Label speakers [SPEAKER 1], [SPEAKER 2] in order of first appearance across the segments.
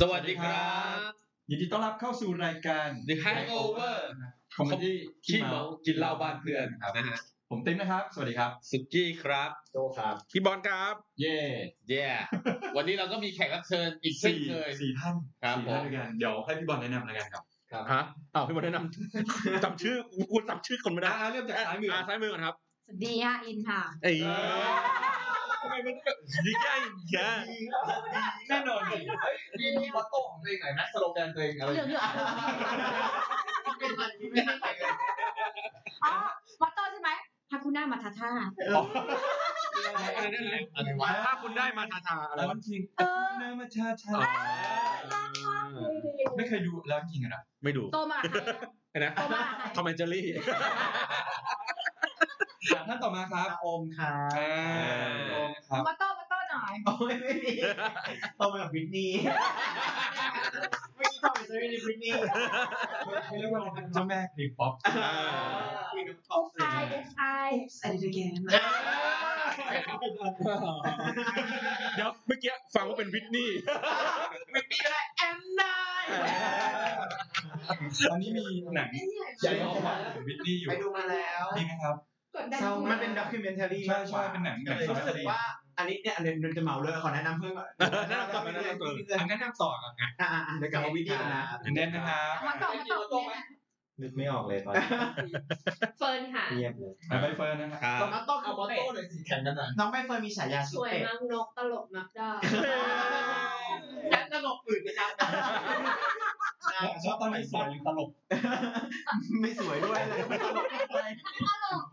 [SPEAKER 1] สวัสดีครับ
[SPEAKER 2] ยินดีต้อนรับเข้าสู่รายการ
[SPEAKER 1] The Hangover
[SPEAKER 2] คอมเมดี้
[SPEAKER 1] ที่เมากินเหล้าบ้านเพื่อน
[SPEAKER 2] ครับ
[SPEAKER 1] นะฮะ
[SPEAKER 2] ผมติ๊มนะครับ สวัสดีครับ
[SPEAKER 1] สุกี้ครับ
[SPEAKER 3] โจครับ
[SPEAKER 4] พี่บอลครับ
[SPEAKER 2] เย่
[SPEAKER 1] เย่ วันนี้เราก็มีแขกรับเชิญอีกเช่น
[SPEAKER 2] สี่
[SPEAKER 1] เคย
[SPEAKER 2] สี่ท่าน
[SPEAKER 1] ครับ
[SPEAKER 2] สี่ท่า
[SPEAKER 1] ผ
[SPEAKER 2] น
[SPEAKER 1] ม
[SPEAKER 2] ด้วยกัน เดี๋ยวให้พี่บอลแนะนำแล้วกันครับ
[SPEAKER 4] ฮะอ้าวพี่บอลแนะนำ จำชื่อกูกูจำชื่อคนไม่ได้
[SPEAKER 2] อ่าเริ่มจากซ้ายมือ
[SPEAKER 4] อ่าซ้ายมือก่อนครับ
[SPEAKER 5] สวัสดีค่ะอินค่ะ
[SPEAKER 4] ไอ้
[SPEAKER 2] เออ
[SPEAKER 4] ทำไมมันแบบยิ่งใหญ่แย่
[SPEAKER 2] แน่นอน
[SPEAKER 3] มีมอตโต้ของตัวเองหน่อยนะสโลแกนตัวเองอะไร
[SPEAKER 5] เหลืองเหลืองอ๋อมอตโต้ใช่ไหมฮาคุน่ามาทาท่า
[SPEAKER 4] อะไรนั่นอะไร
[SPEAKER 3] อะไรวะ
[SPEAKER 4] ถ้าคุณได้มาทาทาอะไร
[SPEAKER 2] แล้ว
[SPEAKER 4] วะ
[SPEAKER 2] จริง
[SPEAKER 5] เออ
[SPEAKER 2] น้ามาชาชาไม่เคยดูแล้วจริงอะนะ
[SPEAKER 4] ไม่ดู
[SPEAKER 5] โตมา
[SPEAKER 4] ไอ้นะ
[SPEAKER 5] โตมา
[SPEAKER 4] ทอมแอนเจอรี่
[SPEAKER 2] อ่ะท่านต่อมาครับ
[SPEAKER 3] โอมครั
[SPEAKER 2] อ่าโอมครับ
[SPEAKER 5] มอตโต้มอตโต้หน่อย
[SPEAKER 3] โอ้ยไม่มีโตมากับวินนี่ไม่ใช่โตมาเจอในวิน นี่
[SPEAKER 2] เขาเรียกว่าเจ้าแม่คลิปป๊อป
[SPEAKER 3] คุยกับ
[SPEAKER 5] อุ๊บอายอุ๊บอาย
[SPEAKER 6] ใส่ด้วยแกม
[SPEAKER 4] เดี๋ยวเมื่อกี้ฟังว่าเป็นวิทนี่
[SPEAKER 5] แอนนา
[SPEAKER 2] อันนี้มีหนังใหญ่ออกมาวิทนี่อยู่
[SPEAKER 3] ไปดูมาแล้ว
[SPEAKER 2] ดีไหมครับ
[SPEAKER 5] กดดัน
[SPEAKER 3] มันเป็นด็อกิเมนทารี
[SPEAKER 2] ใช่
[SPEAKER 3] มาก
[SPEAKER 2] ใช่
[SPEAKER 3] กว่า
[SPEAKER 2] เป็นหนังหนัง
[SPEAKER 3] เลยรู้สึก
[SPEAKER 2] documentary
[SPEAKER 3] ว่าอันนี้เนี่ยอันนี้จะเหมาเลยขอแนะนำเพิ่มก่อน
[SPEAKER 4] แนะนำก่อนแนะนำก่อน
[SPEAKER 2] อันแนะนำต่อก่อนไง
[SPEAKER 3] อ่ะๆๆเดี๋ยวกลับมาวินนี่ก่อนนะ
[SPEAKER 2] อันแนะนำนะครับ
[SPEAKER 5] มอตโต้มอตโต้เนี่ย
[SPEAKER 3] นึกไม่ออกเลยตอน
[SPEAKER 5] เฟิร์นค่ะ
[SPEAKER 3] เงียบเลย
[SPEAKER 2] อ่ะใบเฟิร์นนะครับ
[SPEAKER 4] ครับ
[SPEAKER 3] มอตโต้คือมอตโต้เลยสิแข่งกันหน่ อยน้องใบเฟิร์นมีฉายาชื่อเป็ด
[SPEAKER 5] ตลกมักได้
[SPEAKER 3] ฉันตลกอื่นไม่ได้
[SPEAKER 2] ชอบตอนนี้สวยหรือตลก
[SPEAKER 3] ไม่สวยด้วย แล้วก็ไม่ตลกด้วย
[SPEAKER 5] ตลก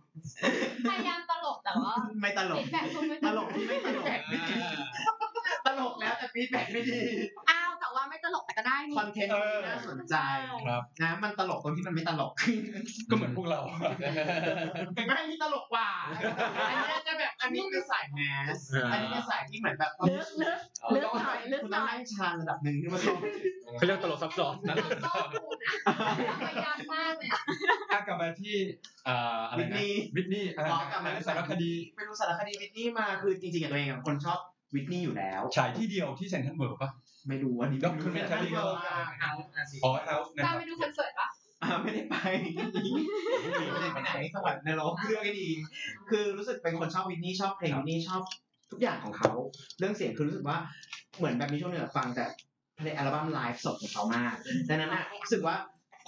[SPEAKER 5] พยายามตลกแต่ว่า
[SPEAKER 3] ไม่ตล
[SPEAKER 5] ติด
[SPEAKER 3] ก
[SPEAKER 5] แบบคุณไม่
[SPEAKER 3] ตลกที่ไม่ตลก ตลกแล้วแต่ฟีดแบ็กไม่ดี
[SPEAKER 5] อ้าวแต่ว่าไม่ตลกแต่ก็ได้นี่
[SPEAKER 3] คอนเทนต์มันน่าสนใจนะมันตลกตรงที่มันไม่ตลก
[SPEAKER 2] ก็เหมือนพวกเรา
[SPEAKER 3] แต่ไม่มีตลกกว่า อันนี้จะแบบอันนี้คือสายแมสอันนี้คือสายที่เหมือนแบบ
[SPEAKER 5] ลึกลึก ลึกหน่อยลึก
[SPEAKER 3] คุณ
[SPEAKER 5] ห
[SPEAKER 3] ต้อง
[SPEAKER 5] น่อย
[SPEAKER 3] นั่งชาระดับหนึ่งที่มาลง
[SPEAKER 4] เขาเรียกตลกซับซ้อน
[SPEAKER 5] ต
[SPEAKER 4] นะ
[SPEAKER 5] ลกโต้คูณนะพยายามมากเลยอะ
[SPEAKER 2] ถ้ากลับมาที่เอ่ออะไร
[SPEAKER 3] วิน
[SPEAKER 2] นะ
[SPEAKER 3] นี่
[SPEAKER 2] วิทนี่อะไร
[SPEAKER 3] ขอ
[SPEAKER 2] นะ
[SPEAKER 3] กลับมา
[SPEAKER 2] หนัง
[SPEAKER 3] เรื่อง
[SPEAKER 2] สารคดี
[SPEAKER 3] ไปดูสารคดีวินนี่มาคือจริงๆกับตัวเองอะคนชอบวินนี่อยู่แล้ว
[SPEAKER 2] ฉายที่เดียวที่เซ็นทรัลเวิลด์ป่ะ
[SPEAKER 3] ไม่รู้อันนี้
[SPEAKER 2] ด็อกคือไม่ใช่ที่
[SPEAKER 3] เร
[SPEAKER 2] เรา
[SPEAKER 3] อ๋
[SPEAKER 2] อ๋
[SPEAKER 3] อ
[SPEAKER 2] อเฮาส์นะค
[SPEAKER 5] ตา
[SPEAKER 2] รั
[SPEAKER 5] ม
[SPEAKER 2] บ
[SPEAKER 5] ไปดูคอนเสิร์ตปะ
[SPEAKER 3] อ่าไม่ได้ไปไม่ได้ไปไหนสวรรค์นรกเรื่องให้ดี คือรู้สึกเป็นคนชอบวินนี่ชอบเพลงวินนี่ชอบทุกอย่างของเขาเรื่องเสียงคือรู้สึกว่าเหมือนแบบมีช่วงหนึ่งอะฟังแต่ในอัลบั้มไลฟ์สดของเขามากดังนั้นอะรู้สึกว่า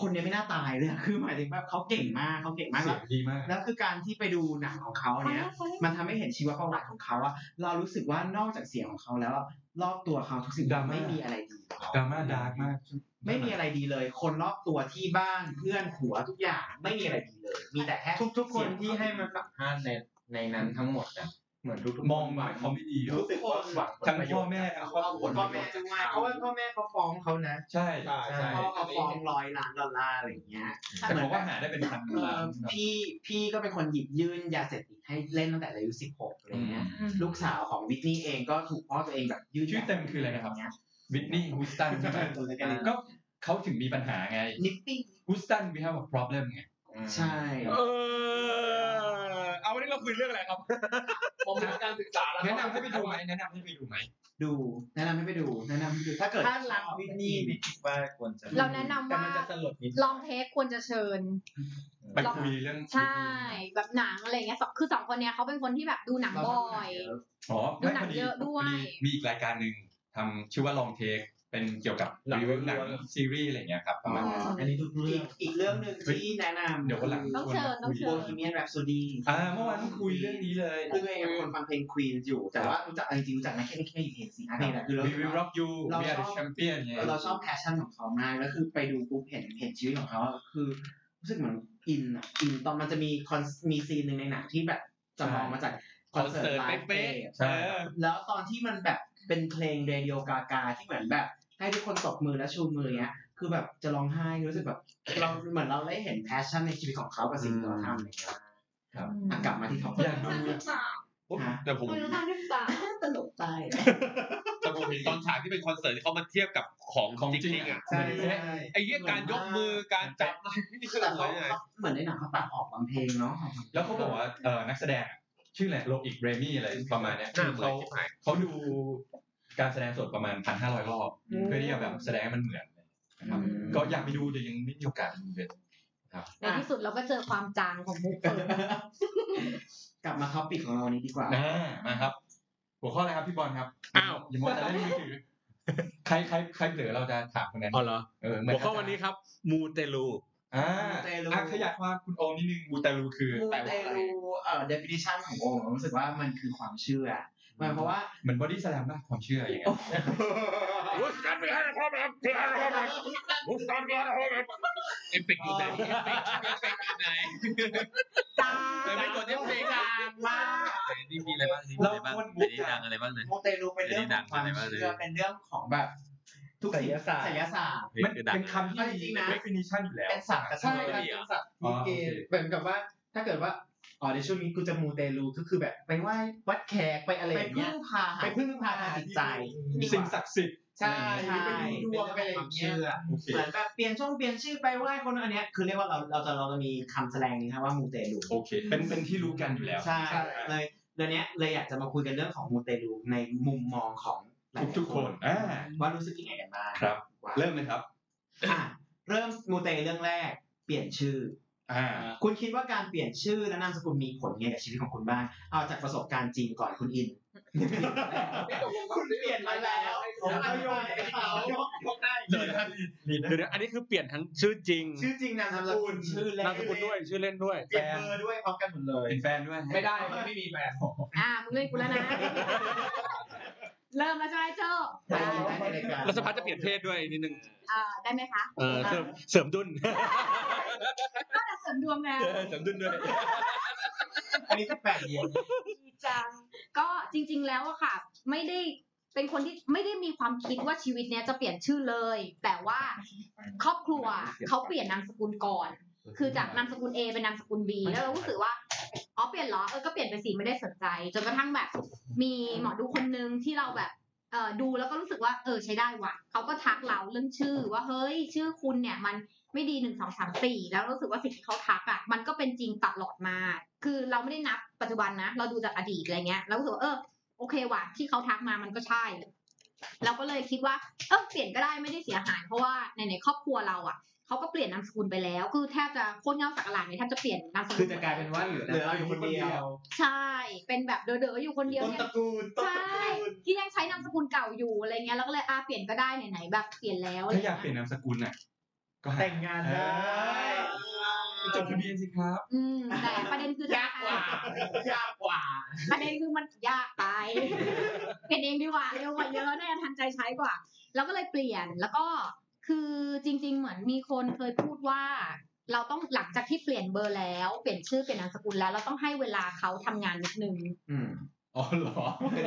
[SPEAKER 3] คนเนี้ไม่น่าตายเลยอะคือหมายถึงว่าเขาเก่งมากเขาเก่งมาก
[SPEAKER 2] เสี
[SPEAKER 3] แล้
[SPEAKER 2] ยว งดีมาก
[SPEAKER 3] แล้วคือการที่ไปดูหนังของเขาเนี้ย มันทำให้เห็นชีวประวัติของเขาว่า เรารู้สึกว่านอกจากเสียงของเขาแล้ว รอบตัวเขาทุกสิ่ง
[SPEAKER 2] ดราม่า
[SPEAKER 3] ไม่มีอะไรดีกว่า
[SPEAKER 2] ดราม่าดาร์กมาก
[SPEAKER 3] ไม่มีอะไรดีเลย คนรอบตัวที่บ้านเพื่อนผัวทุกอย่างไม่มีอะไรดีเลย มีแต่แค่
[SPEAKER 7] ทุกทุกๆคนที่ให้มาสัมภาษณ์ในในนั้นทั้งหมดอะเหมือนทุกๆคน
[SPEAKER 2] มองหมายเขาไม่ดี
[SPEAKER 3] รู้สึกว่าหวัง
[SPEAKER 2] ทั้งพ่อแม่ทั้งครอบ
[SPEAKER 3] เอา
[SPEAKER 2] ค
[SPEAKER 3] ผ
[SPEAKER 2] รัว
[SPEAKER 3] ลพ่อแม่จังว่าเพราะว่าพ่อแม่เขาฟ้องเขานะ
[SPEAKER 2] ใช่
[SPEAKER 7] ใช่ใช่
[SPEAKER 3] พ่อเขาฟ้องร้อยล้านดอลลาร์อะไรอย่างเงี้ย
[SPEAKER 2] แต่เขาก็หาได้เป็นพัน
[SPEAKER 3] เอ่
[SPEAKER 2] ล้าน
[SPEAKER 3] อ
[SPEAKER 2] ครับ
[SPEAKER 3] พี่พี่ก็เป็นคนหยิบยื่นยาเสพติดให้เล่นตั้งแต่อายุสิบหกอะไรเงี้ยลูกสาวของวิทนี่เองก็ถูกพ่อตัวเองแบบยื่น
[SPEAKER 2] ชื่อเต็มคืออะไรนะครับ
[SPEAKER 3] เงี้ย
[SPEAKER 2] วิทนี่ฮูสตั นใช่ไหม
[SPEAKER 3] ตัวเล็กๆ
[SPEAKER 2] ก็เขาถึงมีปัญหาไง
[SPEAKER 3] นิตตี้
[SPEAKER 2] ฮูสตัน we have a problem ไง
[SPEAKER 3] ใช่
[SPEAKER 4] เออเอาวันนี้เราคุยเรื่องอะไรครับ
[SPEAKER 7] ผมมีการศึกษาแล้ว
[SPEAKER 2] แนะนำให้ไปดูไหมแนะนำให้ไปดูไหม
[SPEAKER 3] ดูแนะนำให้ไปดูแนะนำให้ไปดูถ้าเกิด
[SPEAKER 7] ถ้ารักวินนี่วินคิดว่าควรจะ
[SPEAKER 5] เราแนะนำ
[SPEAKER 7] แต่
[SPEAKER 5] ว่า
[SPEAKER 7] มันจะสลดนิด
[SPEAKER 5] ลองเทคควรจะเชิญ
[SPEAKER 2] ไปคุยเรื่อง
[SPEAKER 5] ใช่ แบบหนังอะไรเงี้ยสองคือสองคนเนี้ยเขาเป็นคนที่แบบดูหนังบ่อย
[SPEAKER 2] อ๋อ
[SPEAKER 5] ดู
[SPEAKER 2] ไม่
[SPEAKER 5] ห
[SPEAKER 2] พ
[SPEAKER 5] นั
[SPEAKER 2] อง ดี
[SPEAKER 5] เยอะด้ว
[SPEAKER 2] พ
[SPEAKER 5] ย
[SPEAKER 2] อดีมีอีกรายการหนึ่งทำชื่อว่าลองเทคเป็นเกี่ยวกับรีวิวหนังซีรีส์อะไรอย่างเงี้ยครับประมาณนั้น
[SPEAKER 3] อันนี้ทุกเรื่องอีกเรื่องหนึ่งที่แนะนำ
[SPEAKER 2] เดี๋ยววันหลัง
[SPEAKER 5] ต้องเชิญต้องเชิ
[SPEAKER 3] โบ
[SPEAKER 5] ญ
[SPEAKER 3] ฮีเมียนแรปโซดี
[SPEAKER 2] อ่าเมื่อวานเพิ่งคุยเรื่องนี้เลย
[SPEAKER 3] คือตัวเองเป็นคนฟังเพลงควีนอยู่ แต่ว่ารู้จักจริงๆรู้จักนะแค่ไม่แค่อีกเพลงสี่อันนี้แหละคือเรา
[SPEAKER 2] รีวิวร็อกยู
[SPEAKER 3] เรา
[SPEAKER 2] เบีย
[SPEAKER 3] ชอ
[SPEAKER 2] ร์
[SPEAKER 3] บ
[SPEAKER 2] แชมเปี้ยนไง
[SPEAKER 3] เราชอบแพชชั่นของเขามากแล้วคือไปดูปุ๊บเห็นเห็นชีวิตของเขาคือรู้สึกเหมือนอินอ่ะอินตอนมันจะมีคอนมีซีนหนึ่งในหนังที่แบบจำลองมาจากคอนเสิร์ตไลฟ์เป๊ะ
[SPEAKER 2] ใช่
[SPEAKER 3] แล้วตอนที่มันแบบเป็นเพลงเรดิโอกากาที่เหมือนแบบ ให้ทุกคนตบมือและชูมืออย่างเงี้ย คือแบบจะร้องไห้รู้สึกแบบเราเหมือนเราได้เห็นแพชชั่นในชีวิตของเขากับสิ่งที่เขาทำอะไรเงี้ยอ่ะกลับมาที่ท็อป
[SPEAKER 2] อยากดู
[SPEAKER 1] แต่ผม
[SPEAKER 5] คุณรู้ทางหรือเปล่า
[SPEAKER 6] ตลกตาย
[SPEAKER 1] แต่ผมเห็นตอนฉากที่เป็นคอนเสิร์ตที่เขามาเทียบกับของ
[SPEAKER 2] ของ
[SPEAKER 1] จ
[SPEAKER 2] จ
[SPEAKER 1] ริ
[SPEAKER 2] ริ
[SPEAKER 1] ง
[SPEAKER 2] ง
[SPEAKER 1] ๆอะ
[SPEAKER 2] อ่ะ
[SPEAKER 3] ใช่ใช่
[SPEAKER 1] ไอ้เรื่องการยกมือการจับอะไรนี่คือ
[SPEAKER 3] แต่
[SPEAKER 1] อะไร
[SPEAKER 3] เขา
[SPEAKER 1] เนี่ย
[SPEAKER 3] เขาเหมือนในหนังเขาตัดออกบางเพลงเนาะ
[SPEAKER 2] แล้วเขาบอกว่าเอ่อนักแสดงอะชื่ออะไรโรอิกเรมี่อะไรประมาณเนี้ย
[SPEAKER 1] หน้า
[SPEAKER 2] คือ
[SPEAKER 1] เหมือน
[SPEAKER 2] เขา
[SPEAKER 1] ที่หาย
[SPEAKER 2] เขาดู การแสดงสดประมาณพันห้าร้อยรอบ เพื่อที่จะแบบแสดงให้มันเหมือนนะครับ
[SPEAKER 3] อืม
[SPEAKER 2] ก็อยากไปดูแต่ยังไม่มีโอกาสไปดูเลย
[SPEAKER 5] ในที่สุดเราก็เจอความจางของมุกเปิด
[SPEAKER 3] กลับมาท็อปิกของเรานี้ดีกว่า
[SPEAKER 2] อ่ามาครับ หัวข้ออะไรครับพี่บอลครับ
[SPEAKER 4] อ้าว
[SPEAKER 2] อย่ามัวแต่เล่นมือ ถือใครใครใครเผลอเราจะถามคนนั้น
[SPEAKER 4] อ๋อเหรอ
[SPEAKER 2] เออเหมือน
[SPEAKER 4] หัวข้อวันนี้ครับ มูเตลู
[SPEAKER 2] อ่า
[SPEAKER 3] มูเตลู
[SPEAKER 2] อ่ะขยายความคุณโอมนิดนึงมูเตลูคือ
[SPEAKER 3] มู
[SPEAKER 2] แปล
[SPEAKER 3] เต
[SPEAKER 2] ว่าอะไร
[SPEAKER 3] ลูเอ่อ definition ขององค์ผมรู้สึกว่ามันคือความเชื่อมันเพราะว่า
[SPEAKER 2] เหมือนบอดี้สแลมป่ะความเชื่ออย่างเงี้ย
[SPEAKER 1] เอฟเฟกต์อยู่ไหนเอฟเฟกต์เอฟเฟกต์อยู่ไหน
[SPEAKER 3] จา
[SPEAKER 1] แต่ไม่กดเอฟเฟกต์อ่ะ
[SPEAKER 3] มาก
[SPEAKER 6] นี่มีอะไรบ้างนี่มีอะไรบ้างในนี้ดังอะไรบ้างนะ
[SPEAKER 3] มูเตลูเป็นเรื่องของความเชื่อเป็นเรื่องของแบบทุกสิ่ง
[SPEAKER 7] ศิลปศาสตร์
[SPEAKER 3] ศิลปศาสตร์
[SPEAKER 2] มันเป็นคำที่
[SPEAKER 3] เอาจริงๆนะ
[SPEAKER 2] มี definition อยู่แล้ว
[SPEAKER 3] เป็นศัพท์กระ
[SPEAKER 6] ใช่ครับ
[SPEAKER 3] ทำ
[SPEAKER 6] เป็นศัพท์
[SPEAKER 3] มีเกณฑ์
[SPEAKER 2] อ๋อโอเค
[SPEAKER 3] เหมือนกับว่า ถ้าเกิดว่าอ๋อในช่วงนี้กูจะมูเตลูก็คือแบบไปไหว้วัดแขกไปอะไรอย่างเงี้ยไปพึ่งพาทางจิตใจ
[SPEAKER 2] สิ่งศักดิ์สิทธิ์
[SPEAKER 3] ใช่
[SPEAKER 7] ใช่
[SPEAKER 3] ไปดูดวงไปอะไรอย่างเงี้ย
[SPEAKER 2] โอเค
[SPEAKER 3] เหมือนแบบเปลี่ยนช่องเปลี่ยนชื่อไปไหว้คนอันเนี้ยคือเรียกว่าเราเราจะเราจะมีคำแสดงนี้ครับว่ามูเตลู
[SPEAKER 2] โอเค เป็นเป็นที่รู้กันอยู่แล้ว
[SPEAKER 3] ใช่เลยเรื่องเนี้ยเลยอยากจะมาคุยกันเรื่องของมูเตลูในมุมมองของหลายๆ
[SPEAKER 2] ทุกๆคนอ่า
[SPEAKER 3] ว่ารู้สึกยังไงกันบ้าง
[SPEAKER 2] ครับ
[SPEAKER 3] ว่า
[SPEAKER 2] เริ่มเลยครับ
[SPEAKER 3] อ่ะเริ่มมูเตเรื่องแรก เปลี่ยนชื่อ
[SPEAKER 2] อ่า
[SPEAKER 3] คุณคิดว่าการเปลี่ยนชื่อและนามสกุลมีผลไงกับชีวิตของคุณบ้าง เอาจากประสบการณ์จริงก่อนคุณอิน คุณเปลี่ยนมาแล้วแล้วเอาโยนให้เขายกได้เลย
[SPEAKER 4] เดี๋ยวนะอันนี้คือเปลี่ยนทั้งชื่อจริง
[SPEAKER 3] ชื่อจริงนามสกุลชื่อเล่น
[SPEAKER 4] นามสกุลด้วยชื่อเล่นด้วย
[SPEAKER 3] เปลี่ยนเบอร์ด้วยพร้อมกันหมดเลย
[SPEAKER 2] เป็นแฟนด้วย
[SPEAKER 7] ไม่ได้มันไม่มีแฟน
[SPEAKER 5] อ่ามึงเล่นกูแล้วนะ เริ่มแล้วใช่ไหมโจ
[SPEAKER 3] ได้ได้ในรายการ
[SPEAKER 4] แล้วสภาจะเปลี่ยนเพศด้วยนิดนึง
[SPEAKER 5] อ่าได้ไหมคะ
[SPEAKER 4] เออเสริมเสริมดุล
[SPEAKER 5] ก็จะเสริมดวงแล้ว
[SPEAKER 4] เออเสริมดุลด้วย
[SPEAKER 3] อันนี้แปลกดีอะ
[SPEAKER 5] ดีจัง ก็จริงๆแล้วอะค่ะ ไม่ได้เป็นคนที่ไม่ได้มีความคิดว่าชีวิตเนี้ยจะเปลี่ยนชื่อเลย แต่ว่าครอบครัวเขาเปลี่ยนนามสกุลก่อน คือจากนามสกุล A เป็นนามสกุล B แล้วเรารู้สึกว่าอ๋อเปลี่ยนเหรอเออก็เปลี่ยนไปสิไม่ได้สนใจ จนกระทั่งแบบ มีหมอดูคนนึงที่เราแบบเออดูแล้วก็รู้สึกว่าเออใช้ได้ว่ะเขาก็ทักเราเรื่องชื่อว่าเฮ้ยชื่อคุณเนี่ยมัน ไม่ดีหนึ่งสองสามสี่แล้วรู้สึกว่าสิ่งที่เขาทักอ่ะมันก็เป็นจริงตลอดมา คือเราไม่ได้นับปัจจุบันนะ เราดูจากอดีตอะไรเงี้ยเรารู้สึกว่าเออโอเคว่ะที่เขาทักมามันก็ใช่ เราก็เลยคิดว่าเออเปลี่ยนก็ได้ไม่ได้เสียหาย เพราะว่าในในๆครอบครัวเราอ่ะเขาก็เปลี่ยนนามสกุลไปแล้ว คือแทบจะโคตรเงาสักกะหลาดเนี่ยแทบจะเปลี่ยนนามสกุล
[SPEAKER 3] คือจะกลายเป็นว่าเหลือ
[SPEAKER 7] เหลือ
[SPEAKER 3] เรา
[SPEAKER 7] เรา
[SPEAKER 3] อ
[SPEAKER 7] อยู่ ยู่ค
[SPEAKER 3] ค
[SPEAKER 7] น น
[SPEAKER 3] เดี
[SPEAKER 7] เดี
[SPEAKER 3] ย
[SPEAKER 7] ยว ว
[SPEAKER 5] ใช่ เป็นแบบเด๋อๆอยู่คนเดียว
[SPEAKER 3] ต้น
[SPEAKER 5] เนี่ย
[SPEAKER 3] ตระกูลต้น
[SPEAKER 5] ใช่
[SPEAKER 3] ตระกูล
[SPEAKER 5] ที่ยังใช้นามสกุลเก่าอยู่อะไรเงี้ยแล้วก็เลยอาเปลี่ยนก็ได้ไหนๆแบบเปลี่ยนแล้วอะไร
[SPEAKER 2] ถ้าอ
[SPEAKER 5] เงี้
[SPEAKER 2] ยากเปลี่ยนนามสกุลน่ะ ก็หา
[SPEAKER 7] แต่งงานได้
[SPEAKER 2] จดทะเบียนสิครับ
[SPEAKER 5] อืมแต่ประเด็นคือจะ
[SPEAKER 3] ยากกว่ายากกว่า
[SPEAKER 5] ประเด็นคือมันยากไป เป็นเองดีกว่าเร็วกว่าเยอะแน่ทันใจใช้กว่า แล้วก็เลยเปลี่ยนแล้วก็คือจริง ๆ เหมือนมีคนเคยพูดว่า เราต้องหลังจากที่เปลี่ยนเบอร์แล้ว เปลี่ยนชื่อเปลี่ยนนามสกุลแล้วเราต้องให้เวลาเขาทำงานนิดนึง
[SPEAKER 3] อืม
[SPEAKER 2] อ๋อเหรอ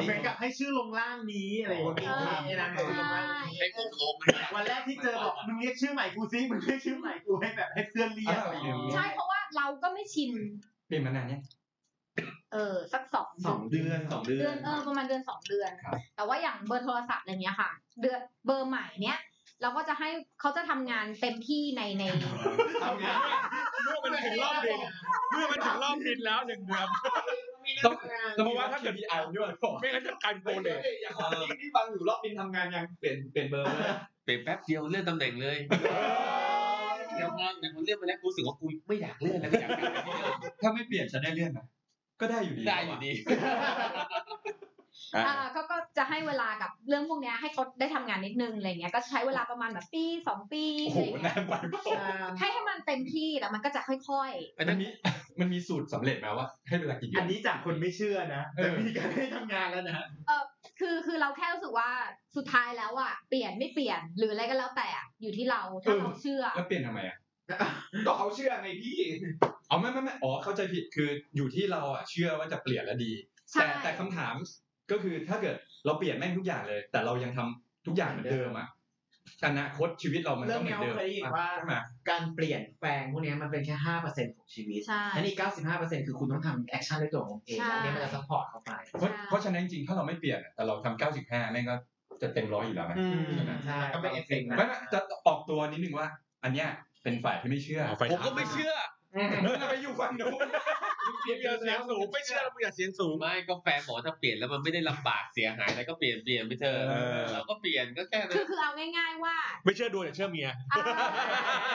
[SPEAKER 3] เหมือนกับให้ชื่อลงล่างนี้อะไรอย่างเงี้ย
[SPEAKER 5] เออ
[SPEAKER 3] นี่นะ
[SPEAKER 5] ใช่
[SPEAKER 6] ให้พวกโลง
[SPEAKER 3] วันแรกที่เจอบอกมึงเรียกชื่อใหม่กูซิมึงเรียกชื่อใหม่กูให้แบบให้เพื่อนเรียก
[SPEAKER 2] อะไรอย่างเงี้ย
[SPEAKER 5] ใช่เพราะว่าเราก็ไม่ชิน
[SPEAKER 2] เปลี่ยนมานานเนี่ยง
[SPEAKER 5] เออสักสอง
[SPEAKER 3] สองเดือนสองเดือ
[SPEAKER 5] เดือน นเออประมาณเดือนสองเดือน
[SPEAKER 2] ครับ
[SPEAKER 5] แต่ว่าอย่างเบอร์โทรศัพท์อะไรเงี้ยค่ะ เดือนเบอร์ใหม่เนี้ยเราก็จะให้เขาจะทำงานเต็มที่ในใน
[SPEAKER 4] เมื่อมันถึงรอบบิน เมื่อมันถึงรอบบินแล้วหนึ่งเดือน
[SPEAKER 2] ต้อง
[SPEAKER 4] แต่เพราะว่าถ้าเกิด
[SPEAKER 2] มีอันด้วยหรอ
[SPEAKER 4] ไม่งั้นจะกลายเป็นโปรเลท
[SPEAKER 7] อย่างที่ฟังอยู่รอบบินทำงานยังเปลี่ยนเปลี่ยนเบอร์ไหม
[SPEAKER 6] เปลี่ยนแป๊บเดียวเลื่อนตำแหน่งเลยเดี๋ยวพอเดี๋ยวผมเลื่อนไปแล้วกูรู้สึกว่ากูไม่อยากเลื่อนแล้วไม่อยากกลับไปที่เดิม
[SPEAKER 2] ถ้าไม่เปลี่ยนจะได้เลื่อนไหมก็ได้อยู่ดี
[SPEAKER 6] ได้อยู่ดี
[SPEAKER 2] อ่า
[SPEAKER 5] อ่าก็ก็จะให้เวลากับเรื่องพวกเนี้ยให้เขาได้ทำงานนิดนึงอะไรเงี้ยก็ใช้เวลาประมาณแบบปีสองปี
[SPEAKER 2] โอ้
[SPEAKER 5] อะ
[SPEAKER 2] โห
[SPEAKER 5] ไรเงี้ย
[SPEAKER 2] นานไปเปล่า
[SPEAKER 5] ให้ให้มันเต็มที่แล้วมันก็จะค่อย
[SPEAKER 6] อัน
[SPEAKER 2] มั
[SPEAKER 6] นั้น น
[SPEAKER 2] มี มันมีสูตรสำเร็จไหมว่า ให้เวลากี่เดื
[SPEAKER 3] อั
[SPEAKER 2] อน น
[SPEAKER 3] นี้จากคนไม่เชื่อนะ
[SPEAKER 2] เอ
[SPEAKER 3] แต่
[SPEAKER 2] อ
[SPEAKER 3] มีการให้ทำงานแล้วนะ
[SPEAKER 5] ๆ คือคือเราแค่รู้สึกว่าสุดท้ายแล้วอะเปลี่ยนไม่เปลี่ยนหรืออะไรก็แล้วแต่อะอยู่ที่เราถ้าเราเชื่อ
[SPEAKER 2] แล้วเปลี่ยนทำไมอ่ะ
[SPEAKER 7] ก็เขาเชื่อไงพี่
[SPEAKER 2] อ๋อไม่ไม่ไม่อ๋อเข้าใจผิดคืออยู่ที่เราอ่ะเชื่อว่าจะเปลี่ยนแล้วดี
[SPEAKER 5] ใช่
[SPEAKER 2] แต่แต่คำถามก็คือถ้าเกิดเราเปลี่ยนแม่งทุกอย่างเลย แต่เรายังทำทุกอย่างเหมือนเดิมอ่ะอนาคตชีวิตเรามัน
[SPEAKER 3] เรื่อ
[SPEAKER 2] ก็
[SPEAKER 3] ง
[SPEAKER 2] เหมือย น
[SPEAKER 3] เนี้
[SPEAKER 2] เดิม
[SPEAKER 3] เคยได้ยินว่า
[SPEAKER 2] ใช่ไหม
[SPEAKER 3] การเปลี่ยนแปลงพวกเนี้ยมันเป็นแค่ห้าเปอร์เซ็นต์ของชีวิต
[SPEAKER 5] ใช่
[SPEAKER 3] อันนี้เก้าสิบห้าเปอร์เซ็นต์คือคุณต้องทำแอคชั่นด้วยตัวของคุณเอง
[SPEAKER 5] ใช่
[SPEAKER 3] อันเนี้ยมันจะซัพพอร์ตเข้าไป
[SPEAKER 2] เพราะเพราะฉะนั้นจริงๆถ้าเราไม่เปลี่ยนอะแต่เราทำเก้าสิบห้าแม่งก็จะเต็มร้อยอยู่แล้วนะ
[SPEAKER 3] ใช่ไหมใช่
[SPEAKER 7] ก็เป็นเอฟเฟกต์นะ
[SPEAKER 2] ไม่ไม่จะออกตัวนิดนึงว่า อันเนี้ยเป็นฝ่ายที่ไม่เชื่อ
[SPEAKER 4] เอาไฟ
[SPEAKER 6] ผม
[SPEAKER 4] ขา
[SPEAKER 6] ก็
[SPEAKER 4] ว
[SPEAKER 6] ไม่เชื่อ
[SPEAKER 2] ไปอยู่ฝั่งนู้น
[SPEAKER 4] เสียงเสียงสูงไม่เชื่อเรามึงอย่าเสียงสูง
[SPEAKER 6] ไม่ก็แฟนบอกว่าถ้าเปลี่ยนแล้วมันไม่ได้ลำบากเสียหายอะไรก็เปลี่ยนเปลี่ยนไปเถอะ
[SPEAKER 4] เออ
[SPEAKER 6] เราก็เปลี่ยนก็แค่นั้
[SPEAKER 5] คือน คือเอาง่าย ๆว่า
[SPEAKER 4] ไม่เชื่อดูแต่เชื่อเมีย
[SPEAKER 5] อ่า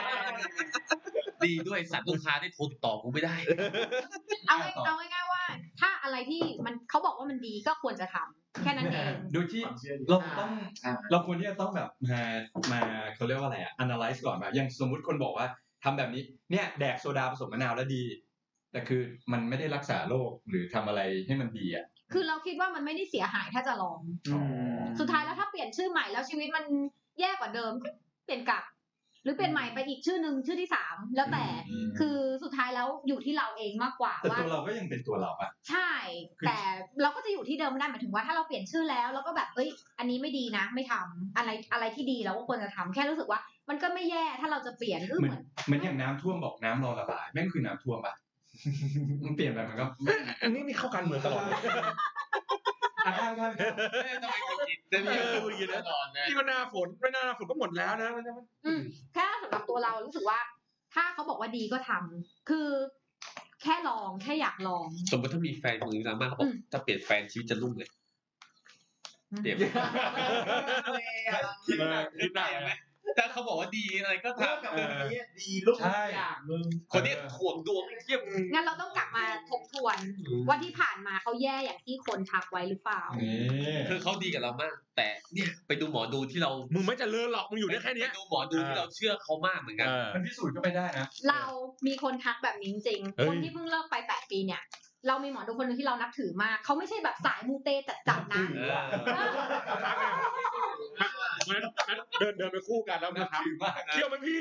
[SPEAKER 6] ดีด้วยสัตว์ลูกค้าได้โทรติดต่อกูไม่ได้
[SPEAKER 5] เอาง่ายเอาง่ายๆว่า ถ้าอะไรที่มันเขาบอกว่ามันดีก็ควรจะทำแค่นั้นเอง
[SPEAKER 2] โดยที่
[SPEAKER 7] ความเชื่อดี
[SPEAKER 2] เราต้อง
[SPEAKER 7] อ่า
[SPEAKER 2] เราควรที่จะต้องแบบมามาเขาเรียกว่าอะไรอะ analyze ก่อนแบบอย่างสมมุติคนบอกว่าทำแบบนี้เนี่ยแดกโซดาผสมมะนาวแล้วดี แต่คือมันไม่ได้รักษาโรคหรือทำอะไรให้มันดีอ่ะ
[SPEAKER 5] คือเราคิดว่ามันไม่ได้เสียหายถ้าจะลอง สุดท้ายแล้วถ้าเปลี่ยนชื่อใหม่แล้วชีวิตมันแย่กว่าเดิมก็เปลี่ยนกลับ หรือเปลี่ยนใหม่ไปอีกชื่อหนึ่งชื่อที่สามแล้วแต่
[SPEAKER 2] อืม
[SPEAKER 5] คือสุดท้ายแล้วอยู่ที่เราเองมากกว่า
[SPEAKER 2] แต่
[SPEAKER 5] ว่า
[SPEAKER 2] ตัวเราก็ยังเป็นตัวเราอ่ะ
[SPEAKER 5] ใช่
[SPEAKER 2] คือ
[SPEAKER 5] แต่เราก็จะอยู่ที่เดิมไม่ได้หมายถึงว่าถ้าเราเปลี่ยนชื่อแล้วเราก็แบบเอ้ย อันนี้ไม่ดีนะ ไม่ทำอะไรอะไรที่ดีเราก็ควรจะทำแค่รู้สึกว่า มันก็ไม่แย่ถ้าเราจะเปลี่ยนก็
[SPEAKER 2] เหมือน
[SPEAKER 5] เหมือน
[SPEAKER 2] เหมือนอย่างน้ำท่วมบอกน้ำรอระบายแม่งคือน้ำท่วมอ่ะ มันเปลี่ยนไปมันก็
[SPEAKER 4] อันนี้นี่เข้ากันเหมือนตลอด
[SPEAKER 2] อ่ะข้ามข้าม
[SPEAKER 6] ไม่ต้องไปหงุดหงิดจะมี
[SPEAKER 4] เออหงุ
[SPEAKER 6] ุ
[SPEAKER 4] ดหงิดนะ
[SPEAKER 6] ตลอดนะ
[SPEAKER 4] ที่มันหน้าฝนไม่หน้าฝนก็หมดแล้วนะ
[SPEAKER 5] อืมแค่สำหรับตัวเรารู้สึกว่า ถ้าเขาบอกว่าดีก็ทำคือ แค่ลองแค่อยากลอง
[SPEAKER 6] สมมติถ้ามีแฟนมึงดราม่าเขาบอ
[SPEAKER 5] อื
[SPEAKER 6] ก
[SPEAKER 5] ม
[SPEAKER 6] ถ้าเปลี่ยนแฟนชีวิตจะรุ่งเลยเปลี่ยน
[SPEAKER 4] คิดหนักคิดหนัก
[SPEAKER 6] ถ้าเขาบอกว่าดีอะไรก็
[SPEAKER 3] เลิก
[SPEAKER 6] ทำ
[SPEAKER 3] กับคนนี้ดีลูกทุกอย่างมึง
[SPEAKER 6] คนนี้ถ่วงดวงเทียบ
[SPEAKER 5] งั้นเราต้องกลับมาทบทวนว่าที่ผ่านมาเขาแย่อย่างที่คนทักไว้หรือเปล่า
[SPEAKER 2] นี่
[SPEAKER 6] คือเขาดีกับเรามาก แต่เนี่ยไปดูหมอดูที่เรา
[SPEAKER 4] มึงไม่เจะเลิศหรอกมึงอยู่ได้แค่เนี้ย
[SPEAKER 6] ไปดูหมอดูที่เราเชื่อเขามากเหมือนกัน
[SPEAKER 4] เออ
[SPEAKER 2] มันพิสูจน์ก็ไม่ได้นะ
[SPEAKER 5] เรามีคนทักแบบนี้จริง
[SPEAKER 4] เอ้
[SPEAKER 5] ๆ
[SPEAKER 4] ย
[SPEAKER 5] คนที่เพิ่งเลิกไปแปดปีเนี่ย เรามีหมอดูคนหนึงที่เรานับถือมาก เขาไม่ใช่แบบสายมูเตจัดๆนะ
[SPEAKER 6] เออ
[SPEAKER 4] เดินเดินไปคู่กันแล้วนะครับเที่ยวไหมพี่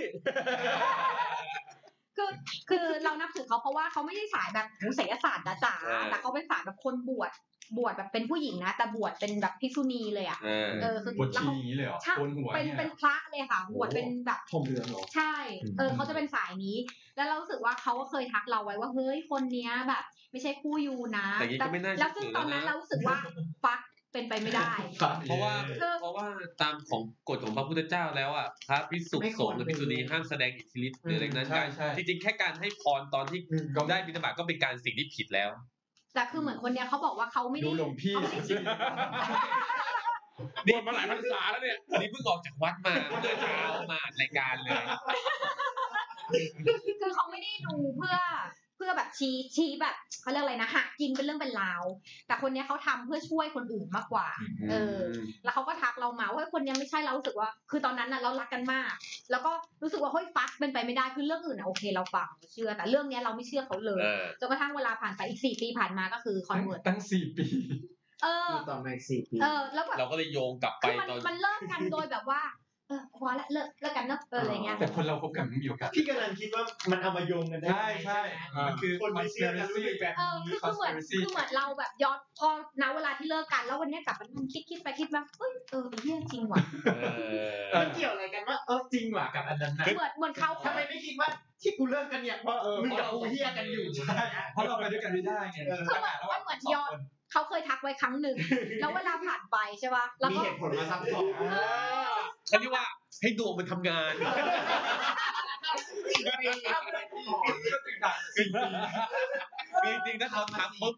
[SPEAKER 5] คือคือเรานับถือเขาเพราะว่าเขาไม่ได้สายแบบเศรษฐศาสตร์จ๋า
[SPEAKER 6] เออ
[SPEAKER 5] ๆแต่เขาเป็นสายแบบคนบวชบวชแบบเป็นผู้หญิงนะ แต่บวชเป็นแบบภิกษุณีเลยอ่ะ
[SPEAKER 6] เออ
[SPEAKER 5] เออคือ
[SPEAKER 2] ปวด
[SPEAKER 5] แล้
[SPEAKER 2] ชี
[SPEAKER 5] วเขา
[SPEAKER 2] อย่างนี้เลยเหรอ
[SPEAKER 5] ใช่
[SPEAKER 2] โกนหัว
[SPEAKER 5] เป็น
[SPEAKER 2] เนี่ย
[SPEAKER 5] เป็นพระเลยค่ะ บวชเป็นแบบ
[SPEAKER 3] ชมเรืองเหรอ
[SPEAKER 5] ใช่ เออเขาจะเป็นสายนี้ แล้วเรารู้สึกว่าเขาก็เคยทักเราไว้ว่าเฮ้ยคนเนี้ยแบบ ไม่ใช่คู่ยูนะ
[SPEAKER 6] แต่อย่างนี้ก็ไม่น่าเชื่อ
[SPEAKER 5] แล้วซึ่งตอนนั้น
[SPEAKER 6] นะ
[SPEAKER 5] เรารู้สึกว่าฟักเป็นไปไม่ได้
[SPEAKER 6] เพราะว่า
[SPEAKER 5] เออ
[SPEAKER 6] เพราะว่าตามของกฎของพระพุทธเจ้าแล้วอ่ะพระพิสุ
[SPEAKER 3] ไม่
[SPEAKER 6] ส
[SPEAKER 3] คว
[SPEAKER 6] ง
[SPEAKER 3] ร
[SPEAKER 6] ฆ์หรือพิสุณีห้ามแสดงอิทธิฤทธิ์หรืออะไรนั้น
[SPEAKER 2] ใช่
[SPEAKER 6] กัน
[SPEAKER 2] ใช่
[SPEAKER 6] จริงๆแค่การให้พรตอนที่
[SPEAKER 3] อืม
[SPEAKER 6] ได้บิณฑบาตก็เป็นการสิ่งที่ผิดแล้ว
[SPEAKER 5] แต่คือเหมือนคนเนี้ยเขาบอกว่าเขาไม่
[SPEAKER 2] ดู
[SPEAKER 5] ได้
[SPEAKER 2] หลวงพี่
[SPEAKER 5] เขาไม่ได้
[SPEAKER 2] สิ
[SPEAKER 4] บวชมาหลายพรรษาแล้วเนี่ย
[SPEAKER 6] นี่เพิ่งออกจากวัดมาเมื่อเช้ามารายการเลย
[SPEAKER 5] คือเขาไม่ได้ดูเพื่อเพื่อแบบชี้ชี้แบบเขาเรียกอะไรนะหากินเป็นเรื่องเป็นราวแต่คนเนี้ยเขาทำเพื่อช่วยคนอื่นมากกว่า เออ แล้วเขาก็ทักเรามาว่าเฮ้ยคนเนี้ยไม่ใช่เรารู้สึกว่า คือตอนนั้นน่ะเรารักกันมาก แล้วก็รู้สึกว่าเฮ้ยฟักเป็นไปไม่ได้คือเรื่องอื่นอ่ะโอเคเราฟังเราเชื่อ แต่เรื่องเนี้ยเราไม่เชื่อเขาเลย
[SPEAKER 6] เออ
[SPEAKER 5] จนกระทั่งเวลาผ่านไปอีกสี่ปีผ่านมาก็คือคอนเวิร์ต
[SPEAKER 2] ตั้งสี่ปี
[SPEAKER 5] เออ
[SPEAKER 3] อยู่ต่อมาอีกสี่ปี
[SPEAKER 5] เออแล้วแบบ
[SPEAKER 6] เราก็เลยโยงกลับไป
[SPEAKER 5] คือมัน
[SPEAKER 6] ตอน
[SPEAKER 5] มันเลิกกันโดยแบบว่าเออพอละเลิกเลิกกันเนอะเอออะไรเงี้ย
[SPEAKER 2] แต่คนเราคบกันไม่มีโอกาส
[SPEAKER 3] พี่กำลังคิดว่ามันเอามาโยงกันได้
[SPEAKER 2] ใช่ใช่มันคือ
[SPEAKER 3] คนไม่เชื่อจะรู้สึกแบบ
[SPEAKER 5] เออคือคือเหมือนคือเหมือนเราแบบย้อนพอณเวลาที่เลิกกัน แล้ววันเนี้ยกลับมานั่งคิดคิดไปคิดมาเอ้ยเออเรื่องจริงว่ะ
[SPEAKER 6] เออ
[SPEAKER 3] มันเกี่ยวอะไรกันว่าเออจริงว่ะกับอันนั้นนะ
[SPEAKER 5] เหมือนเหมือนเขา
[SPEAKER 3] ทำ ไมไม่คิดว่าที่กูเลิกกันเนี่ยเพราะเออมึงกับกูเฮี้ยกันอยู่ใช่
[SPEAKER 2] เพราะเราไปด้วยกันไม่ได้ไง
[SPEAKER 3] เออ
[SPEAKER 2] ปัญหาระหว่าง
[SPEAKER 5] เหมือน
[SPEAKER 2] สอง
[SPEAKER 5] ย้อน
[SPEAKER 2] คน
[SPEAKER 5] เขาเคยทักไว้ครั้งหนึ่งแล้วเวลาผ่านไปใช่ป่ะแล้ว
[SPEAKER 3] มี
[SPEAKER 5] ก็
[SPEAKER 3] เหตุผลมาซับซ้อน
[SPEAKER 5] เออ
[SPEAKER 6] เขาเรียกว่าให้ดวงมันทำงาน จริงๆถ้าเขาทักปุ๊บ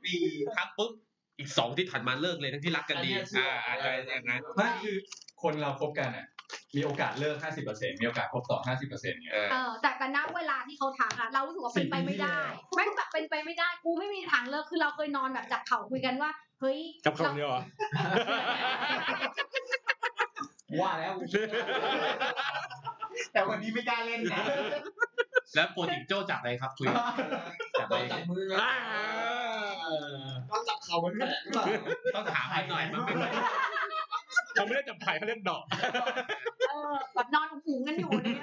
[SPEAKER 6] ทักปุ๊บอีกสองที่ถัดมาเลิกเลยทั้งที่รักกันดี อ่าอาจจะอย่างนั้น
[SPEAKER 2] ไม่คือคนเราคบกันอ่ะ มีโอกาสเลิก 50%มีโอกาสคบต่อ 50%เนี่ย
[SPEAKER 6] เออ
[SPEAKER 5] เออแต่แต่ณเวลาที่เขาทักอะเรารู้สึกว่าเป็นไปไม่ได้แม่งแบบเป็นไปไม่ได้กูไม่มีทางเลิกคือเราเคยนอนแบบจับเข่าคุยกันว่าเฮ้ย
[SPEAKER 4] กับคำเดียวเหรอ
[SPEAKER 3] ว่าแล้ว แต่วันนี้ไม่กล้าเล่นนะ
[SPEAKER 6] แล้วโปรติกโจ้จับอะไรครับคุยจับอะไร
[SPEAKER 7] จับมือ
[SPEAKER 4] อ่า
[SPEAKER 3] ต้องจับเขามันแหละหรือเปล่า
[SPEAKER 6] ต้องถามให้หน่อยมันไม่
[SPEAKER 4] เขาไม่ได้จับไผ่เขาเรียกดอก
[SPEAKER 5] เออแบบนอนหูกันอยู่เนี่ย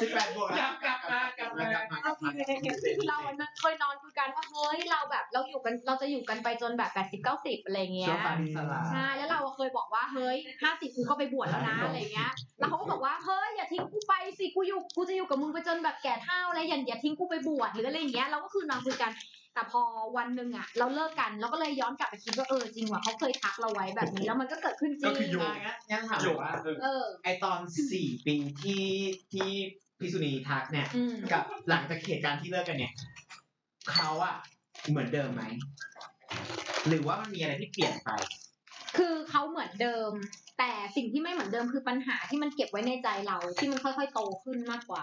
[SPEAKER 3] สิบแปดบวก
[SPEAKER 7] กลับกลับมากลับมากลับมา
[SPEAKER 5] คือเราอะเคยนอนคุยกันว่าเฮ้ยเราแบบเราอยู่กันเราจะอยู่กันไปจนแบบแปดสิบเก้าสิบอะไรเงี้ย
[SPEAKER 3] เชื่อฟังอิสระ
[SPEAKER 5] ใช่แล้วเราอะเคยบอกว่าเฮ้ยห้าสิบกูก็ไปบวชแล้วนะอะไรเงี้ย แล้วเขาก็บอกว่าเฮ้ยอย่าทิ้งกูไปสิกูอยู่กูจะอยู่กับมึงไปจนแบบแก่เฒ่าอะไรอย่าอย่าทิ้งกูไปบวชหรืออะไรอย่างเงี้ยเราก็คือนอนคุยกัน แต่พอวันหนึ่งอะเราเลิกกันเราก็เลยย้อนกลับไปคิดว่าเออจริงว่ะเขาเคยทักเราไว้แบบนี้แล้วมันก็เกิดขึ้นจริง
[SPEAKER 2] ก็คือโยง
[SPEAKER 3] งั้นงั้นถามว่าเออ
[SPEAKER 5] เออ
[SPEAKER 3] ไอตอนสี่ปีที่ที่พิษุณีทักเนี่ย
[SPEAKER 5] อืม
[SPEAKER 3] กับหลังจากเหตุการณ์ที่เลิกกันเนี่ย เขาอะเหมือนเดิมไหม หรือว่ามันมีอะไรที่เปลี่ยนไป
[SPEAKER 5] คือเขาเหมือนเดิม แต่สิ่งที่ไม่เหมือนเดิมคือปัญหาที่มันเก็บไว้ในใจเราที่มันค่อยๆโตขึ้นมากกว่า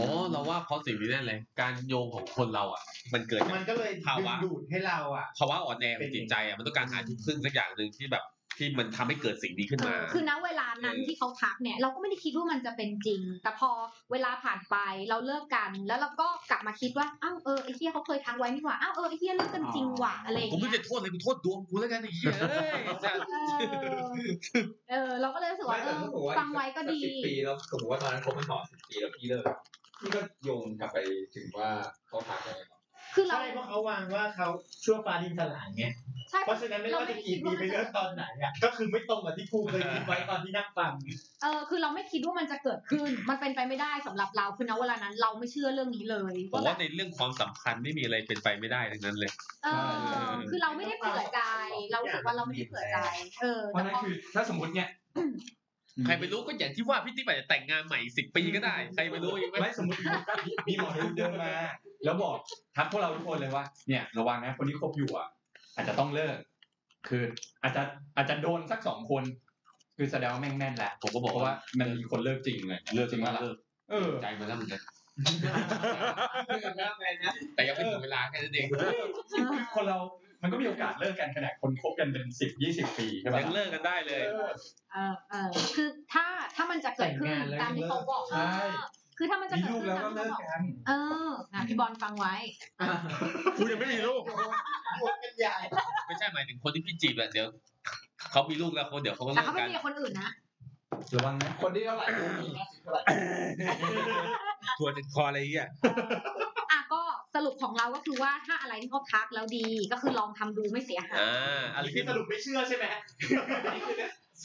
[SPEAKER 6] อ๋อเราว่าเพราะสิ่งนี้แน่เลย การโยงของคนเราอ่ะ มันเกิดจาก
[SPEAKER 3] มันก็เลย
[SPEAKER 6] ภาวะ
[SPEAKER 3] ดึงดูดให้เราอะ
[SPEAKER 6] ภาวะอ่อนแอของจิตใจอ่ะมันต้องการหาที่พึ่งสักอย่างหนึ่งที่แบบที่มันทำให้เกิดสิ่งนี้ขึ้นมา
[SPEAKER 5] เออคือณเวลานั้น
[SPEAKER 6] เออ
[SPEAKER 5] ที่เขาทักเนี่ย เราก็ไม่ได้คิดว่ามันจะเป็นจริง แต่พอเวลาผ่านไปเราเลิกกัน แล้วเราก็กลับมาคิดว่าอ้าวเออไอ้เฮียเขาเคยทักไว้นี่หว่าอ้าวเออไอ้เฮียเลิกกันจริงหว่าอะไรอย่าง
[SPEAKER 6] กูไม่
[SPEAKER 5] เงี้
[SPEAKER 6] ได้
[SPEAKER 5] ย
[SPEAKER 6] โทษเลยกูโทษดวงกูแล้วกันไอ้เหี้ยเอ้ย
[SPEAKER 5] เออเออ เราก็เลยรู้สึกว่าเอ
[SPEAKER 2] แต่
[SPEAKER 5] อ
[SPEAKER 2] ถ้าสมมติา
[SPEAKER 5] ฟังไว้ก็ดี
[SPEAKER 2] สิบปีแล้วสมมติว่าตอนนั้นคบกันต่อสิบปีแล้วพี่เลิกพี่ก็โยงกลับไปถึงว่าเขาพักอะไรกัน
[SPEAKER 5] คือเรา
[SPEAKER 3] ใช่เพราะเขาวางว่าเขาชั่วฟ้าดินสลายไง
[SPEAKER 5] ใช่
[SPEAKER 3] เพราะฉะนั้นไม่ว่าจะกี่ปีไปเลือกตอนไหนอ่ะก็คือไม่ตรงกับที่ครูเคยคิดไว้ตอนที่นั่งฟัง
[SPEAKER 5] เออคือเราไม่คิดว่ามันจะเกิดขึ้น มันเป็นไปไม่ได้สำหรับเราคือณเวลานั้น เราไม่เชื่อเรื่องนี้เลย
[SPEAKER 6] ผม
[SPEAKER 5] ว่าแบ
[SPEAKER 6] ว่า
[SPEAKER 5] บ
[SPEAKER 6] ในเรื่องความสัมพันธ์ไม่มีอะไรเป็นไปไม่ได้ทั้งนั้นเลย
[SPEAKER 5] เอ
[SPEAKER 2] ใช่
[SPEAKER 5] อ คือเราไม่ได้เผื่อใจ เรารู้สึกว่าเราไม่ได้เผื่อใจ เออ
[SPEAKER 2] เพ
[SPEAKER 5] แต่
[SPEAKER 2] ราะนั่น
[SPEAKER 5] พอ
[SPEAKER 2] คือถ้าสมมติเนี่ย
[SPEAKER 6] ใครไปรู้ก็อย่างที่ว่าพี่ติ๊กอาจจะแต่งงานใหม่สิบปีก็ได้ ใครไปรู้อีกไหม
[SPEAKER 2] ไม่สมมติมีหมอดูเดินมา แล้วบอกทักพวกเราทุกคนเลยว่า เนี่ยระวังนะคนที่คบอยู่อ่ะ อาจจะต้องเลิก คืออาจจะอาจจะโดนสักสองคน คือแสดงว่าแม่งแม่นแหละ
[SPEAKER 6] ผมก็บอก
[SPEAKER 2] เพราะ
[SPEAKER 6] ว่า
[SPEAKER 2] ว่ามันมีคนเลิกจริงเลย
[SPEAKER 6] เลิกจ
[SPEAKER 2] จ
[SPEAKER 6] ริ
[SPEAKER 2] ริ
[SPEAKER 6] ง
[SPEAKER 2] ง
[SPEAKER 6] แล้
[SPEAKER 2] มาว ละ
[SPEAKER 6] เลิก
[SPEAKER 2] เออ
[SPEAKER 6] ใจมาแล้วเหมือนกันแต่ยังไม่ถึงเวลาแค่นั้นเอง
[SPEAKER 2] คนเรา มันก็มีโอกาสเลิกกันขนาดคนคบกันเป็นสิบยี่สิบปีใช่ปะ
[SPEAKER 6] ยังเลิกกันได้เลย
[SPEAKER 5] เออเออคือถ้าถ้ามันจะเกิดขึ้น
[SPEAKER 3] แต่งงานแล้ว
[SPEAKER 5] ตามที่เขาบอก
[SPEAKER 3] ใช่
[SPEAKER 5] เออคือถ้ามันจะ
[SPEAKER 2] มี
[SPEAKER 5] เกิด
[SPEAKER 2] ลูกแล้ว
[SPEAKER 5] ขึ้นตาม
[SPEAKER 2] ก็
[SPEAKER 5] ที่
[SPEAKER 2] เลิก
[SPEAKER 5] เขาบอก
[SPEAKER 2] กัน
[SPEAKER 5] เอออ่ะพี่บอลฟังไว้
[SPEAKER 4] กูยังไม่มีลูก
[SPEAKER 3] หัวกันใหญ่
[SPEAKER 6] ไม่ใช่หมายถึงคนที่พี่จีบอะเดี๋ยวเขามีลูกแล้วคนเดี๋ยวเขาก็
[SPEAKER 5] แต่
[SPEAKER 6] เลิก
[SPEAKER 5] เขาไม่
[SPEAKER 6] กัน
[SPEAKER 5] มีกับคนอื่นนะ
[SPEAKER 2] ระวังนะ
[SPEAKER 7] คนที่เท่าไหร่คนที่ห้าสิบเท่าไหร่
[SPEAKER 6] ทวนคออะไรอย่างเงี้ย
[SPEAKER 5] อ่ะก็สรุปของเราก็คือว่าถ้าอะไรที่เขาทักแล้วดีก็คือลองทำดูไม่เสียหาย
[SPEAKER 6] อ่าอะไร
[SPEAKER 3] ที่
[SPEAKER 6] ที่
[SPEAKER 3] สรุปไม่เชื่อใช่ไหม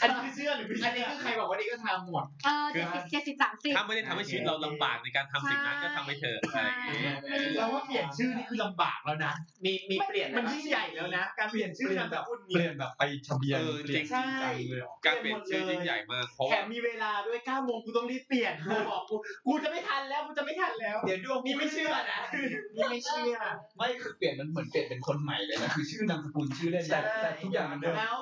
[SPEAKER 3] อันนี้คือเชื่อหรือไม่เชื่อ
[SPEAKER 7] อัน
[SPEAKER 3] อั
[SPEAKER 7] นี้คือใครบอกว่านี่ก็ทำหมด
[SPEAKER 5] เออเจ็ดสิบเจ็ดสิบสามสิบ
[SPEAKER 6] ถ้าไม่ได้ทำให้ชีวิตเราลำบากในการทำสิ่งนั้นก็ทำให้เธอ
[SPEAKER 5] ใช่
[SPEAKER 6] อะไรอย่างเงี้ย
[SPEAKER 3] เราว่าเปลี่ยนชื่อนี่คือลำบากแล้วนะ
[SPEAKER 7] มีมีเปลี่ยน
[SPEAKER 3] มันยิ่งใหญ่แล้วนะ การเปลี่ยนชื่อนามสกุล
[SPEAKER 2] เปลี่ยนแบบไปทะเบียน
[SPEAKER 6] เออ
[SPEAKER 2] เป
[SPEAKER 6] จริ
[SPEAKER 2] ลี่ยน
[SPEAKER 6] ง
[SPEAKER 3] ใช่
[SPEAKER 2] เลยเหรอ
[SPEAKER 6] การเปลี่ยนชื่อยิ่งใหญ่มากเพราะ
[SPEAKER 3] แถ
[SPEAKER 6] ว่าม
[SPEAKER 3] มีเวลาด้วย9โมงกูต้องรีบเปลี่ยนกูบอกกูกูจะไม่ทันแล้วกูจะไม่ทันแล้ว
[SPEAKER 7] เดี๋ยวดวง
[SPEAKER 3] นี่ไม่เชื่อนะนี่ไม่เชื่อ
[SPEAKER 7] ไม่คือเปลี่ยนมันเหมือนเปลี่ยนเป็นคนใหม่เลยนะ
[SPEAKER 2] คือชื่อนามสกุลชื่อเล่นแต่แต่ทุกอย่างมันเดิม
[SPEAKER 3] แล้ว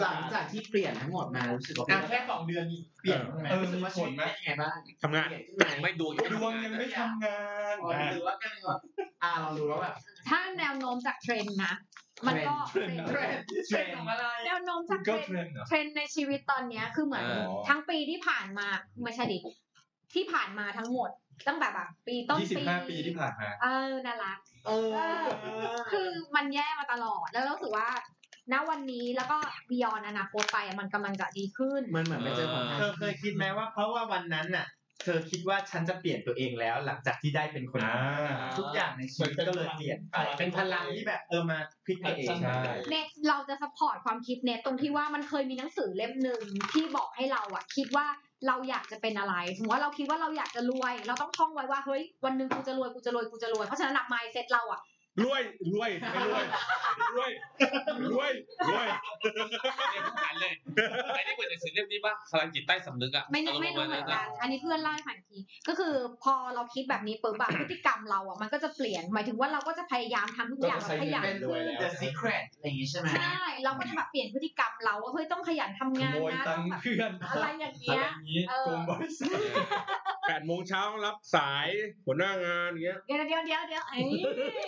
[SPEAKER 7] หลังจากที่เปลี่ยนทั้งหมดมารู้สึกว่า
[SPEAKER 3] อ่ะแค่สองเดือนนี่เปลี่ยนตรงไหน
[SPEAKER 2] เออ
[SPEAKER 3] รู้สึกว่าชีวิตเป็นยังไงบ้าง
[SPEAKER 4] ทำงาน
[SPEAKER 7] เปลี่ยนขึ้นไหม
[SPEAKER 6] ไม่ดวง
[SPEAKER 2] ดวงยังไม่ทำงาน
[SPEAKER 7] หรือว่ากันว่า
[SPEAKER 3] อ่าเรารู้แล้วแบบ
[SPEAKER 5] ถ้าแนวโน้มจากเทรนด์นะ มันก็เทรนด์
[SPEAKER 3] เทรนด์เทรนด์ของอะไร
[SPEAKER 5] แนวโน้มจากเทร
[SPEAKER 2] Google
[SPEAKER 5] นด์
[SPEAKER 2] Trend เหรอ
[SPEAKER 5] เทรนด์ในชีวิตตอนเนี้ยคือเหมือน
[SPEAKER 2] อ๋อ
[SPEAKER 5] ทั้งปีที่ผ่านมาไม่ใช่ดิที่ผ่านมาทั้งหมดตั้งแต่แบบปีต้นปี
[SPEAKER 2] 25 ปีที่ผ่านมา
[SPEAKER 5] เออน่ารัก
[SPEAKER 3] เออ
[SPEAKER 5] คือมันแย่มาตลอดแล้วรู้สึกว่า ณวันนี้แล้วก็บียอนอนาคตไปอะมันกำลังจะดีขึ้น
[SPEAKER 7] มันเหมือนไปเจอของ
[SPEAKER 3] เธอเคยคิดไหมว่า เพราะว่าวันนั้นน่ะ เธอคิดว่าฉันจะเปลี่ยนตัวเองแล้ว หลังจากที่ได้เป็นคน
[SPEAKER 2] อ่า
[SPEAKER 3] ทุกอย่างในชีวิตก็เลยเปลี่ยนไปเป็นพลังที่แบบเออมาพลิกตัวเอง
[SPEAKER 2] ใช่
[SPEAKER 5] เน็ตเราจะสปอร์ตความคิดเน็ตตรงที่ว่ามันเคยมีหนังสือเล่มหนึ่งที่บอกให้เราอะคิดว่าเราอยากจะเป็นอะไรสมมติว่าเราคิดว่าเราอยากจะรวย เราต้องท่องไว้ว่าเฮ้ยวันหนึ่งกูจะรวยกูจะรวยกูจะรวยเพราะฉะนั้นหลักไมเซ็ตเราอะ
[SPEAKER 4] รวย รวยไม่รวย รวย รวย รวย
[SPEAKER 6] เรียกผ่านเลยไอ้นี่เหมือนหนังสือเล่มนี้ป่ะพลังจิตใต้สำนึกอะ
[SPEAKER 5] ไม่
[SPEAKER 6] อารมณ์ป
[SPEAKER 5] ไม่
[SPEAKER 6] ระ
[SPEAKER 5] รู้
[SPEAKER 6] มาณ
[SPEAKER 5] เหมื
[SPEAKER 6] นั้
[SPEAKER 5] อน น
[SPEAKER 6] อะ
[SPEAKER 5] กันอันนี้เพื่อนเล่าให้ฟังอีกที ก็คือพอเราคิดแบบนี้ปุ๊บแบบพฤติกรรมเราอะมันก็จะเปลี่ยนหมายถึงว่าเราก็จะพยายามทำทุกอย่างแบบขยัน
[SPEAKER 7] เป็น
[SPEAKER 5] ขึ้น
[SPEAKER 7] เดอะซีเครตอะไรอย่างงี้ใช่ไหม
[SPEAKER 5] ใช่เราก็จะแบบเปลี่ยนพฤติกรรมเราว่าเฮ้ยต้องขยันทำ
[SPEAKER 2] ข
[SPEAKER 5] งาน
[SPEAKER 2] โมย
[SPEAKER 5] นะ
[SPEAKER 2] ตั
[SPEAKER 5] ต้
[SPEAKER 2] ง
[SPEAKER 5] อง
[SPEAKER 2] ค์
[SPEAKER 5] แบบ
[SPEAKER 2] เพื่อน
[SPEAKER 5] อะไรอย่าง
[SPEAKER 2] อะ
[SPEAKER 5] เงี้
[SPEAKER 2] ไรอ
[SPEAKER 5] ย
[SPEAKER 2] ย่างนี้โกงบริษัท
[SPEAKER 4] แปดโมงเช้ารับสายหัวหน้างานอย่างเงี้ย
[SPEAKER 5] เดี๋ยวเดี๋ยวเดี๋ยวเดี๋ยวเอ้ย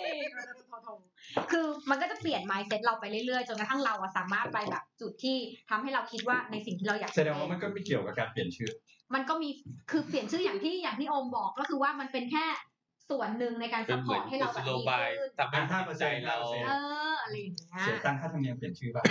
[SPEAKER 5] คือมันก็จะเปลี่ยน mindset เราไปเรื่อยๆ จนกระทั่งเราอะสามารถไปแบบจุดที่ทำให้เราคิดว่าในสิ่งที่เราอยาก
[SPEAKER 2] แสดงว่ามันก็ไม่เกี่ยวกับการเปลี่ยนชื่อ
[SPEAKER 5] มันก็มีคือเปลี่ยนชื่ออย่างที่อย่างที่โอมบอกก็คือว่ามันเป็นแค่ส่วนหนึ่งในการ
[SPEAKER 6] เป็
[SPEAKER 5] ซั
[SPEAKER 6] น
[SPEAKER 5] พ
[SPEAKER 6] เหมื
[SPEAKER 5] พอ
[SPEAKER 6] อน
[SPEAKER 5] ร์ตให้
[SPEAKER 6] กุ
[SPEAKER 5] เรา
[SPEAKER 6] ศ
[SPEAKER 5] แบบ
[SPEAKER 6] โล
[SPEAKER 5] ดี
[SPEAKER 6] บาย
[SPEAKER 5] ขึ้น
[SPEAKER 6] ทำให้จิตใจเรา
[SPEAKER 5] เอออะไรอย่างเงี้ย
[SPEAKER 2] เสียตังค่าธรรมเนียมเปลี่ยนชื่อป่ะ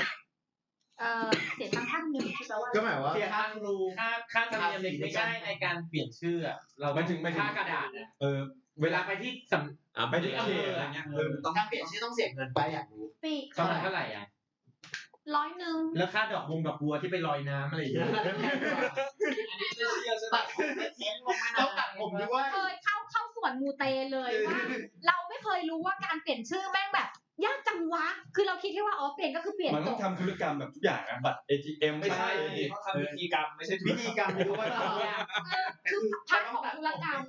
[SPEAKER 5] เออเสียตังค์ท่านหนึ่งใช่ไหมว่า
[SPEAKER 7] ก็หมายว่า
[SPEAKER 3] เสียค่าครู
[SPEAKER 7] ค่าค่าธรรมเนียมเล็กไม่ได้ในการเปลี่ยนชื่ออะเรา
[SPEAKER 2] หมายถึงหมายถึง
[SPEAKER 7] ค่ากระดาษอะ
[SPEAKER 2] เออ
[SPEAKER 7] เวลาไปที่ส
[SPEAKER 6] อ่ะ
[SPEAKER 2] ไป
[SPEAKER 6] ไม่
[SPEAKER 2] ที่
[SPEAKER 6] ได้
[SPEAKER 2] เขตอะไรเงี้ยเออมัน
[SPEAKER 7] ำ
[SPEAKER 2] ต้อง
[SPEAKER 7] การเปลี่ยนชื่อต้องเสียเงินไปอยากรู้
[SPEAKER 5] ปีก
[SPEAKER 7] ประมาณเท่าไหร่อ่ะ
[SPEAKER 5] ร้อยหนึ่ง
[SPEAKER 3] แล้วค่าดอกบุงดอกบัวที่ไปลอยน้ำอะไรอย่างเงี้ย
[SPEAKER 7] ตัดผมและทิ้งลงแม่
[SPEAKER 3] ต้
[SPEAKER 7] น้ำ
[SPEAKER 3] องตัดผมด้วย
[SPEAKER 5] เคยเข้าเข้าส่วนมูเต เลยว่า เราไม่เคยรู้ว่าการเปลี่ยนชื่อแม่งแบบ ยากจังวะ คือเราคิดแค่ว่าอ๋อเปลี่ยนก็คือเปลี่ยน
[SPEAKER 2] มัน
[SPEAKER 5] จ
[SPEAKER 2] ต้อง
[SPEAKER 5] บ
[SPEAKER 2] ทำธุรกรรมแบบทุกอย่างนะบัตร ATM
[SPEAKER 7] ไม่ใช่
[SPEAKER 2] บัตรเครดิต
[SPEAKER 7] เขาทำวิธีกรรมไม่ใช่ธุ
[SPEAKER 3] วิ
[SPEAKER 7] รกรรม
[SPEAKER 3] ธีการรู้ว่าเรา
[SPEAKER 5] เออคือพาร์ทของธุรกรรม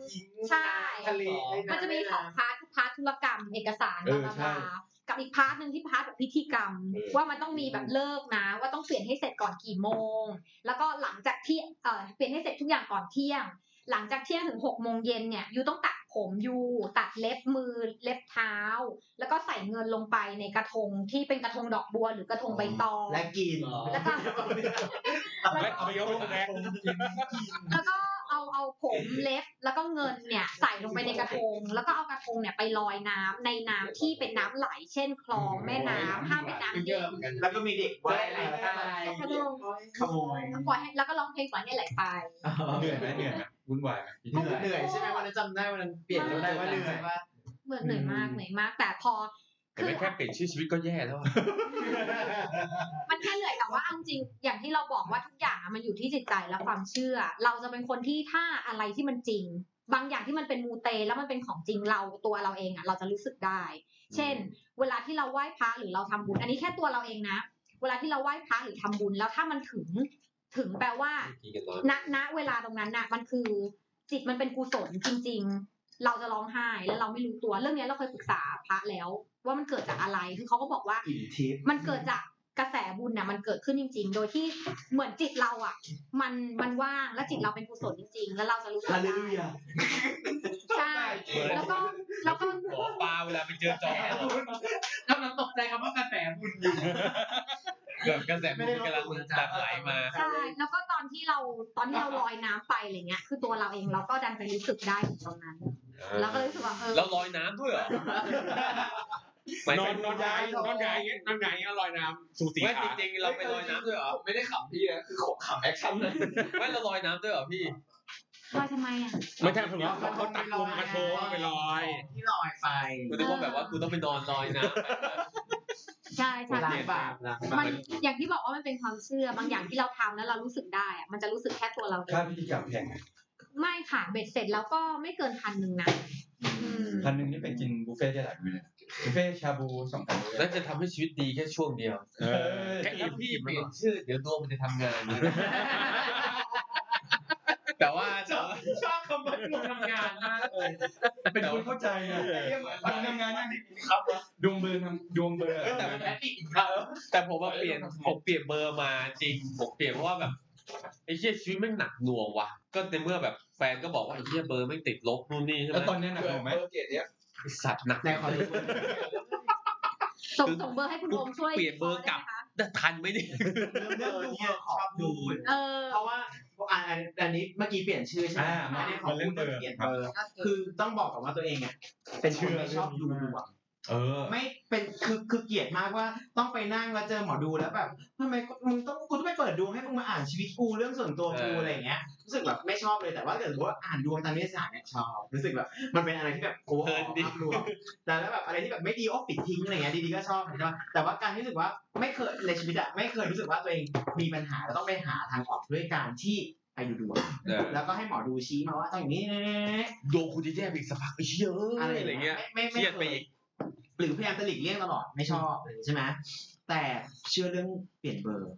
[SPEAKER 5] ใช่
[SPEAKER 3] ทะเล
[SPEAKER 5] มันจะมีสองพาร์ทคือ พาร์ทธุรกรรมเอกสาร
[SPEAKER 2] เอบ อ
[SPEAKER 5] ลา
[SPEAKER 2] ใช่
[SPEAKER 5] บลากับอีกพาร์ทหนึ่งที่พาร์ทแบบพิธีกรรม
[SPEAKER 2] เออ
[SPEAKER 5] ว่ามันต้องมีแบบเลิกนะ ว่าต้องเปลี่ยนให้เสร็จก่อนกี่โมง แล้วก็หลังจากที่เอ่อเปลี่ยนให้เสร็จทุกอย่างก่อนเที่ยง หลังจากเที่ยงถึงหกโมงเย็นเนี่ยยูต้องตัดผมยูตัดเล็บมือเล็บเท้า แล้วก็ใส่เงินลงไปในกระทงที่เป็นกระทงดอกบัวหรือกระทงใบตอง
[SPEAKER 3] และกิน
[SPEAKER 5] แล้วก็
[SPEAKER 2] และเอาไปยกลงแดง
[SPEAKER 5] แล้วก็เอาเอาผมเล็บแล้วก็เงินเนี่ยใส่ลงไปในกระทง แล้วก็เอากระทงเนี่ยไปลอยน้ำในน้ำที่เป็นน้ำไหล เช่นคลองแม่น้ำห้ามเป็นน้ำเย็น
[SPEAKER 3] แล้วก็มีเด็กว่ายน้
[SPEAKER 5] กระทง
[SPEAKER 3] ำขโมย
[SPEAKER 5] ปล่อยให้แล้วก็ร้องเพลงปล่อยให้ไหลไป
[SPEAKER 2] เหนื่อยไหมเหนื่อยไหมวุ่นวายไหม
[SPEAKER 3] เหนื่อยเหนื่อยใช่ไหมวันนั้นจำได้วันนั้นเปลี่ยนจำได้ว่าเหนื่อยว่า
[SPEAKER 5] เหมือนเหนื่อยมากเหนื่อยมาก แต่พอ
[SPEAKER 6] แต่ไม่แค่เปลี่ยนชื่อชีวิตก็แย่แล้วอะ
[SPEAKER 5] มันแค่เหนื่อยแต่ว่าเอาจริงอย่างที่เราบอกว่าทุกอย่างอะมันอยู่ที่จิตใจและความเชื่อ เราจะเป็นคนที่ถ้าอะไรที่มันจริง บางอย่างที่มันเป็นมูเตแล้วมันเป็นของจริงเราตัวเราเองอ่ะเราจะรู้สึกได้ เช่น เวลาที่เราไหว้พระหรือเราทำบุญ อันนี้แค่ตัวเราเองนะ เวลาที่เราไหว้พระหรือทำบุญแล้วถ้ามันถึงถึงแปลว่าณณเวลาตรงนั้นน่ะมันคือจิตมันเป็นกุศลจริง ๆ เราจะร้องไห้แล้วเราไม่รู้ตัวเรื่องเนี้ยเราเคยปรึกษาพระแล้ว ว่ามันเกิดจากอะไรคือเขาก็บอกว่า
[SPEAKER 3] อิ่มทิพย์
[SPEAKER 5] มันเกิดจากกระแสบุญน่ะมันเกิดขึ้นจริง ๆ โดยที่เหมือนจิตเราอ่ะ มันมันว่างและจิตเราเป็นกุศลจริง ๆ แล้วเราจะรู้สึกได้ใช่แล้วก็แล้วก็
[SPEAKER 6] หมอปลาเวลาไปเจอจอมปลวก
[SPEAKER 4] กำลังตกใจคำว่ากระแสบุญอยู่
[SPEAKER 6] เกิดกระแสบุญกำลังตักไหลมา
[SPEAKER 5] ใช่แล้วก็ตอนที่เราตอนที่เราลอยน้ำไปอะไรเงี้ย คือตัวเราเองเราก็ดันไปรู้สึกได้ถึงตรงนั้นเราก็เลยรู้สึกว่าเออ
[SPEAKER 6] แล้วลอยน้ำด้วยเหรอ ไม่
[SPEAKER 4] นอ
[SPEAKER 6] ไม่
[SPEAKER 4] นนอนหงายนอนหงายอย่างเงี้ยนอนหงายอย่างเงี้ยลอยน้ำสูสี
[SPEAKER 6] ไม่
[SPEAKER 4] ขา
[SPEAKER 6] จริงๆเราไปลอยน้ำด้วยเหรอ
[SPEAKER 7] ผมไม่ได้ขำพี่นะคือขำขำแอคชั่นเลย
[SPEAKER 6] ไม่เราลอยน้ำด้วยเหรอพี่
[SPEAKER 5] ลอยทำไมอ่ะ
[SPEAKER 4] ไม่ใช่ผมว่าเขาตัดลมกระโถนไปลอย
[SPEAKER 3] ที่ลอยไป
[SPEAKER 6] กูนึกว่าแบบว่ากูต้องไปนอนลอยน้
[SPEAKER 5] ใช่ใช่
[SPEAKER 3] ล้างบาปล้างบา
[SPEAKER 5] มั
[SPEAKER 3] ป
[SPEAKER 5] นอย่างที่บอกว่ามันเป็นความเชื่อบางอย่างที่เราทำแล้วเรารู้สึกได้อะมันจะรู้สึกแค่ตัวเราเอ
[SPEAKER 2] ค่าง พิธีกรรมแพงไหม
[SPEAKER 5] ไม่ค่ะเบ็ดเสร็จแล้วก็ไม่เกินพันหนึ่งนะอืม
[SPEAKER 2] พันหนึ่งนี่ไปกินบุฟเฟ่ต์ได้หลายมื้อเลยนะบุฟเฟ่ต์ชาบูสองพัน
[SPEAKER 6] ำแล้วจะทำให้ชีวิตดีแค่ช่วงเดียว
[SPEAKER 2] เออ
[SPEAKER 6] แค่ถ้าพี่เปลี่ยนชื่อ เดี๋ยวดวงมันจะทำงาน แต่ว่าแต่ว่า
[SPEAKER 4] ชอบคำว่าลงทำงานมากเลย
[SPEAKER 2] เป็นคนเข้าใจนะมันทำงานนะดวงเบอร์ทำดวงเบอร์อะ
[SPEAKER 6] แต่ว่าแต่ผมว่าเปลี่ยนผมเปลี่ยนเบอร์มาจริงผมเปลี่ยนเพราะว่าแบบไอ้เหี้ยชีวิตแม่งหนักหน่วงว่ะ ก็ในเมื่อแบบแฟนก็บอกว่าไอ้เหี้ยเบอร์แม่งติดลบนู่นนี่ใช่ไหม
[SPEAKER 2] แล้วตอนเนี้ยหนักหน่วงไหม
[SPEAKER 6] ไอ้สัตว์หนัก
[SPEAKER 3] ในคอนดู
[SPEAKER 5] ส่งส่งเบอร์ให้คุณโอมช่วย
[SPEAKER 6] เปลี่ยนเบอร์กลับ
[SPEAKER 5] ได้ไหมคะ
[SPEAKER 6] แต่ทันไหมเนี่ย
[SPEAKER 3] เรื่องดูขอบดู
[SPEAKER 5] เออ
[SPEAKER 3] เพราะว่าอันอันอันนี้เมื่อกี้เปลี่ยนชื่อใช่ไหม
[SPEAKER 2] อ่า
[SPEAKER 3] อันนี้ของ
[SPEAKER 2] มันเรื่อ
[SPEAKER 3] คุ
[SPEAKER 2] ง
[SPEAKER 3] ณ
[SPEAKER 2] เดิม
[SPEAKER 3] เปลี่ยนเบอร์คือต้องบอกก่อนว่าตัวเองอ่ะเป็นคนไม่ชอบดูดวง
[SPEAKER 2] เออ
[SPEAKER 3] ไม่เป็นคือคือเกลียดมากว่าต้องไปนั่งแล้วเจอหมอดูแล้วแบบทำไมมึงต้องกูต้องไปเปิดดวงให้มึงมาอ่านชีวิตกูเรื่องส่วนตัวกู
[SPEAKER 6] เอออ
[SPEAKER 3] อะไรอย่างเงี้ยรู้สึกแบบไม่ชอบเลยแต่ว่าเกิดว่าอ่านดวงตามนิตยสารเนี่ยชอบรู้สึกแบบมันเป็นอะไรที่แบบกูหอมรับรวมแต่แล้วแบบอะไรที่แบบไม่ดีโอ้ปิดทิ้งอะไรเงี้ยดีๆก็ชอบใช่ปะแต่ว่าการที่รู้สึกว่าไม่เคยในชีวิตอะไม่เคยรู้สึกว่าตัวเองมีปัญหาแล้วต้องไปหาทางออกด้วยการที่ไปดูดวง แล้วก็ให้หมอดูชี้มาว่าต้องอย่างนี้นะ
[SPEAKER 6] ดวงคุณจะแย่ไปอีกสักพักไอ้เหี้ย
[SPEAKER 3] อะ
[SPEAKER 6] อะไรไรอย่
[SPEAKER 3] อา
[SPEAKER 6] ย่างง
[SPEAKER 3] เงี้
[SPEAKER 6] เงี้
[SPEAKER 3] ย
[SPEAKER 6] ย
[SPEAKER 3] ไม่
[SPEAKER 6] เค
[SPEAKER 3] ไม่
[SPEAKER 6] รียดไป
[SPEAKER 3] ไม่
[SPEAKER 6] อีก
[SPEAKER 3] หรือพยายามจะหลีกเลี่ยงตลอดไม่ชอบใช่ไหมแต่เชื่อเรื่องเปลี่ยนเบอร์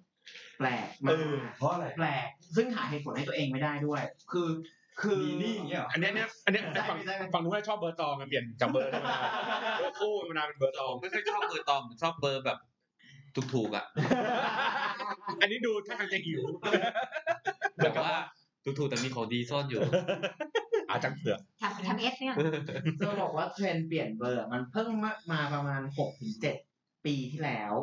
[SPEAKER 3] แปลกมา
[SPEAKER 2] เอก อ เพราะอะไร
[SPEAKER 3] แปลก ซึ่งหาเหตุผลให้ตัวเองไม่ได้ด้วย คือ คือ
[SPEAKER 2] มีหนี่อย่างเงี้ยเหรอ
[SPEAKER 4] อันเนี้ยเนี่ยอันเนี้ย
[SPEAKER 3] ใช่
[SPEAKER 4] ฝั่ง
[SPEAKER 3] ไม่ใช่
[SPEAKER 4] ฝั่งนู้นชอบเบอร์ตองอะเปลี่ยนจากเบอร์ธรรมดาเบอร์คู่ธรรมดาเป็นเบอร์ตอง
[SPEAKER 6] ผมไม่ค่อยชอบเบอร์ตอมผมชอบเบอร์แบบ ถูกๆอ่ะ
[SPEAKER 4] อันนี้ดูถ้าทางจะหิว
[SPEAKER 6] แบบว่าถูกๆแต่มีของดีซ่อนอยู่
[SPEAKER 4] อาจังเผือก
[SPEAKER 5] แถมแถมเอสเนี่ย
[SPEAKER 3] จะบอกว่าเทรนด์เปลี่ยนเบอร์ มันเพิ่งมามาประมาณหกถึงเจ็ดปีที่แล้ว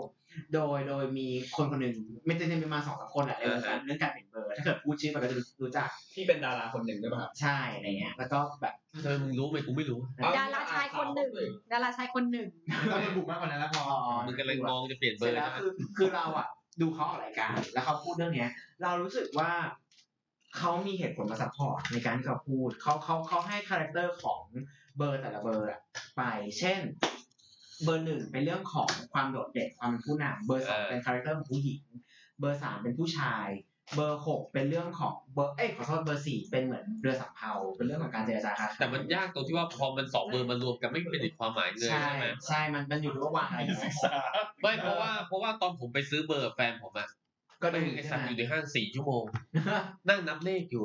[SPEAKER 3] โดยโดยมีคนคนหนึ่งไม่จริงๆมีมาสองสามคนอะในวงการเรื่องการเปลี่ยนเบอร์ ถ้าเกิดพูดชื่อมันก็จะรู้จัก
[SPEAKER 7] ที่เป็นดาราคนหนึ่งด้วยป่ะครับ
[SPEAKER 3] ใช่อะไรเงี้ย แล้วก็แบบ
[SPEAKER 6] เธอมึงรู้ไหมกูไม่รู้
[SPEAKER 5] ดาราชายคนหนึ่งดาราชายคนหนึ่ง
[SPEAKER 3] ต้องระบุมากกว่านั้นแล้วพอ
[SPEAKER 6] มึงกำลังมองจะเปลี่ยนเบ
[SPEAKER 3] เส
[SPEAKER 6] อ
[SPEAKER 3] ร็จ
[SPEAKER 6] ร์
[SPEAKER 3] แล้ว
[SPEAKER 6] นะ
[SPEAKER 3] คือคือเราอ่ะ ดูเขาออกรายการแล้วเขาพูดเรื่องเนี้ย เรารู้สึกว่าเขามีเหตุผลมาซัพพอร์ตในการที่เขาพูดเขาเขาเขาให้คาแรคเตอร์ของเบอร์แต่ละเบอร์อะไปเช่น เบอร์หนึ่งเป็นเรื่องของความโดดเด่นความเป็นผู้นำเบอร์สองเป็นคาแรคเตอร์ของผู้หญิง เบอร์สามเป็นผู้ชาย เบอร์หกเป็นเรื่องของเบอร์เอ้ยขอโทษเบอร์สี่เป็นเหมือนเรือสำเภาเป็นเรื่องของการเจรจาค้าขาย
[SPEAKER 6] แต่มันยากตรงที่ว่าพอมันสองเบอร์มารวมกันไม่เป็นอีกความหมายเลย
[SPEAKER 3] ใช่
[SPEAKER 6] ใช่ไหม
[SPEAKER 3] ใช่มันมันอยู่ที่ว่าวางอะไรอยู่
[SPEAKER 6] ไม่เพราะว่าเพราะว่าตอนผมไปซื้อเบอร์แฟนผมอะ
[SPEAKER 3] ก็
[SPEAKER 6] ก็
[SPEAKER 3] ดู
[SPEAKER 6] นั่งไอสัตว์อยู่ในห้างสี่ชั่วโมง นั่งนับเลขอยู่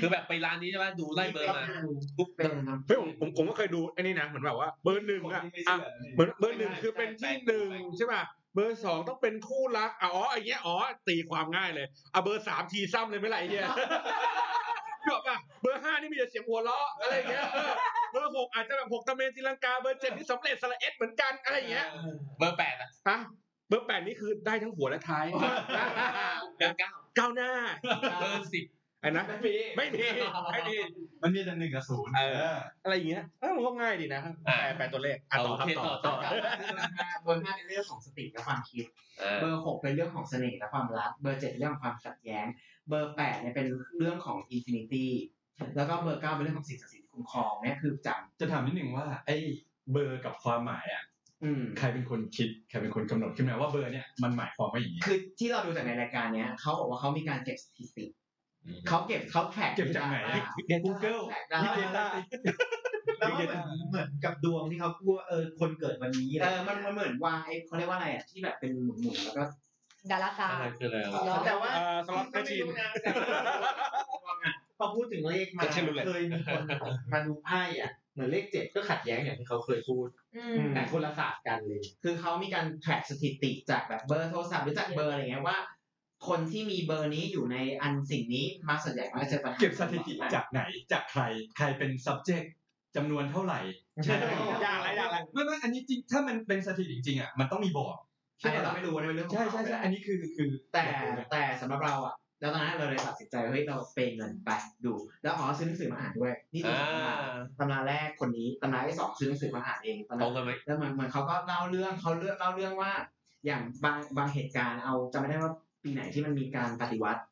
[SPEAKER 6] คือแบบไปร้านนี้ใช่ไหมดูไล่เบอร์มาปุ๊บ
[SPEAKER 7] เป็น
[SPEAKER 6] นั่งนับ
[SPEAKER 4] เฮ้ยผมผมผมก็เคยดูไอ้นี่นะเหมือนแบบว่าเบอร์หนึ่งอะอ่ะเหมือนเบอร์หนึ่งคือเป็นที่หนึ่งใช่ป่ะเบอร์สองต้องเป็นคู่รักอะอ๋อไอ้เงี้ยอ๋อตีความง่ายเลยอ่ะเบอร์สามทีซ้ำเลยไหม่ไหลเฮี ยจบป่ะเบอร์ห้านี่มีแต่เสียงหัวเราะอะไรอย่างเงี้ยเออเบอร์หกอาจจะแบบหกตะเมนศรีลังกาเบอร์เจ็ดนี่สำเร็จสระเอ็ดเหมือนกันอะไรอย่างเงี้ย
[SPEAKER 6] เบอร์แปดอ่ะ
[SPEAKER 4] ฮะเบอร์แปดนี่คือได้ทั้งหัวและท้าย
[SPEAKER 6] เบอร์เก้า
[SPEAKER 4] ก้าวหน้า
[SPEAKER 6] เบอร์สิบ
[SPEAKER 4] ไอ้นะ
[SPEAKER 7] ไม่มี
[SPEAKER 4] ไม่มีไม่มี
[SPEAKER 2] มันมีแต่หนึ่งกับศูนย์
[SPEAKER 4] เอ อะไรอย่างเงี้ยเออมันก็ง่ายดีนะแปลแปลตัวเลขอ่ะ
[SPEAKER 6] เอา
[SPEAKER 4] ต่อครับ
[SPEAKER 6] เท
[SPEAKER 4] ต่
[SPEAKER 6] ต่
[SPEAKER 4] อ
[SPEAKER 6] อต่อ
[SPEAKER 7] เบอร์ห้าเป็นเรื่องของสติและความคิด
[SPEAKER 6] เออ
[SPEAKER 3] เบอร์หกเป็นเรื่องของเสน่ห์และความรัก เบอร์เจ็ดเรื่องความขัดแย้ง เบอร์แปดเนี่ยเป็นเรื่องของอินฟินิตี้แล้วก็เบอร์เก้าเป็นเรื่องของสิ่งศักดิ์สิทธิ์คุ้มครองเนี่ยคือจ
[SPEAKER 2] จะถามนิดหนึ่งว่าไอ้เบอร์กับความหมายอ่ะ
[SPEAKER 3] ำอืม
[SPEAKER 2] ใครเป็นคนคิดใครเป็นคนกำหนดขึ้นมาว่าเบอร์เนี่ยมันหมายความว่าอย่างนี้
[SPEAKER 3] คือที่เราดูจากในรายการเนี้ยเขาบอกว่าเขามีการเก็บสถิติเขาเก็บเขาแทร็ก
[SPEAKER 2] เก็บจากไหน
[SPEAKER 3] เก็บ Google
[SPEAKER 2] วิกิดา
[SPEAKER 4] แล้ว
[SPEAKER 3] แล้ว
[SPEAKER 4] ก็
[SPEAKER 3] มัน
[SPEAKER 8] เหมือนกับดวงที่เขากลัวเออคนเกิดวันนี้อะไร
[SPEAKER 3] เออมันมันเหมือนวางไอ้เขาเรียกว่าอะไรอ่ะที่แบบเป็นหมุนๆแล้วก็
[SPEAKER 5] ดาราศาสต
[SPEAKER 6] อะไร
[SPEAKER 5] ร์
[SPEAKER 6] คืออะไรวะ
[SPEAKER 3] แต่ว่า
[SPEAKER 4] เอ่อสล็อตแมชชีน
[SPEAKER 8] พอพูดถึงเลขมา
[SPEAKER 6] ไม่ใช่รุ่นแรก
[SPEAKER 8] เคยมีคนมาดูไพ่อ่ะเหมือนเลขเจ็ดก็ขัดแย้งอย่างที่เขาเคยพูด
[SPEAKER 5] อื
[SPEAKER 3] อื
[SPEAKER 5] ม
[SPEAKER 3] ม
[SPEAKER 8] แต่คนละศาสตร์กันเลย
[SPEAKER 3] คือเขามีการแทร็กสถิติจากแบบเบอร์โทรศัพท์หรือจากเบอร์อะไรเงี้ยว่า คนที่มีเบอร์นี้อยู่ในอันสิ่งนี้มาส่วนใหญ่มักจะปัญหา
[SPEAKER 2] เก็บสถิติจากไหนจากใครใครเป็น subject จำนวนเท่าไหร่
[SPEAKER 8] ใช่
[SPEAKER 4] อย่างไรอย่างไร
[SPEAKER 2] ไม่ไม่อันนี้จริงถ้ามันเป็นสถิติจริงอ่ะมันต้องมีบอก
[SPEAKER 3] อันนี้เราไม่รู้ว่าเป็นเรื่องของ
[SPEAKER 2] ใช่ใช่ใช่อันนี้คือคือ
[SPEAKER 3] แต่แต่สำหรับเราอ่ะแล้วตอนนั้นเราเลยตัดสินใจว่าเฮ้ยเราเปย์เงินไปดู แล้วอ๋อซื้อหนังสือมาอ่านด้วยนี่คือ
[SPEAKER 6] อ่า
[SPEAKER 3] สำคัญ ตำราแรกคนนี้ตำราที่สองซื้อหนังสือมาอ่านเองตำ
[SPEAKER 6] ต
[SPEAKER 3] รา
[SPEAKER 6] รงกันไหม
[SPEAKER 3] แล้วเหมือนเหมือนเขาก็เล่าเรื่องเขาเลือกเล่าเรื่องว่า อย่างบางบางเหตุการณ์เอาจำไม่ได้ว่าปีไหนที่มันมีการปฏิวัติ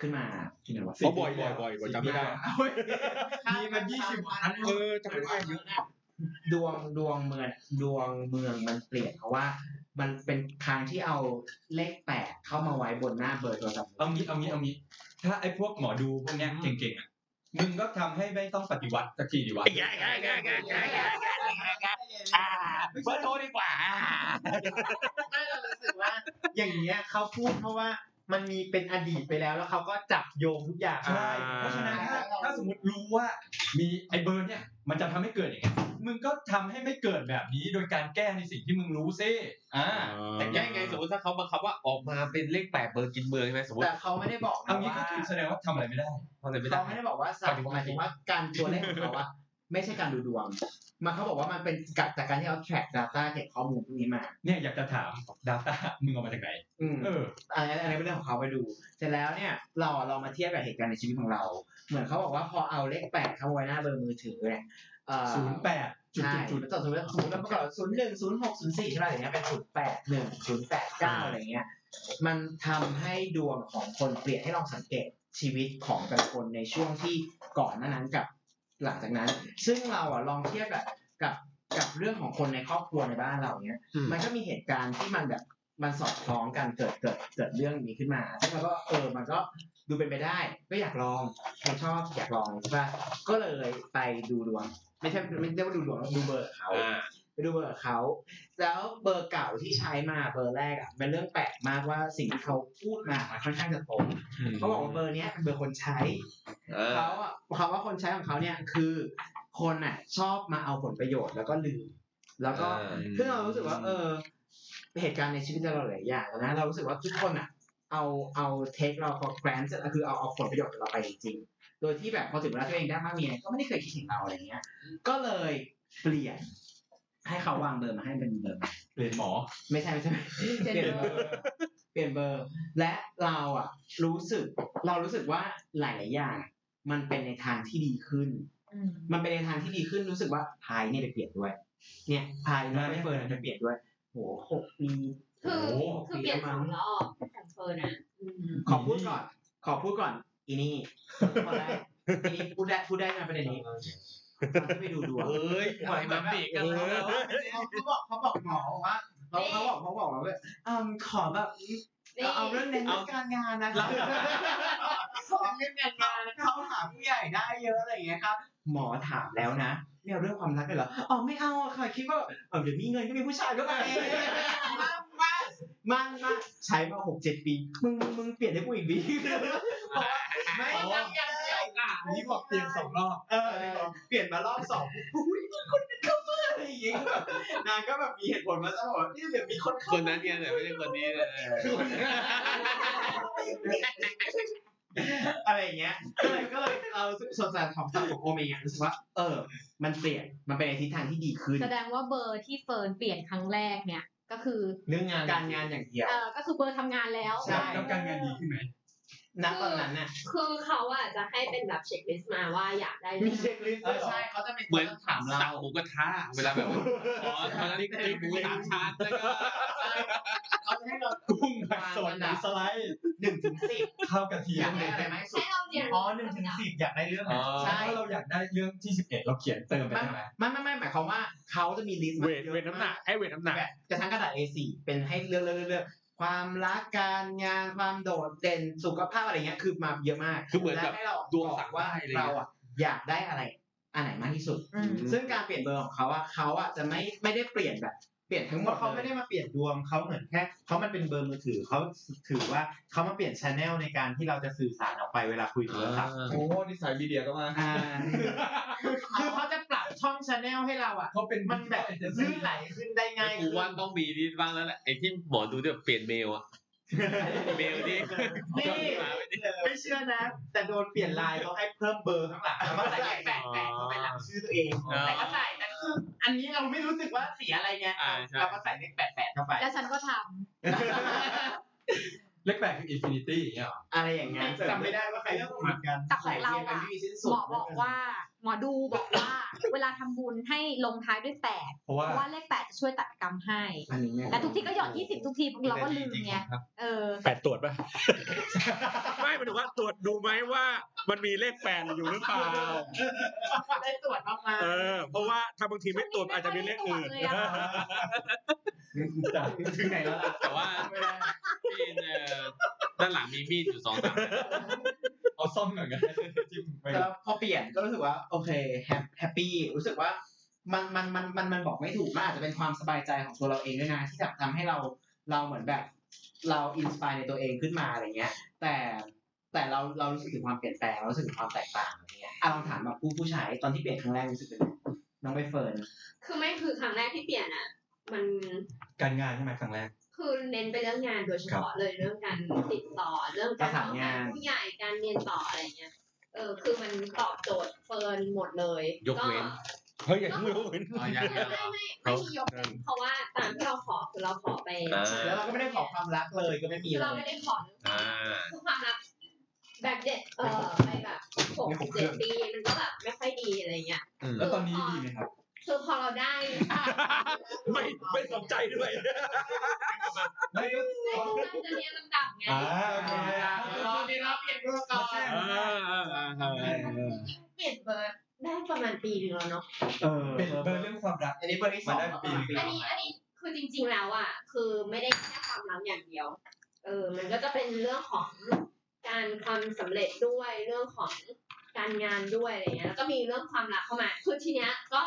[SPEAKER 3] ขึ้นมาที่ไหนวะ
[SPEAKER 4] อ๋อบ่อยบ่อยบ่อยบ่อยจำไม่ได้
[SPEAKER 3] มีมันยี่สิบวัน
[SPEAKER 4] เออจำไม่ได้เยอะ
[SPEAKER 3] ดวงดวงเมืองดวงเมืองมันเปลี่ยนเพราะว่า มันเป็นครั้งที่เอาเลขแปดเข้ามาไว้บนหน้าเบอร์โทรศัพท์
[SPEAKER 2] เอางี้เอางี้เอางี้ ถ้าไอ้พวกหมอดูพวกเนี้ยเก่งๆอ่ะมึงก็ทำให้ไม่ต้องปฏิวัติสักทีดีวะ
[SPEAKER 4] ไอ้แง่แง่แง่แง่แง่แง่
[SPEAKER 6] เบอร์โทรดีกว่า
[SPEAKER 8] ไม่เรารู้สึกว่า อย่างเงี้ยเขาพูดเพราะว่ามันมีเป็นอดีตไปแล้วแล้วเขาก็จับโยงทุกอย่าง
[SPEAKER 2] ใช่เพราะฉะนั้นถ้าถ้าสมมติรู้ว่ามีไอ้เบอร์เนี่ยมันจะทำให้เกิดอย่างเงี้ยมึงก็ทำให้ไม่เกิดแบบนี้โดยการแก้ในสิ่งที่มึงรู้ซิอ่า
[SPEAKER 6] แต่แก้ไงสมมติถ้าเขาบังคับว่าออกมาเป็นเลขแปดเบอร์กินเมืองใช่ไหมสมมติ
[SPEAKER 3] แต่เขาไม่ได้บอก
[SPEAKER 2] เอา
[SPEAKER 3] นะ
[SPEAKER 2] งี้
[SPEAKER 3] ว่า
[SPEAKER 2] ก็คือแสดงว่าทำอะไรไม่ได้
[SPEAKER 6] เขาเลยไม่ได้
[SPEAKER 3] เขาไม่ได้บอกว่าสัตว์หมายถึงว่าการตัวเลขของเขาอะไม่ใช่การดูดวง มันเขาบอกว่ามันเป็นจากจากการที่เอา track data เก็บข้อมูลพวกนี้มา
[SPEAKER 2] เนี่ยอยากจะถาม Data มึงเอามาจากไหน
[SPEAKER 3] อืม
[SPEAKER 2] เออ
[SPEAKER 3] อันนี้อันนี้เป็นเรื่องของเขาไปดู เสร็จแล้วเนี่ยเราอะลองมาเทียบกับเหตุการณ์ในชีวิตของเรา เหมือนเขาบอกว่าพอเอาเลขแปดเข้าไว้หน้าเบอร์มือถือเนี่ยเอ่อ
[SPEAKER 2] 08 จุด
[SPEAKER 3] ใช่
[SPEAKER 2] จุดจุด
[SPEAKER 3] มันต่อสมมติว่าสมมติว่าเมื่อก่อนศูนย์หนึ่งศูนย์หกศูนย์สี่ใช่ไหมอย่างเงี้ยเป็นศูนย์แปดหนึ่งศูนย์แปดเก้าอะไรเงี้ย มันทำให้ดวงของคนเปลี่ยนให้ลองสังเกตชีวิตของแต่ละคนในช่วงที่ก่อนหน้านั้นกับหลังจากนั้น ซึ่งเราอ่ะลองเทียบกับกับกับเรื่องของคนในครอบครัวในบ้านเราเนี้ย
[SPEAKER 6] อืม
[SPEAKER 3] มันก็มีเหตุการณ์ที่มันแบบมันสอดคล้องกันเกิดเกิดเกิดเรื่องนี้ขึ้นมาซึ่งเราก็เออมันก็ดูเป็นไปได้ ก็อยากลองคนชอบอยากลองใช่ปะก็เลยไปดูดวง ไม่ใช่ไม่ได้ว่าดูดวงดูเบอร์เขา
[SPEAKER 6] อ่า
[SPEAKER 3] ไปดูเบอร์เขา แล้วเบอร์เก่าที่ใช้มาเบอร์แรกอ่ะเป็นเรื่องแปลกมากว่าสิ่งที่เขาพูดมามันค่อนข้างจะตรงเขาบอกว่าเบอร์เนี้ยเป็นเบอร์คนใช้ เขาอ่ะคำว่าคนใช้ของเขาเนี่ยคือคนอ่ะชอบมาเอาผลประโยชน์แล้วก็ลืม แล้วก็
[SPEAKER 6] อ่า
[SPEAKER 3] ซึ่งเรารู้สึกว่า เออ เหตุการณ์ในชีวิตเราหลายอย่างนะเรารู้สึกว่าทุกคนอ่ะ เอาเอาเทคเรา for granted อะคือเอาเอาผลประโยชน์เราไปจริงๆโดยที่แบบพอถึงเวลาตัวเองได้มากมีอะไรก็ไม่ได้เคยคิดถึงเราอะไรเงี้ย ก็เลยเปลี่ยน ให้เขาวางเบอร์มาให้เป็นเบอร์
[SPEAKER 2] เรียนหมอ
[SPEAKER 3] ไม่ใช่ไม่ใช่
[SPEAKER 5] เปลี่ยนเบอร์
[SPEAKER 3] เปลี่ยนเบอร์ และเราอ่ะ รู้สึกเรารู้สึกว่าหลายๆอย่าง มันเป็นในทางที่ดีขึ้น
[SPEAKER 5] อืม
[SPEAKER 3] มันเป็นในทางที่ดีขึ้นรู้สึกว่าพายเนี่ยไปเปลี่ยนด้วย เนี่ยพายแล้วไม่เฟิร์นไปเปลี่ยนด้วยโหหกปี
[SPEAKER 5] คือ
[SPEAKER 2] โอ้โห
[SPEAKER 5] คือเปลี่ยนสองรอบของเธอนะอืม
[SPEAKER 3] ขอพูดก่อน ขอพูดก่อน อีนี่คนแรกอีนี่พูดได้พูดได้นะประเด็นนี้ตอนที่ไปดูดวง
[SPEAKER 6] เอ้ยทำไมมาเบรกกันแล้ว
[SPEAKER 3] เขาบอกเขาบอกหมอว่าเขา
[SPEAKER 5] นี่
[SPEAKER 3] เขาบอกเขาบอกว่าอืมขอแบบ
[SPEAKER 5] นี่
[SPEAKER 3] เอาเรื่องเน้นเรื่องการงานนะคะขอเรื่องการงานนะคะเขาถามผู้ใหญ่ได้เยอะอะไรอย่างเงี้ยครับหมอถามแล้วนะไม่เอาเรื่อง ความรักเลยเหรออ๋อไม่เอาอะค่ะคิดว่าเออเดี๋ยวมีเงินก็มีผู้ชายก็มามามา มากมากใช้มาหกเจ็ดปี มึงมึงมึงเปลี่ยนให้กูอีกดีเพราะว่าไม่ยังยังยัง
[SPEAKER 8] นี่บอกเปลี่ยนสองรอบ
[SPEAKER 3] เออเปลี่ยนมารอบสอง อุ้ยมีคนเป็นคัฟเวอร์อะไรอย่างเงี้ยแบบนางก็แบบมีเหตุผลมาซะบอกว่าเนี่ยเดี๋ยวมีคน
[SPEAKER 6] ค
[SPEAKER 3] เข้าน
[SPEAKER 6] นั้นเนี่ยแต่ไม่ใช่คนนี้เลย
[SPEAKER 3] อะไรอย่างเงี้ยก็เลยก็เลยเราส่วนสารของสังคมเองอะรู้สึกว่าเออ มันเปลี่ยนมันเป็นในทิศทางที่ดีขึ้น
[SPEAKER 5] แสดงว่าเบอร์ที่เฟิร์นเปลี่ยนครั้งแรกเนี่ย ก็คือ
[SPEAKER 7] เรื่องงาน
[SPEAKER 3] การงานอย่างเดียว
[SPEAKER 5] เออก็คือเบอร์ทำงานแล้ว
[SPEAKER 3] ใช่
[SPEAKER 2] แล้วการงานดีขึ้นไหม
[SPEAKER 3] ณตอนนั้นน่ะ
[SPEAKER 9] คือเขาอะจะให้เป็นแบบเช็คลิสต์มาว่าอยากได้
[SPEAKER 8] มีเช็คลิสต์
[SPEAKER 3] เอ
[SPEAKER 8] ด้วย
[SPEAKER 3] อ
[SPEAKER 8] เหรอ
[SPEAKER 3] ใช่เขาจะเป็น
[SPEAKER 6] เหมือน
[SPEAKER 3] ถามเรา
[SPEAKER 6] สั่งหมูกระทะเวลาแบบว่าอ๋อตอนนั้นตีหมูสามชั้นแล้วก็
[SPEAKER 3] เขาจะให้เรากุ้งผักสดสไลด์หนึ่งถึงสิบ
[SPEAKER 2] ข้าวกระเที
[SPEAKER 3] อย ยาม กได้อะไรไหมสุ
[SPEAKER 9] ให้
[SPEAKER 3] ด
[SPEAKER 9] เราเรียน
[SPEAKER 8] อ๋อหนึ่งถึงสิบอยากได้เรื่องไหน
[SPEAKER 6] อ๋อ
[SPEAKER 3] ใช่
[SPEAKER 2] ถ้าเราอยากได้เรื่องที่สิบเอ็ดเราเขียนเติมไปได้ไหม
[SPEAKER 3] ไม่ไม่ไม่หมายความว่าเขาจะมีลิสต์
[SPEAKER 4] เวทเวทน้ำหนักไอ้เวทน้ำหนัก
[SPEAKER 3] แบบกระทั่งกระดาษ A4 เป็นให้เลือกเลือกเลือกความรักการงานความโดดเด่นสุขภาพอะไรเงี้ยคือมาเยอะมาก
[SPEAKER 6] คือเหมือน
[SPEAKER 3] และ
[SPEAKER 6] แบบ
[SPEAKER 3] ให้เรา
[SPEAKER 6] ดวงสั่ง
[SPEAKER 3] บอกว่า
[SPEAKER 6] ได้เลย
[SPEAKER 3] เราอ่ะอยากได้อะไรอันไหนมากที่สุด ซึ่งการเปลี่ยนเบอร์ของเขาอะเขาอะจะไม่ไม่ได้เปลี่ยนแบบเปลี่ยนทั้งหมด
[SPEAKER 8] เพราะเขา
[SPEAKER 3] ล
[SPEAKER 8] ไม่
[SPEAKER 3] ย
[SPEAKER 8] ได้มาเปลี่ยนดวงเขาเหมือนแค่เขามันเป็นเบอร์มือถือเขาถือว่าเขามาเปลี่ยนชแนลในการที่เราจะสื่อสารออกไปเวลาคุยโทรศัพท์
[SPEAKER 2] โอ้นิสัยมีเดียก็มา
[SPEAKER 3] อ่าคือคือเขาจะปรับช่องชาแนลให้เราอ่ะ
[SPEAKER 2] เขาเป็น
[SPEAKER 3] มันแบบลื่นไหลขึ้นได้ง่าย
[SPEAKER 6] กู
[SPEAKER 3] ขึ้น
[SPEAKER 6] ว่าต้องมีนี่บ้างแล้วแหละไอ้ที่หมอดูจะเปลี่ยนเมลอะ เมลนี่
[SPEAKER 3] นี่ไม่เชื่อนะ แต่โดนเปลี่ยนไลน์เขาให้เพิ่มเบอร์ข้างหลังแล้วก็ใส่เลขแปดแปดเข้าไปหลังชื่อตัวเอง แต่ก็ใส่แต่คืออันนี้เราไม่รู้สึกว่าเสียอะไรไง
[SPEAKER 6] อ่าใช่
[SPEAKER 3] เราก็ใส่เลขแปดแปดเข้าไป
[SPEAKER 5] แล้วฉันก็ทำ
[SPEAKER 2] เลขแปดคืออินฟินิตี้อย่างเงี้ยเหรอ
[SPEAKER 3] อะไรอย่างเงี้ยจำไม่ได้ว่าใคร
[SPEAKER 8] เรื่องเหมือนกัน
[SPEAKER 5] แต่ของเราอะ
[SPEAKER 3] ไม่มีสิ้น
[SPEAKER 5] ห
[SPEAKER 3] สุ
[SPEAKER 5] ม
[SPEAKER 3] ด
[SPEAKER 5] อบอกว่า หมอดูบอกว่า เวลาทำบุญให้ลงท้ายด้วยแปด
[SPEAKER 2] เพราะว่า
[SPEAKER 5] เพราะว่าเลขแปดจะช่วยตัดกรรมให้
[SPEAKER 3] อันนี้ไม่
[SPEAKER 5] แต่ทุกทีก็หยอดยี่สิบทุกทีเราก็ลืมไงเออ
[SPEAKER 4] แปดตรวจป่ะ ไม่หมันถึงว่าตรวจดูไหมว่ามันมีเลขแปดอยู่หรือเปล่า
[SPEAKER 3] ได้ตรวจออกมา
[SPEAKER 4] เออ เพราะว่าถ้าบางทีไม่ตรวจอาจจะมีเลขอื่น
[SPEAKER 5] ไม่ได้ตรวจเลยอะ
[SPEAKER 3] ถึงไหนแล้วล่ะ
[SPEAKER 6] แต่ว่าพี่เอ่อด้านหลังมีมีดอยู่สองสาม
[SPEAKER 2] เอาซ่อมหน่อยกันจิ้มไป
[SPEAKER 3] แล้วพอเปลี่ยนก็รู้สึกว่า โอเคแฮปปี้รู้สึกว่ามันมันมันมันมันบอกไม่ถูกมันอาจจะเป็นความสบายใจของตัวเราเองด้วยนะที่แบบทำให้เราเราเหมือนแบบ เราอินสปายในตัวเองขึ้นมาอะไรเงี้ย แต่แต่เราเรารู้สึกถึงความเปลี่ยนแปลงเรารู้สึกถึงความแตกต่างอะไรเงี้ยอ่ะลองถามแบบผู้ผู้ชายตอนที่เปลี่ยนครั้งแรกรู้สึกเป็นไงน้องใบเฟิร์น
[SPEAKER 9] คือไม่คือครั้งแรกที่เปลี่ยนอะมัน
[SPEAKER 2] การงานใช่ไหมครั้งแรก
[SPEAKER 9] คือเน้นไปเรื่องงานโดยเฉพาะเลยเรื่องการติดต่อเรื่องการ
[SPEAKER 3] ประสานงาน
[SPEAKER 9] เข้ผู้ใหญ่การเรียนต่ออะไรเงี้ยเออคือมันตอบโจทย์เฟิร์นหมดเลย
[SPEAKER 6] ยกเว้น
[SPEAKER 4] เฮ้ยอย่าเพิ่งยกเว้น
[SPEAKER 6] อ๋อยัง
[SPEAKER 9] ไม่
[SPEAKER 6] ยังเหร
[SPEAKER 9] ไม่
[SPEAKER 6] อ
[SPEAKER 9] ไม่ไม่มียกเว้นเพราะว่าตามที่เราขอคือเราขอไป
[SPEAKER 6] อ่า
[SPEAKER 3] แล้วเราก็ไม่ได้ขอความรักเลยก็ไม่มี
[SPEAKER 9] คือ
[SPEAKER 3] เล
[SPEAKER 9] เรา
[SPEAKER 3] ย
[SPEAKER 9] ไม่ได้ขอเรื่องค
[SPEAKER 6] อ่าว
[SPEAKER 9] ามรักคือความรักแบบเด็ดเออไปแบบหกเจ็ดปีมันก็แบบไม่ค่อยดีอะไรเงี้ย
[SPEAKER 6] อืม
[SPEAKER 2] แล้วตอนนี้ดีไหมครับ
[SPEAKER 9] คือพอเราได้
[SPEAKER 4] ไม่ไม่สนใจด้วย
[SPEAKER 9] ไม่ต้องการจะเรียนลำดับไง
[SPEAKER 2] อ่า
[SPEAKER 3] โอเครอดีรอเปลี่ยนตัวก่อน
[SPEAKER 9] เปลี่ยนเบอร์ได้ประมาณปีหนึงแล้วเนาะ
[SPEAKER 3] เออ
[SPEAKER 2] เป็นเบอร์เรื่องความรัก
[SPEAKER 3] อันนี้เบอร์ที่สอง
[SPEAKER 2] มาได้ปีหนึ่งแล้ว
[SPEAKER 9] อันนี้อันนี้คือจริง ๆแล้วอ่ะ คือไม่ได้แค่ความรักอย่างเดียว เออ มันก็จะเป็นเรื่องของการความสำเร็จด้วยเรื่องของการงานด้วยอะไรเงี้ย แล้วก็มีเรื่องความรักเข้ามา คือทีเนี้ยก็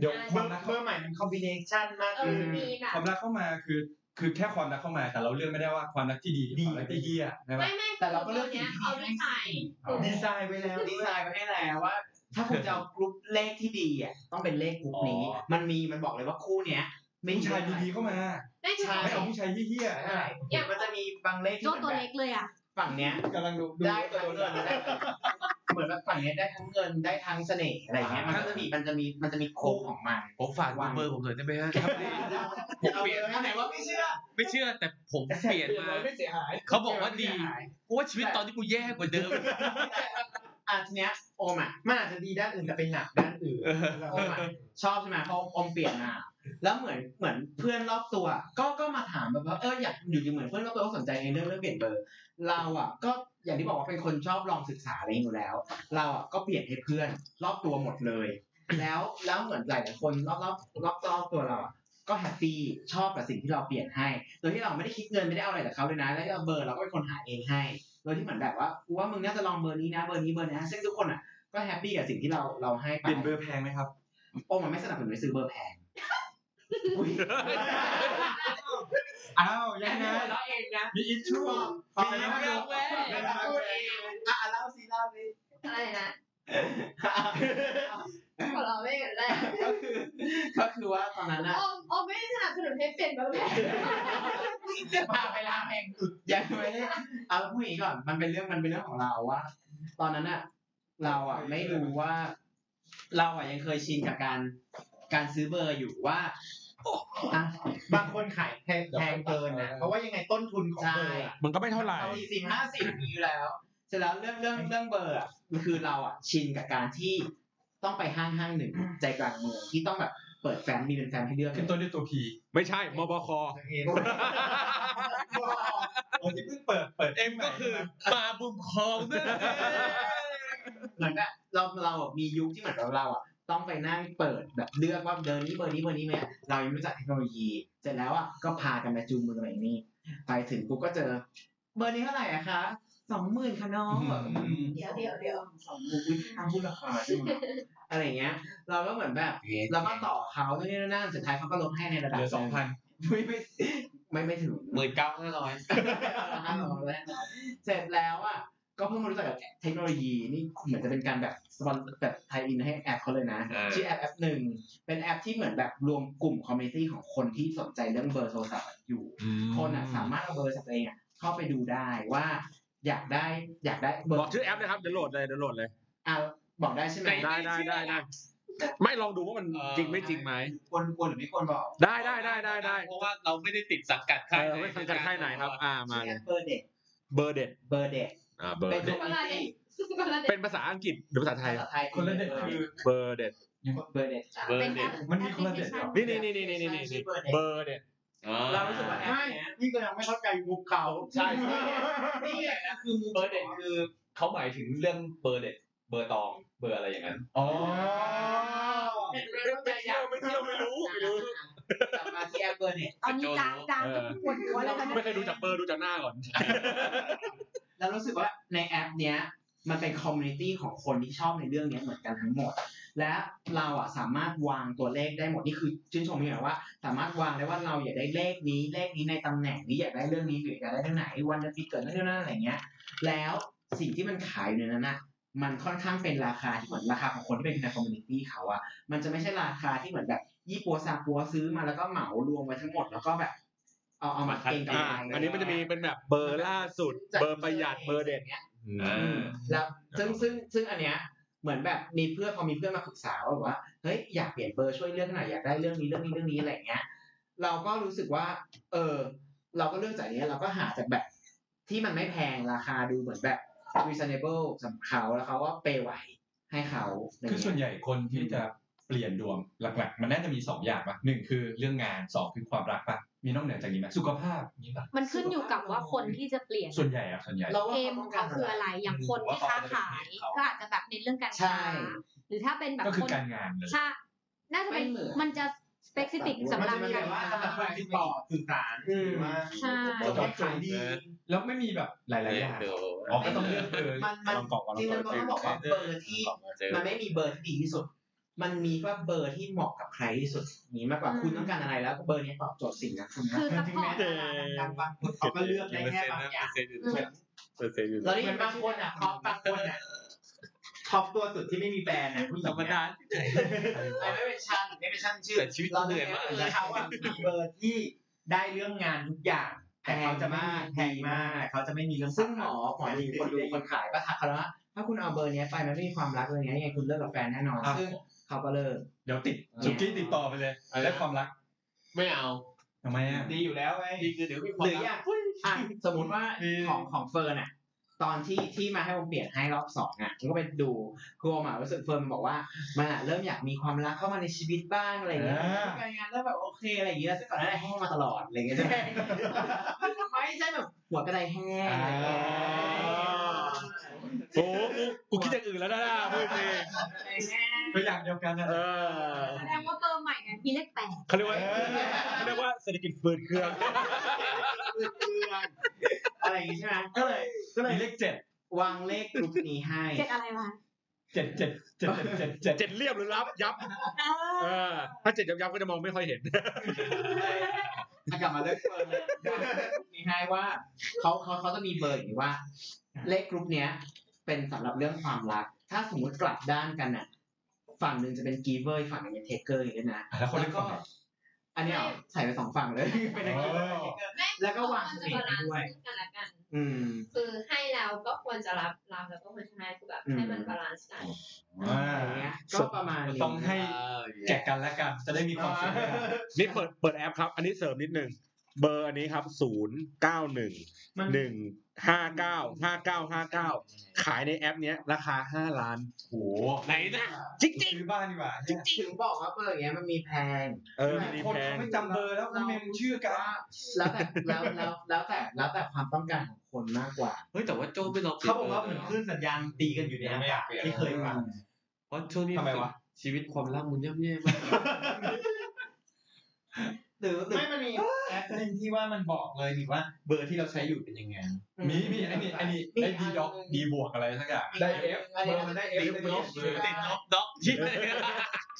[SPEAKER 2] เดี๋ยวค
[SPEAKER 8] เบ
[SPEAKER 2] วา
[SPEAKER 8] อ
[SPEAKER 2] ม
[SPEAKER 8] ร์
[SPEAKER 2] รัก
[SPEAKER 8] เบอร์ใหม่มันคอมบิเนชันมากข
[SPEAKER 9] เอ
[SPEAKER 8] ึ้
[SPEAKER 9] อน มีแบบ
[SPEAKER 2] ความรักเข้ามาคือ คือแค่ความรักเข้ามา แต่เราเลือกไม่ได้ว่าความรักที่ดีดีรักที่เหี้ยใช่ไหม
[SPEAKER 9] ไม่ไม่
[SPEAKER 3] แต่เราก็เลือกสิ่ง
[SPEAKER 9] เนี้ย
[SPEAKER 3] ที่
[SPEAKER 9] เอาดีไซน์
[SPEAKER 8] ดีไซน์ไว้แล้ว
[SPEAKER 3] ดีไซน์ไว้ให้แล้วว่า ถ้าคุณจะเอากรุ๊ปเลขที่ดีอ่ะต้องเป็นเลขกรุ๊ปนี้ มันมีมันบอกเลยว่าคู่เนี้ยไม่
[SPEAKER 2] ผู้ชายดีๆ
[SPEAKER 3] ๆ
[SPEAKER 2] เข้ามา
[SPEAKER 9] ไม่ใช่
[SPEAKER 2] ไม่เอาผู้ชายเหี้ย
[SPEAKER 3] ใช่อย่างมันจะมีบางเลขที่
[SPEAKER 5] โจ้
[SPEAKER 3] มัน
[SPEAKER 5] ตัว
[SPEAKER 3] แบ
[SPEAKER 5] เล็
[SPEAKER 3] บ
[SPEAKER 5] กเลยอ่ะ
[SPEAKER 3] ฝั่งเนี้ย
[SPEAKER 2] ๆกำลังดูดู
[SPEAKER 3] ได้ทั้งเงินได้เหมือนแบบฝั่งเนี้ยได้ทั้งเงินได้ทั้งเสน่ห์อะไรเงี้ยมันก็จะมีมันจะมีมันจะมีคู่ของมัน
[SPEAKER 6] ผมฝากดูเบอร์ผมหน่อยได้ไหมฮะ
[SPEAKER 3] จะเอาเปลี่ยนอันไหนว่าไม่เชื่อ
[SPEAKER 6] ไม่เชื่อแต่ผมเปลี่ยนมา
[SPEAKER 3] ไม่เสียหาย
[SPEAKER 6] เขาบอกว่าดี กูว่าชีวิตตอนที่กูแย่กว่าเดิม
[SPEAKER 3] อ่ะทีเนี้ยโอมอ่ะมันอาจจะดีด้านอื่นแต่เป็นหนักด้านอื่น โอมอะชอบใช่ไหมเพราะอมเปลี่ยนมาแล้วเหมือนเหมือนเพื่อนรอบตัว ก็ก็มาถามแบบว่าเอออยากอยู่ดีเหมือนเพื่อนรอบตัวก็สนใจในเรื่องเรื่องเปลี่ยนเบอร์ เราอ่ะ ก็อย่างที่บอกว่าเป็นคนชอบลองศึกษาอะไรอยู่แล้ว เราอ่ะก็เปลี่ยนให้เพื่อนรอบตัวหมดเลย แล้วแล้วเหมือนหลายๆคนรอบรอบรอบรอบตัวเราอ่ะก็แฮปปี้ชอบกับสิ่งที่เราเปลี่ยนให้ โดยที่เราไม่ได้คิดเงินไม่ได้เอาอะไรจากเขาเลยนะแล้วเอาเบอร์เราก็เป็นคนหาเองให้ โดยที่เหมือนแบบว่ากูว่ามึงน่าจะลองเบอร์นี้นะเบอร์นี้เบอร์นี้นะซึ่งทุกคนอ่ะก็แฮปปี้กับสิ่งที่เราเราให้ไป
[SPEAKER 2] เปลี่ยนเบอร์แพงไหมครับ
[SPEAKER 3] โอ้มันไม่สนับสนุนให้ซื้อเบอร์แพง อ้าวยังไง
[SPEAKER 9] เราเองนะ
[SPEAKER 2] มีอิชชู
[SPEAKER 3] มีเรื่อง
[SPEAKER 9] เว้ย
[SPEAKER 3] ไม่ได้
[SPEAKER 9] พูดเอง
[SPEAKER 3] อ่ะเล่าสิเล่าสิ
[SPEAKER 9] อะไรนะหัวเราะไม่เห็นเลย
[SPEAKER 3] ก็คือ ก็คือว่าตอนนั้นอะ
[SPEAKER 9] โอมโอมไม่ได้สนับสนุนให้เป็นแบบนี้
[SPEAKER 3] พาไปล้างแองยังไม่ได้เอาพูดอย่างนี้ก่อน มันเป็นเรื่องมันเป็นเรื่องของเราว่า ตอนนั้นอะเราอะไม่รู้ว่า เราอะยังเคยชินกับการการซื้อเบอร์อยู่ว่าอ่ะ
[SPEAKER 8] บางคนขายแพงแพงเกินนะเพราะว่ายังไงต้นทุนของ
[SPEAKER 3] ใช่
[SPEAKER 8] เบอร์อะ
[SPEAKER 4] มันก็ไม่เท่าไหร่
[SPEAKER 3] สี่สิบห้าสิบอย่างนี้อยู่แล้ว เสร็จแล้วเรื่องเรื่องเรื่องเบอร์อะคือเราอะชินกับการที่ต้องไปห้างห้างหนึ่งใจกลางเมืองที่ต้องแบบเปิดแฟ้มมีเป็นแฟ้มให้เลือก
[SPEAKER 2] ขึ้นต้นด้วยตัวพี
[SPEAKER 4] ไม่ใช่มบค
[SPEAKER 8] เอง
[SPEAKER 2] โอ้ยเพิ่งเปิดเปิด
[SPEAKER 6] เอ็มก็คือปลาบุมคลองนั่นเอง
[SPEAKER 3] เหมือนแบบเราเราอะมียุคที่เหมือนเราเราอะต้องไปนั่งเปิดแบบเลือกว่าเดินนี้เบอร์นี้เบอร์นี้ไหมเรายังไม่รู้จักเทคโนโลยี เสร็จแล้วอ่ะก็พากันไปจูงมือไปนี่ไปถึงปุ๊บก็เจอ เบอร์นี้เท่าไหร่อะคะสองหมื่นค่ะน้องแบบ
[SPEAKER 9] เดี๋ยวเดี๋ยวเดี๋ยว
[SPEAKER 3] สองหมื่นทำพูดราคาด้วยวะอะไรอย่างเงี้ย เราก็เหมือนแบบเราก็ต่อเขาตรงนี้นั่นสุดท้ายเขาก็ลดให้ในระ
[SPEAKER 2] เห
[SPEAKER 3] ดับ
[SPEAKER 2] ลือสองพัน
[SPEAKER 3] ไม่ไม่ไม่ไม่ถึง
[SPEAKER 6] หมื่นเก้าห้าร้อย
[SPEAKER 3] เสร็จแล้วอ่ะก็เพิ่งมารู้จักกับเทคโนโลยีนี่เหมือนจะเป็นการแบบสปอนแบบไทยอินให้แอปเขาเลยนะ
[SPEAKER 6] เออ
[SPEAKER 3] ชื่อแอปแอปหนึ่งเป็นแอปที่เหมือนแบบรวมกลุ่มคอมมูนิตี้ของคนที่สนใจเรื่องเบอร์โทรศัพท์อยู่ คนอ่ะสามารถเอาเบอร์จากตัวเองอ่ะเข้าไปดูได้ว่า อยากได้อยากได้เบอร์
[SPEAKER 4] บอกชื่อแอปนะครับเดี๋ยวโหลดเลยเดี๋ยวโหลดเลย
[SPEAKER 3] อ่ะบอกได้ใช่ไหม
[SPEAKER 4] ได้ได้ได้ได้ไม่ลองดูว่ามันจริงไม่จริงไหม
[SPEAKER 3] ควรควรหรือไม่ควรบอก
[SPEAKER 4] ได้ได้ได้ได้ได้
[SPEAKER 6] เพราะว่าเราไม่ได้ติดสังกัด
[SPEAKER 4] เอ
[SPEAKER 6] ค่าย
[SPEAKER 4] อไม่สังกัดค่ายไหนครับ อ่ามา
[SPEAKER 3] ชื่อ
[SPEAKER 4] เล
[SPEAKER 3] แอย ปเบอร์เด็ก
[SPEAKER 4] เบอร์เด็ด
[SPEAKER 3] เบอร์เด็กเป็นค
[SPEAKER 4] อ่าเบอร์
[SPEAKER 3] อม
[SPEAKER 4] เด็ด
[SPEAKER 3] มูนิตี้
[SPEAKER 4] เป็นภาษาอังกฤษหรือภาษาไทย
[SPEAKER 3] ภาษาไทย
[SPEAKER 2] คนละเด็กคือ
[SPEAKER 4] เบอร์เด็ด
[SPEAKER 3] เบอร์เด็ก
[SPEAKER 6] เบอร์เด็ด
[SPEAKER 2] มันมีคนละเด็ดเหรอ
[SPEAKER 4] นี่นี่นี่นี่นี่นี่
[SPEAKER 3] ชื่อเบอร์เด็ก
[SPEAKER 4] เบอร์เด็ด
[SPEAKER 3] เรารู้สึกว่าแอป
[SPEAKER 8] ไม่
[SPEAKER 3] เนี้ย
[SPEAKER 8] นี่ก็ยังไม่เข้าใจมุกเขา
[SPEAKER 3] ใช่ใช่นี่แหละคือมู
[SPEAKER 2] เบอร์เด็ดคือเขาหมายถึงเรื่องเบอร์เด็ดเบอร์ตองเบอร์อะไรอย่างนั้น
[SPEAKER 8] อ๋อ
[SPEAKER 4] ไม่เชื่อไม่เชื่อไม่รู้ไม่รู้
[SPEAKER 3] กลับมาที่แอปเบอร์เน็ต
[SPEAKER 5] ตอนนี้จางจางจะปวดหัวแล้วนะ
[SPEAKER 4] ไม่เคยดูจากเบอร์ดูจากหน้าก่อน
[SPEAKER 3] เรารู้สึกว่าในแอปเนี้ยมันเป็นคอมมูนิตี้ของคนที่ชอบในเรื่องเนี้ยเหมือนกันทั้งหมด และเราอ่ะสามารถวางตัวเลขได้หมดนี่คือชื่นชมพี่หน่อยว่า สามารถวางได้ว่าเราอยากได้เลขนี้เลขนี้ในตำแหน่งนี้อยากได้เรื่องนี้หรืออยากได้เรื่องไหนวันจะปีเกิดเรื่องนั้นอะไรเงี้ย แล้วสิ่งที่มันขายอยู่ในนั้นอ่ะมันค่อนข้างเป็นราคาที่เหมือนราคาของคนที่เป็นในคอมมูนิตี้เขาอ่ะ มันจะไม่ใช่ราคาที่เหมือนแบบยี่ปัวซาปัวซื้อมาแล้วก็เหมารวมไว้ทั้งหมดแล้วก็แบบ เอาเอามาเก็งกำ
[SPEAKER 4] อ่า
[SPEAKER 3] ไร
[SPEAKER 4] อันนี้มันจะมีเป็นแบบเบอร์ล่าสุด เบอร์ประหยัดเบอร์เด็ด
[SPEAKER 3] ย่างงี้ย
[SPEAKER 6] อ่า
[SPEAKER 3] แล้วซึ่งซึ่งซึ่งอันเนี้ยเหมือนแบบมีเพื่อนพอมีเพื่อนมาปรึกษาว่าแบบว่าเฮ้ยอยากเปลี่ยนเบอร์ช่วยเลือกหน่อยอยากได้เรื่องนี้เรื่องนี้เรื่องนี้อะไรอย่างเงี้ย เราก็รู้สึกว่า เออ เราก็เลือกจากเนี้ยเราก็หาจากแบบที่มันไม่แพงราคาดูเหมือนแบบ reasonable สำหรับเขาแล้วเขาก็เปย์ไหวให้เขาะไร
[SPEAKER 2] คือ
[SPEAKER 3] เงี้ย
[SPEAKER 2] ส่วนใหญ่คนที่จะเปลี่ยนดวงหลักๆ มันน่าจะมีสองอย่างปะหนึ่งคือเรื่องงานสองคือความรักปะมีนอกเหนือจากนี้ไหมสุขภาพนี้ปะ
[SPEAKER 5] มันขึ้นอยู่กับว่าคนที่จะเปลี่ยน
[SPEAKER 2] ส่วนใหญ่อะส่วนใหญ่
[SPEAKER 3] เราว่า
[SPEAKER 5] เอม
[SPEAKER 3] ต้อง
[SPEAKER 5] เขา
[SPEAKER 3] ร
[SPEAKER 5] คืออะไรอย่างคนที่ค้าขายก็อาจจะแบบเน้นเรื่องการ
[SPEAKER 3] ใช่
[SPEAKER 5] ค้าหรือถ้าเป็นแบบ
[SPEAKER 2] ก็คือ
[SPEAKER 5] คน
[SPEAKER 2] การงานเลย
[SPEAKER 5] ใช่น่าจะเป็น
[SPEAKER 3] ไม่เหมือน
[SPEAKER 5] มันจะ specific สำหรับ
[SPEAKER 8] มันจะมี
[SPEAKER 5] การ
[SPEAKER 8] แบบว่า
[SPEAKER 5] ค้า
[SPEAKER 8] สำหรับคนที่ต่อสื่อสารหรือว่า
[SPEAKER 5] ใช่
[SPEAKER 2] เออ
[SPEAKER 8] จะขายดี
[SPEAKER 2] แล้วไม่มีแบบหลายๆอย่างอ๋อก็ต้องเลือกเลย
[SPEAKER 3] มันมัน
[SPEAKER 2] ลองกรอกลอง
[SPEAKER 3] จริง
[SPEAKER 2] กร
[SPEAKER 3] ๆมั
[SPEAKER 2] อก
[SPEAKER 3] นต้องบอกว่าเบอร์ที่มันไม่มีเบอร์ที่ดีที่สุด มันมีว่าเบอร์ที่เหมาะกับใครที่สุดนี้มากกว่าคุณต้องการอะไรแล้วเบอร์นี้ตอบโจทย์สิ่งนั้นคุณนะ
[SPEAKER 5] คือซัพ
[SPEAKER 8] ถึง
[SPEAKER 5] พอ
[SPEAKER 8] แม้
[SPEAKER 5] ร์ต
[SPEAKER 8] ดาราดังๆบางคนเขาก็เลือกได้แค่บางอย่าง
[SPEAKER 4] เปอร์เซ็นต์อยู่
[SPEAKER 3] เรา
[SPEAKER 8] เห
[SPEAKER 3] ได้ยิ
[SPEAKER 8] มือน นบางคนอ่ะท็อปบางคนอ่ะท็อปตัวสุดที่ไม่มีแฟนอ่ะผู้หญิงอะไม่เป็นชั้นไม่เป็นชั้นชื่อ
[SPEAKER 6] แต่ชีวิต
[SPEAKER 8] เรา
[SPEAKER 6] เห
[SPEAKER 8] เล
[SPEAKER 6] นื่
[SPEAKER 8] ย
[SPEAKER 6] อยมาก
[SPEAKER 8] เลยเขาอ่ะมีเบอร์ที่ได้เรื่องงานทุกอย่าง แต่เขาจะไม่แพงมากเขาจะไม่มีเรื่อง
[SPEAKER 3] ซึ่งหมอหมอดีคนดูคนขายก็ทักเขาแล้วว่าถ้าคุณเอาเบอร์นี้ไปมันไม่มีความรักเลยไงยังไงคุณเลิกกับแฟนแน่นอนซึ่งเขาก็เลิก
[SPEAKER 2] เดี๋ยวติดสุกี้ติดต่อไปเลยและความรัก
[SPEAKER 6] ไม่เอา
[SPEAKER 2] ทำไมอะ
[SPEAKER 8] ดีอยู่แล้วไอ้
[SPEAKER 6] ดีคือเดี๋ยวมีค
[SPEAKER 3] ห
[SPEAKER 6] วาม
[SPEAKER 3] รืออ
[SPEAKER 6] รัก
[SPEAKER 3] ย่างอ่ะสมมติว่า
[SPEAKER 2] อืม
[SPEAKER 3] ของของเฟิร์นอ่ะ ตอนที่ที่มาให้ผมเปลี่ยนให้รอบสองอ่ะผมก็ไปดูกลัวหมารู้สึกเฟิร์นบอกว่ามันอ่ะเริ่มอยากมีความรักเข้ามาในชีวิตบ้างอะไรอย่างเงี้ยการงานเริ่มแบบโอเคอะไรอย่างเงี้ยแล้วซึ่งก่อนหน้านั้นแห้งมาตลอดอะไรอย่างเงี้ยใช่ไหมไม่ใช่แบบหัวกระไดแห้งอะไรอย่างเงี้ย
[SPEAKER 4] โอ้โหกูกูคิดอย่างอื่นแล้วนะพูดเอง
[SPEAKER 2] ก็อย่างเดียวกันนะ
[SPEAKER 4] เออ
[SPEAKER 5] แสดงว่าเบอร์ใหม่ไงมีเลขแปด
[SPEAKER 4] เขาเรียกว่าเขาเรียกว่าเศรษฐกิจฟืดเครื่อง
[SPEAKER 3] อะไรอย่างงี้ใช่ไหมก็เลยก็เลย
[SPEAKER 2] มีเลขเจ็ด
[SPEAKER 3] วางเลขกรุ๊ปนี้ให้
[SPEAKER 5] เจ็ดอะไรวะ
[SPEAKER 2] เจ็ดเจ็ดเจ็ดเจ็ดเจ็ดเจ็ด
[SPEAKER 4] เจ็ดเรียบหรือรับยับ เออ ถ้าเจ็ดยับยับก็จะมองไม่ค่อยเห็น
[SPEAKER 3] อ่ะกลับมาเรื่องเบอร์เลย มีให้ว่าเขาเขาเขาจะมีเบอร์อย่างนี้ว่า เลขกรุ๊ปเนี้ย เป็นสำหรับเรื่องความรัก ถ้าสมมติกลับด้านกันอ่ะ ฝั่งหนึ่งจะเป็นกีเวอร์ฝั่งหนึ่งเป็นเทเกอร์อย่างเงี้ยนะ
[SPEAKER 2] แล้วคนเล่นฝั่
[SPEAKER 3] ก็
[SPEAKER 2] งไหน
[SPEAKER 3] อันเนี้ยเหรอใส่ไปสองฝั่งเลย เป็นทั้ง Giver ทั้ง Taker
[SPEAKER 9] ไม่
[SPEAKER 3] แล้วก็วาง
[SPEAKER 9] ค
[SPEAKER 3] ส
[SPEAKER 9] วร
[SPEAKER 3] เปค
[SPEAKER 9] จะบาลานซ์
[SPEAKER 3] ด้วย
[SPEAKER 9] ซึ่งกันและกัน
[SPEAKER 3] อืม
[SPEAKER 9] คือให้แล้วก็ควรจะรับรับแล้วก็ควรจะให้คือแบบ
[SPEAKER 3] อืม
[SPEAKER 9] ให้มันบาลานซ์กัน
[SPEAKER 2] อ่า
[SPEAKER 3] อย่างเงี้ยก็ประมาณนี้
[SPEAKER 2] ต้องให้แจกกันและกัน จะได้มีความสุขด้วยกัน
[SPEAKER 4] นี่เปิดเปิดแอปครับ อันนี้เสริมนิดนึง เบอร์อันนี้ครับศูนย์เก้าหนึ่งหนึ่งห้าเก้าห้าเก้าห้าเก้าขายในแอปเนี้ยราคาห้าล้าน
[SPEAKER 2] โอ้โห
[SPEAKER 6] ไหนนะ
[SPEAKER 4] จริงจริง
[SPEAKER 2] ซื้อบ้านดีกว่าเนี่ย
[SPEAKER 3] ถึงบอกว่าเบอร์อย่างเงี้ยมันมีแพง
[SPEAKER 4] ๆเออมันดี
[SPEAKER 2] คน
[SPEAKER 4] แพง
[SPEAKER 2] เขาไม่จำเบอร์แล้วเขาเมมชื่อกัน
[SPEAKER 3] แล้วแต่แล้วแล้วแล้วแต่แล้วแต่ความต้องการของคนมากกว่า
[SPEAKER 6] เฮ้ยแต่ว่าโจ้ไม่ลองปลี่ย
[SPEAKER 7] เขาบอกว่าเหมือนคลื่นสัญญาณตีกันอยู่ในอากาศที่เคยฟัง
[SPEAKER 6] เพราะช่วงนี้
[SPEAKER 2] ทำไมวะ
[SPEAKER 6] ชีวิตความรักมันย่ำแย่มาก
[SPEAKER 3] หรือหรือ
[SPEAKER 8] ไม่มันมี
[SPEAKER 7] แอปหนึ่งที่ว่ามันบอกเลยนี่ว่าเบอร์ที่เราใช้อยู่เป็นยังไง
[SPEAKER 2] มีมีไอ้นี่ไอ้นี่ได้ดีด็อกดีบวกอะไรสักอย่างได้เอฟเบอร์มันได้เอฟได้ F เลย
[SPEAKER 3] ติดลบ
[SPEAKER 6] ด็อกชิบเลย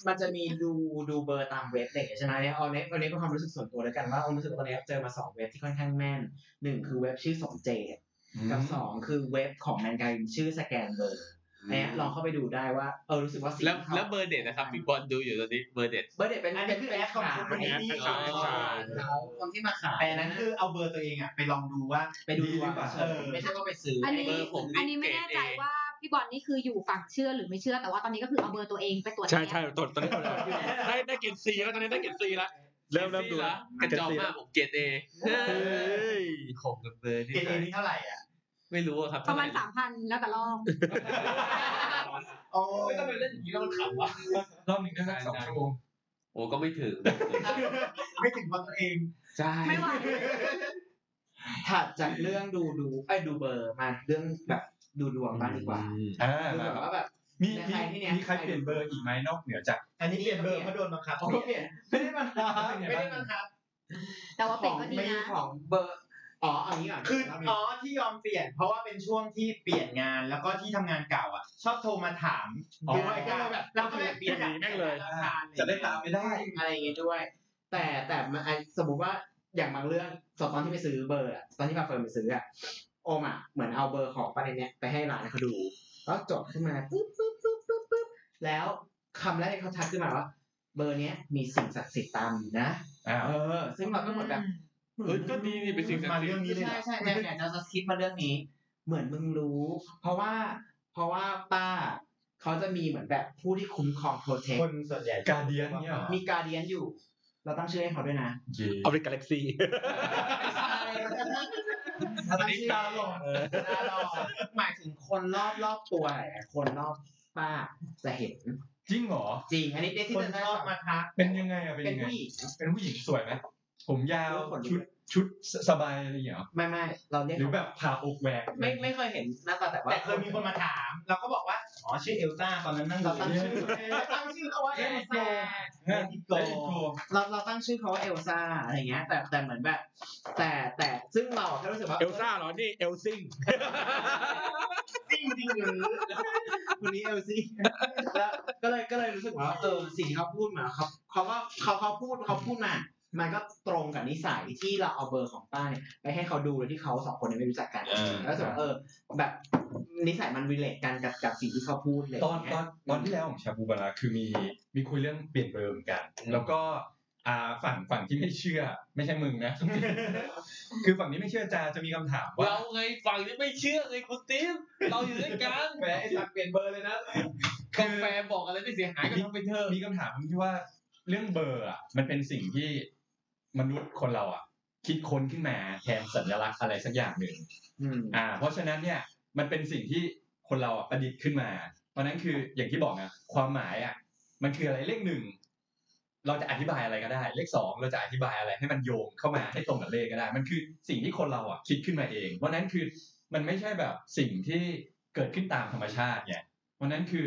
[SPEAKER 3] มันจะมีดูดูเบอร์ตามเว็บอะไรอย่างเงี้ยใช่ไหมเนี่ยเอาเนี้ยเอาเนี้ยเป็นความรู้สึกส่วนตัวแล้วกันว่าเอารู้สึกว่าตอนนี้เจอมาสองเว็บที่ค่อนข้างแม่นหนึ่งคือเว็บชื่อสมเจตกับสองคือเว็บของแมนการินชื่อสแกนเบอร์เนี่ยลองเข้าไปดูได้ว่าเออรู้สึกว่าสิ่ง
[SPEAKER 6] แล้ว
[SPEAKER 3] ที่ขา
[SPEAKER 6] แล้วเบอร์เด็ดนะครับพี่บอลดูอยู่ตอนนี้เบอร์เด็ด
[SPEAKER 3] เบอร์เด็ดเป็น
[SPEAKER 8] อันนี้คือแอปของคน
[SPEAKER 3] เป็น
[SPEAKER 8] ไอ้
[SPEAKER 3] แอป
[SPEAKER 8] นี่
[SPEAKER 4] ขายขาย
[SPEAKER 3] เขาคนที่มาขาย
[SPEAKER 8] แต่อันนั้นคือเอาเบอร์ตัวเองอ่ะไปลองดูว่า
[SPEAKER 3] ไปดู
[SPEAKER 2] ดีหรือเปล่า
[SPEAKER 3] เออไม่ใช่ว่าไปซื้อ
[SPEAKER 5] อันนี้
[SPEAKER 6] เบอร์ผมนี่
[SPEAKER 5] อันนี้ไม่
[SPEAKER 6] เกรด
[SPEAKER 5] แน่ใจ
[SPEAKER 6] เอ
[SPEAKER 5] ว่าพี่บอลนี่คืออยู่ฝั่งเชื่อหรือไม่เชื่อแต่ว่าตอนนี้ก็คือเอาเบอร์ตัวเองไปตรวจ
[SPEAKER 4] ใช่
[SPEAKER 5] แอป
[SPEAKER 4] ใช่ตอนตอนนี้ได้ได้เกรดซีแล้วตอนนี้ได้เกรดซีแล้วเริ่มเริ่มดู
[SPEAKER 6] ละกระจอกมากผมเกรดเอ
[SPEAKER 4] เฮ้ย
[SPEAKER 6] ขมกับเบอร์นี่
[SPEAKER 8] เกรดเอนี่เท่าไหร่อ่ะ
[SPEAKER 6] ไม่รู้อะครับ
[SPEAKER 5] ประมาณสามพันแล้วแต่รอบ
[SPEAKER 8] โอ้
[SPEAKER 7] ไม่
[SPEAKER 8] ย
[SPEAKER 7] ต้องไปเล่นอย่างนี้แล้วมันขำวะ
[SPEAKER 2] รอบหนึ่งได้สักสองชั่วโมง
[SPEAKER 6] โอ้ก็ไม่ถึง
[SPEAKER 8] ไม่ถึงวันตัวเอง
[SPEAKER 6] ใช่
[SPEAKER 5] ไม่ไหว
[SPEAKER 3] ถัดจากเรื่องดูดูไอ้ยดูเบอร์มาเรื่องแบบดูดวงบ้างดีกว่า
[SPEAKER 2] อ่า
[SPEAKER 3] ดู
[SPEAKER 2] มา
[SPEAKER 3] แบบว่าแบบ
[SPEAKER 2] มี
[SPEAKER 3] ใน
[SPEAKER 2] มี
[SPEAKER 3] ไทยที่เนี่ย
[SPEAKER 2] มีใครเปลี่ยนเบอร์อีกไหมนอกเหนือจาก
[SPEAKER 8] อันนี้เปลี่ยนเบอร์เพราะโดนบังคับ
[SPEAKER 3] โอเคไม่ได้มาหา
[SPEAKER 8] ไม่ได้บังคับ
[SPEAKER 5] แต่ว่าเป็ดก็ดีนะ
[SPEAKER 3] ของเบอร์อ๋อเอันนี้ก่อน
[SPEAKER 8] คืออ๋อที่ยอมเปลี่ยน เพราะว่าเป็นช่วงที่เปลี่ยนงานแล้วก็ที่ทำงานเก่าอ่ะ ชอบโทรมาถาม
[SPEAKER 2] อ๋อ
[SPEAKER 8] ด้วยก็เลยแบบเราก็เลยเปลี่ยน
[SPEAKER 4] เปลี่ยนหนีแม่งเลย
[SPEAKER 2] จะได้ตามไม่ได้
[SPEAKER 3] อะไรอย่างเงี้ยด้วย แต่แต่มันอ่ะสมมุติว่าอย่างบางเรื่องตอนที่ไปซื้อเบอร์อะตอนที่พาเฟิร์นไปซื้ออะโอมอะเหมือนเอาเบอร์ของประเด็นเนี้ยไปให้ร้านเขาดูแล้วจดขึ้นมาปุ๊บปุ๊บปุ๊บปุ๊บปุ๊บแล้วคำแรกที่เขาทักขึ้นมาว่า เบอร์เนี้ยมีสิ่งศักดิ์สิทธิ์ตามอยู่นะ
[SPEAKER 2] อ่า
[SPEAKER 3] เออ ซึ่งเราก็เหมือนแบบ
[SPEAKER 6] เฮ้ยก็ดีนี่เป็นสิ่งศักดิ์สิทธิ์
[SPEAKER 8] มาเรื่องนี้เลยเหร
[SPEAKER 3] ใช่
[SPEAKER 8] อ
[SPEAKER 3] ใช่เนี่ยเนี่ยจะจะคิดมาเรื่องนี้ เหมือนมึงรู้ เพราะว่า เพราะว่าป้า เขาจะมีเหมือนแบบผู้ที่คุ้มครองโปรเทค
[SPEAKER 8] คนส่วนใหญ่
[SPEAKER 2] Guardian เนี่ยเหรอ
[SPEAKER 3] มีการเดียนอยู่ เราตั้งชื่อให้เขาด้วยนะ
[SPEAKER 2] เย่
[SPEAKER 4] เอาเป็นกาแล็กซี่
[SPEAKER 3] เราตั้งชื่อตาหลอดตาหลอดหมายถึงคนรอบรอบตัวหลายๆคนรอบป้าจะเห็น
[SPEAKER 2] จริงเหรอ
[SPEAKER 3] จริง อันนี้ได้ที่
[SPEAKER 8] คน
[SPEAKER 3] เดินได้
[SPEAKER 8] ชอบ
[SPEAKER 3] สอง
[SPEAKER 8] มาทัก
[SPEAKER 2] เป็นยังไงอ่ะ เป็น
[SPEAKER 3] เป็น
[SPEAKER 2] ยังไง
[SPEAKER 3] ผู้หญิง
[SPEAKER 2] เป็นผู้หญิงสวยไหม ผมยาว
[SPEAKER 3] เออขนลุ
[SPEAKER 2] ชุ
[SPEAKER 3] ก
[SPEAKER 2] ดชุดสสบายอะไรอย่างเงี้ยเหรอ
[SPEAKER 3] ไม่ไม่เราเรียก
[SPEAKER 2] หรือแบบผ่าอกแหวก
[SPEAKER 3] ไม่ไม่เคยเห็นหน้าตาแต่ว่า
[SPEAKER 8] แต่เคยมีคนมาถาม เราก็บอกว่า อ๋อ ชื่อเอลซ่าตอนนั้นนั่ง
[SPEAKER 3] เราตั้งชื่อ
[SPEAKER 8] ตั้งชื่อเอาไว้
[SPEAKER 3] เอ
[SPEAKER 8] เอ
[SPEAKER 3] ล
[SPEAKER 8] ล
[SPEAKER 3] ซ่
[SPEAKER 8] ซ่า
[SPEAKER 3] า
[SPEAKER 8] เอล
[SPEAKER 2] โก
[SPEAKER 8] ซ่า
[SPEAKER 3] เราเราตั้งชื่อเขาว่าเอลซ่าอะไรเงี้ย แต่แต่เหมือนแบบ แต่แต่ซึ่งเราแค่รู้สึกว่า
[SPEAKER 4] เอลซ่าเหรอ นี่เอลซิง
[SPEAKER 3] ซิ่งจริงหรือคนนี้เอลซี่แล้วก็เลยก็เลยรู้สึกว่าเออสิ่งที่เขาพูดมาเขาเขาว่าเขาเขาพูดเขาพูดมา มันก็ตรงกับนิสัยที่เราเอาเบอร์ของป้าเนี่ยไปให้เขาดูโดยที่เขาสองคนเนี่ยไม่รู้จักกัน
[SPEAKER 2] เออ
[SPEAKER 3] แล้วรู้สึกว่าเออ แบบนิสัยมันวิเลตกันกับกับสิ่งที่เขาพูดเลย
[SPEAKER 2] ตอนตอนตอนที่แล้วของชาบูบาระคือมีมีคุยเรื่องเปลี่ยนเบอร์เหมือนกัน แล้วก็อ่าฝั่งฝั่งที่ไม่เชื่อ ไม่ใช่มึงนะ คือฝั่งนี้ไม่เชื่อจาจะมีคำถามว่า
[SPEAKER 6] เราไงฝั่งนี้ไม่เชื่อเลยคุณติ๊มเราอยู่ด้วยกัน
[SPEAKER 7] แหมไอ้สักเปลี่ยนเบอร์เลยนะ
[SPEAKER 6] กาแฟบอกอะไรไม่เสียหายก็ทำไปเถอะ
[SPEAKER 2] มีคำถามที่ว่าเรื่องเบอร์อ่ะมันเป็นสิ่งที่มนุษย์คนเราอ่ะ คิดค้นขึ้นมาแทนสัญลักษณ์อะไรสักอย่างหนึ่ง
[SPEAKER 3] อืม
[SPEAKER 2] อ่าเพราะฉะนั้นเนี่ยมันเป็นสิ่งที่คนเราอ่ะประดิษฐ์ขึ้นมา เพราะฉะนั้นคืออย่างที่บอกนะความหมายอ่ะมันคืออะไรเลขหนึ่งเราจะอธิบายอะไรก็ได้ เลขสองเราจะอธิบายอะไรให้มันโยงเข้ามาให้ตรงกับเลขก็ได้ มันคือสิ่งที่คนเราอ่ะคิดขึ้นมาเอง เพราะฉะนั้นคือมันไม่ใช่แบบสิ่งที่เกิดขึ้นตามธรรมชาติไงเพราะฉะนั้นคือ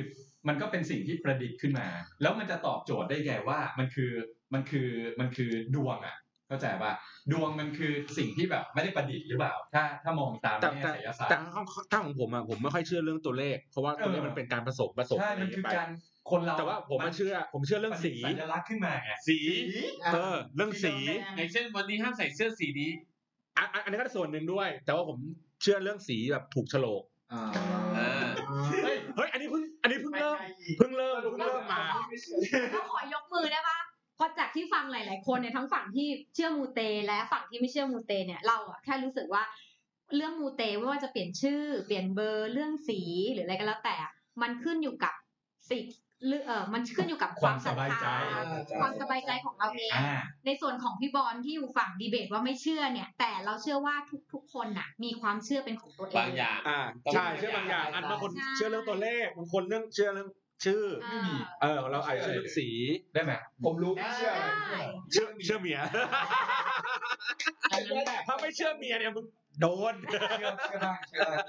[SPEAKER 2] มันก็เป็นสิ่งที่ประดิษฐ์ขึ้นมา แล้วมันจะตอบโจทย์ได้ไงว่ามันคือมันคือมันคือดวงอ่ะ เข้าใจป่ะดวงมันคือสิ่งที่แบบไม่ได้ประดิษฐ์หรือเปล่า ถ้าถ้ามองตาม
[SPEAKER 4] แต่
[SPEAKER 2] แง่
[SPEAKER 4] แต่
[SPEAKER 2] ไสยศาสตร์
[SPEAKER 4] แต่ถ้าของผมอะผมไม่ค่อยเชื่อเรื่องตัวเลข เพราะว่าตัวเลข
[SPEAKER 2] เออ
[SPEAKER 4] มันเป็นการผสมผสม
[SPEAKER 2] ใช่
[SPEAKER 4] อะไรอ
[SPEAKER 2] มัน
[SPEAKER 4] ย่าง
[SPEAKER 2] คือ
[SPEAKER 4] เงี้
[SPEAKER 2] ย
[SPEAKER 4] ไป
[SPEAKER 2] การ คนเรา
[SPEAKER 4] แต่ว่าผมมาเชื่อ ผมเชื่อเรื่องสี
[SPEAKER 2] สัญลักษณ์ขึ้นมาไง
[SPEAKER 6] สี
[SPEAKER 4] เออ เรื่องสี
[SPEAKER 6] อย่างเช่นวันนี้ห้ามใส่เสื้อสีนี้
[SPEAKER 4] อ่ะอ่ะอันนี้ก็ส่วนหนึ่งด้วย แต่ว่าผมเชื่อเรื่องสีแบบถูกโฉลก
[SPEAKER 10] อ่า
[SPEAKER 6] เออ
[SPEAKER 4] เฮ้ยเฮ้ย อันนี้เพิ่ง อันนี้เพิ่งเริ่ม เพิ่งเริ่ม เพิ่งเริ่มมา
[SPEAKER 5] ก็ขอยกมือได้ปะเพราะจากที่ฟังหลาย ๆ คนเนี่ยทั้งฝั่งที่เชื่อมูเต และฝั่งที่ไม่เชื่อมูเตเนี่ยเราอะแค่รู้สึกว่า เรื่องมูเตไม่ว่าจะเปลี่ยนชื่อ เปลี่ยนเบอร์เรื่องสีหรืออะไรก็แล้วแต่ มันขึ้นอยู่กับสิทธิ์หรือเออมันขึ้นอยู่กับความศรัท
[SPEAKER 2] ความส
[SPEAKER 5] ธา
[SPEAKER 2] บายใจ
[SPEAKER 5] ความสบายใจของเราเอง
[SPEAKER 2] อ่า
[SPEAKER 5] ในส่วนของพี่บอลที่อยู่ฝั่งดีเบตว่าไม่เชื่อเนี่ย แต่เราเชื่อว่าทุก ๆ คนน่ะ มีความเชื่อเป็นของตัวเอง
[SPEAKER 6] บางอย่าง
[SPEAKER 4] อ่า ใช่ เชื่อบางอย่าง อันบางคน
[SPEAKER 5] ใช่
[SPEAKER 4] เชื่อเรื่องตัวเลข บางคนเรื่องเชื่อเรื่องชื่อ
[SPEAKER 5] เอ
[SPEAKER 2] ไม่มี
[SPEAKER 5] อ
[SPEAKER 4] เออ เราอาจจะเชื่อเรื่องสี
[SPEAKER 2] ได้ไหมผมรู้ไม่เชื่ออะไร
[SPEAKER 5] ได้
[SPEAKER 4] เชื่อเชื่อเมีย ถ้าไม่เชื่อเมียเนี่ยมึงโดน
[SPEAKER 2] เชื่อเชื่อบ้างเชื่อบ้าง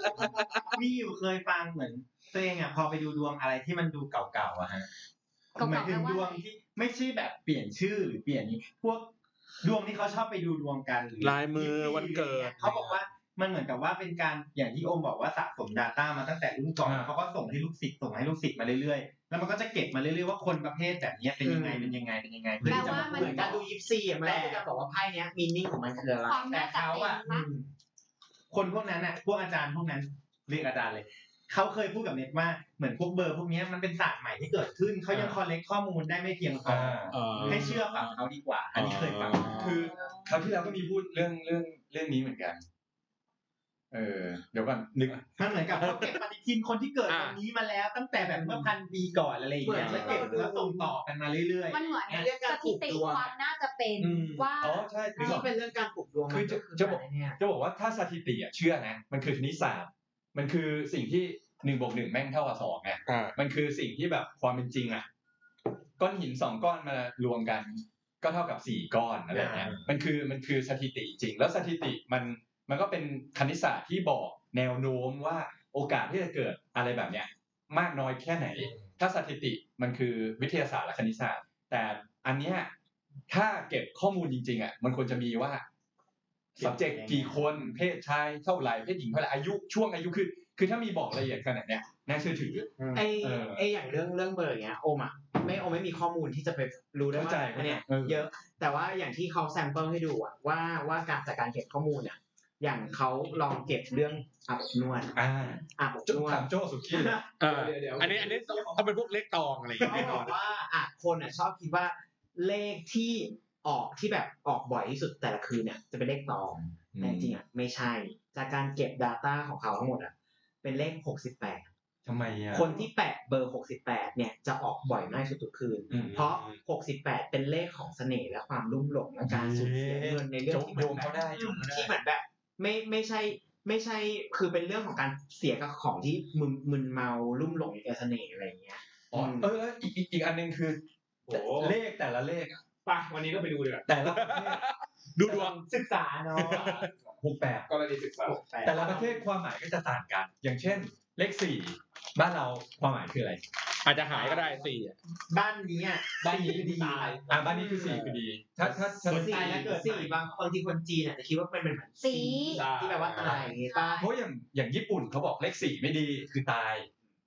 [SPEAKER 8] มีอยู่เคยฟังเหมือนตัวเองอ่ะพอไปดูดวงอะไรที่มันดูเก่าๆอะฮะ
[SPEAKER 5] เก่าๆ
[SPEAKER 8] หมายถึง
[SPEAKER 5] แปลว่า
[SPEAKER 8] ดวงที่ไม่ใช่แบบเปลี่ยนชื่อหรือเปลี่ยนนี้พวกดวงที่เขาชอบไปดูดวงกันหรือ
[SPEAKER 4] ลายมือวันเกิด
[SPEAKER 8] เขาบอกว่ามันเหมือนกับว่าเป็นการอย่างที่โอมบอกว่าสะสม Data มาตั้งแต่รุ่นก่อน
[SPEAKER 2] อ่า
[SPEAKER 8] เขาก็ส่งให้ลูกศิษย์ส่งให้ลูกศิษย์มาเรื่อยๆแล้วมันก็จะเก็บมาเรื่อยๆว่าคนประเภทแบบเนี้ยเป็นยังไงเป็นยังไงเป็นยังไงเพื่อ
[SPEAKER 5] แปล
[SPEAKER 8] ที่จะ
[SPEAKER 5] ว่า
[SPEAKER 8] มา
[SPEAKER 5] มัน
[SPEAKER 8] เหมือนกัน
[SPEAKER 3] ดูยิปซีอ่ะมัน
[SPEAKER 8] แต่
[SPEAKER 3] ก็จะบอกว่าไพ่เนี้ยมีนิ่งของมันคืออะไร
[SPEAKER 5] ความ
[SPEAKER 8] แต่
[SPEAKER 5] น่าจะ
[SPEAKER 8] เขา
[SPEAKER 5] เป็
[SPEAKER 8] อะ
[SPEAKER 5] นปะ
[SPEAKER 8] อืมคนพวกนั้นอะพวกอาจารย์พวกนั้นเรียกอาจารย์เลย เขาเคยพูดกับเน็ตว่าเหมือนพวกเบอร์พวกเนี้ยมันเป็นศาสตร์ใหม่ที่เกิดขึ้น เขายังคอลเลกข้อมูลได้ไม่เพียงพอ
[SPEAKER 2] อ่า
[SPEAKER 8] ให้เชื่อฝั่งเขาดีกว่า อันนี้เคยฟัง
[SPEAKER 2] คือคราวที่แล้วก็มีพูดเรื่องเรื่องเรื่องนี้เหมือนกัน เออ เดี๋ยวก่อนนึก
[SPEAKER 8] มันเหมือนกับเขาเก็บปฏิทินคนที่เกิดวันนี้มาแล้วตั้งแต่แบบเมื่อพันปีก่อนอะไรอย่างเงี้ย
[SPEAKER 3] เหมื
[SPEAKER 8] แล้
[SPEAKER 3] อ
[SPEAKER 8] วน เก็บแล้วส่งต่อกันมาเรื่อย
[SPEAKER 5] มันเหมือน
[SPEAKER 3] เรียกการ
[SPEAKER 5] ส
[SPEAKER 3] ผู
[SPEAKER 5] ถิ
[SPEAKER 3] ก
[SPEAKER 5] ติ
[SPEAKER 3] ดวง
[SPEAKER 5] ความน่าจะเป็น
[SPEAKER 8] อืม
[SPEAKER 5] ว่า
[SPEAKER 2] อ๋อใช่นึ
[SPEAKER 3] นี่
[SPEAKER 2] กออก
[SPEAKER 3] เป็นเรื่องการปลุกดวง
[SPEAKER 2] คือจะ
[SPEAKER 3] มัน
[SPEAKER 2] จะบอก
[SPEAKER 3] ไรเนี่ย
[SPEAKER 2] จะบอกว่าถ้าสถิติอะเชื่อนะมันคือคณิตศาสตร์ มันคือสิ่งที่หนึ่งบวกหนึ่งแม่งเท่ากับสองไง
[SPEAKER 4] อ่า
[SPEAKER 2] มันคือสิ่งที่แบบความเป็นจริงอะก้อนหินสองก้อนมารวมกัน ก็เท่ากับสี่ก้อนอะไรอย่างเงี้ยมันคือมันคือสถิติจริง แล้วสถิติมันมันก็เป็นคณิตศาสตร์ที่บอกแนวโน้มว่าโอกาสที่จะเกิดอะไรแบบเนี้ย มากน้อยแค่ไหน ถ้าสถิติมันคือวิทยาศาสตร์และคณิตศาสตร์ แต่อันเนี้ยถ้าเก็บข้อมูลจริงๆอ่ะมันควรจะมีว่า subject กี่คนเพศชายเท่าไหร่เพศหญิงเท่าไหร่อายุช่วงอายุคือ คือถ้ามีบอกละเอียดขนาดเนี้ยน่าเชื่อถือ
[SPEAKER 3] ไอ
[SPEAKER 2] เออ
[SPEAKER 3] ไออย่างเรื่องเรื่องเบอร์อย่างเงี้ยโอมอ่ะไม่โอมไม่มีข้อมูลที่จะไปรู้ได้
[SPEAKER 2] เข้าใจ
[SPEAKER 3] ว่าอันเนี่ย
[SPEAKER 2] เออ
[SPEAKER 3] เยอะแต่ว่าอย่างที่เขาแซมเปิลให้ดูอ่ะว่าว่าการจากการเก็บข้อมูลเนี่ยอย่างเขาลองเก็บเรื่องอาบอบนวด
[SPEAKER 2] อ่า
[SPEAKER 3] อาบอบ
[SPEAKER 2] จุ๊บ
[SPEAKER 3] นวด
[SPEAKER 2] ถามโจ้สุกี้เลย
[SPEAKER 4] เออ
[SPEAKER 3] เดี๋ยวเดี๋ยว
[SPEAKER 4] อันนี้อันนี้ถ้าเป็นพวกเล็กตองอะไรอย่าง
[SPEAKER 3] เขา
[SPEAKER 4] เงี้ย
[SPEAKER 3] บอกว่าอ่ะคนอ่ะชอบคิดว่าเลขที่ออกที่แบบออกบ่อยที่สุดแต่ละคืนเนี่ยจะเป็นเลขตองแต่จริงๆอ่ะไม่ใช่ จากการเก็บ Data ของเขาทั้งหมดอ่ะเป็นเลข 68
[SPEAKER 2] ทำไมอ่ะ
[SPEAKER 3] คนที่แปะเบอร์ 68 เนี่ยจะออกบ่อยมากที่สุดทุกคืน
[SPEAKER 2] อืม
[SPEAKER 3] เพราะ 68 เป็นเลขของเสน่ห์และความลุ่มหลงและการสูญเสียเงินในเรื่อง
[SPEAKER 2] จุ๊บ
[SPEAKER 3] ที่
[SPEAKER 2] โยม
[SPEAKER 3] มันแบ
[SPEAKER 2] เขา
[SPEAKER 3] บ
[SPEAKER 2] ได้โยมเขาได้
[SPEAKER 3] ที่เหมือนแบบไม่ไม่ใช่ไม่ใช่คือเป็นเรื่องของการเสียกับของที่มึนมึนเมาลุ่มหลงในเสน่ห์อะไรอย่างเงี้ย
[SPEAKER 2] อ๋อ
[SPEAKER 3] อืม
[SPEAKER 2] เออเอออีกอีกอีกอันหนึ่งคือเลขแต่ละเลขอะ
[SPEAKER 3] ปะวันนี้ก็ไปดูเลย
[SPEAKER 2] แต่ละ
[SPEAKER 4] ดูดวง
[SPEAKER 3] ศึกษาเนาะ
[SPEAKER 2] หกแปด
[SPEAKER 3] กรณีศึกษา
[SPEAKER 2] แต่ละประเทศความหมายก็จะต่างกัน อย่างเช่น เลขสี่บ้านเราความหมายคืออะไร
[SPEAKER 4] อาจจะหายก็ได้สี่อ่ะ
[SPEAKER 8] บ้านนี้อะ
[SPEAKER 2] บ้านนี้คือดีอ่าบ้านนี้คือสี่คือดี ถ้าถ้าถ้า
[SPEAKER 3] สี่สี่บางคนที่คนจีนอาจจะคิดว่าเป็นเหมือน
[SPEAKER 5] สี
[SPEAKER 3] ที่แปลว่าตายอย่างงี้ป่ะ
[SPEAKER 2] เพราะอย่างอย่างญี่ปุ่นเขาบอกเลขสี่ไม่ดีคือตาย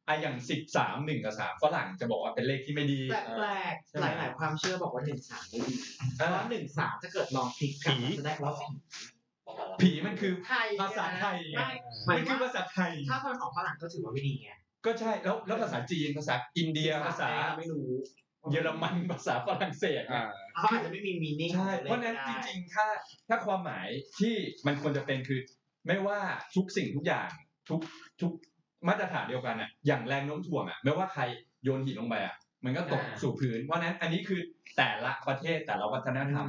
[SPEAKER 2] อ่ะอย่างสิบสามหนึ่งกับสามฝรั่งจะบอกว่าเป็นเลขที่ไม่ดี
[SPEAKER 3] แปลกๆหลาย ๆ ความเชื่อบอกว่าหนึ่งสามไม่ดีเพ
[SPEAKER 2] อ่า
[SPEAKER 3] ราะหนึ่งสามถ้าเกิดลองพลิกกลับจะได้ว่าสี่
[SPEAKER 2] ผีมันคือ
[SPEAKER 3] ไทย
[SPEAKER 2] ภาษาไทยไง
[SPEAKER 3] ไม่ห
[SPEAKER 2] มั
[SPEAKER 3] มา
[SPEAKER 2] น
[SPEAKER 3] ยถึ
[SPEAKER 2] คื
[SPEAKER 3] ง
[SPEAKER 2] อ
[SPEAKER 3] ว่า
[SPEAKER 2] ภาษาไทย
[SPEAKER 3] ถ้าคนของฝรั่งก็ถือว่าไม่ดีไง
[SPEAKER 2] ก็ใช่แล้วแล้วภาษาจีนภาษาอินเดียภาษา
[SPEAKER 3] อะไรไม่รู้
[SPEAKER 2] เยอรมันภาษาฝรั่งเศสไง
[SPEAKER 4] อ่า
[SPEAKER 3] เขาอาจจะไม่มีมีนิ่ง
[SPEAKER 2] ใช่ เพราะฉะนั้นจริงๆ ถ้าถ้าความหมายที่มันควรจะเป็นคือ ไม่ว่าทุกสิ่งทุกอย่างทุกทุกมาตรฐานเดียวกันอ่ะ อย่างแรงโน้มถ่วงอ่ะไม่ว่าใครโยนหินลงไปอ่ะ มันก็ตก
[SPEAKER 3] อ่า
[SPEAKER 2] สู่พื้น เพราะฉะนั้นอันนี้คือแต่ละประเทศแต่ละวัฒนธรรม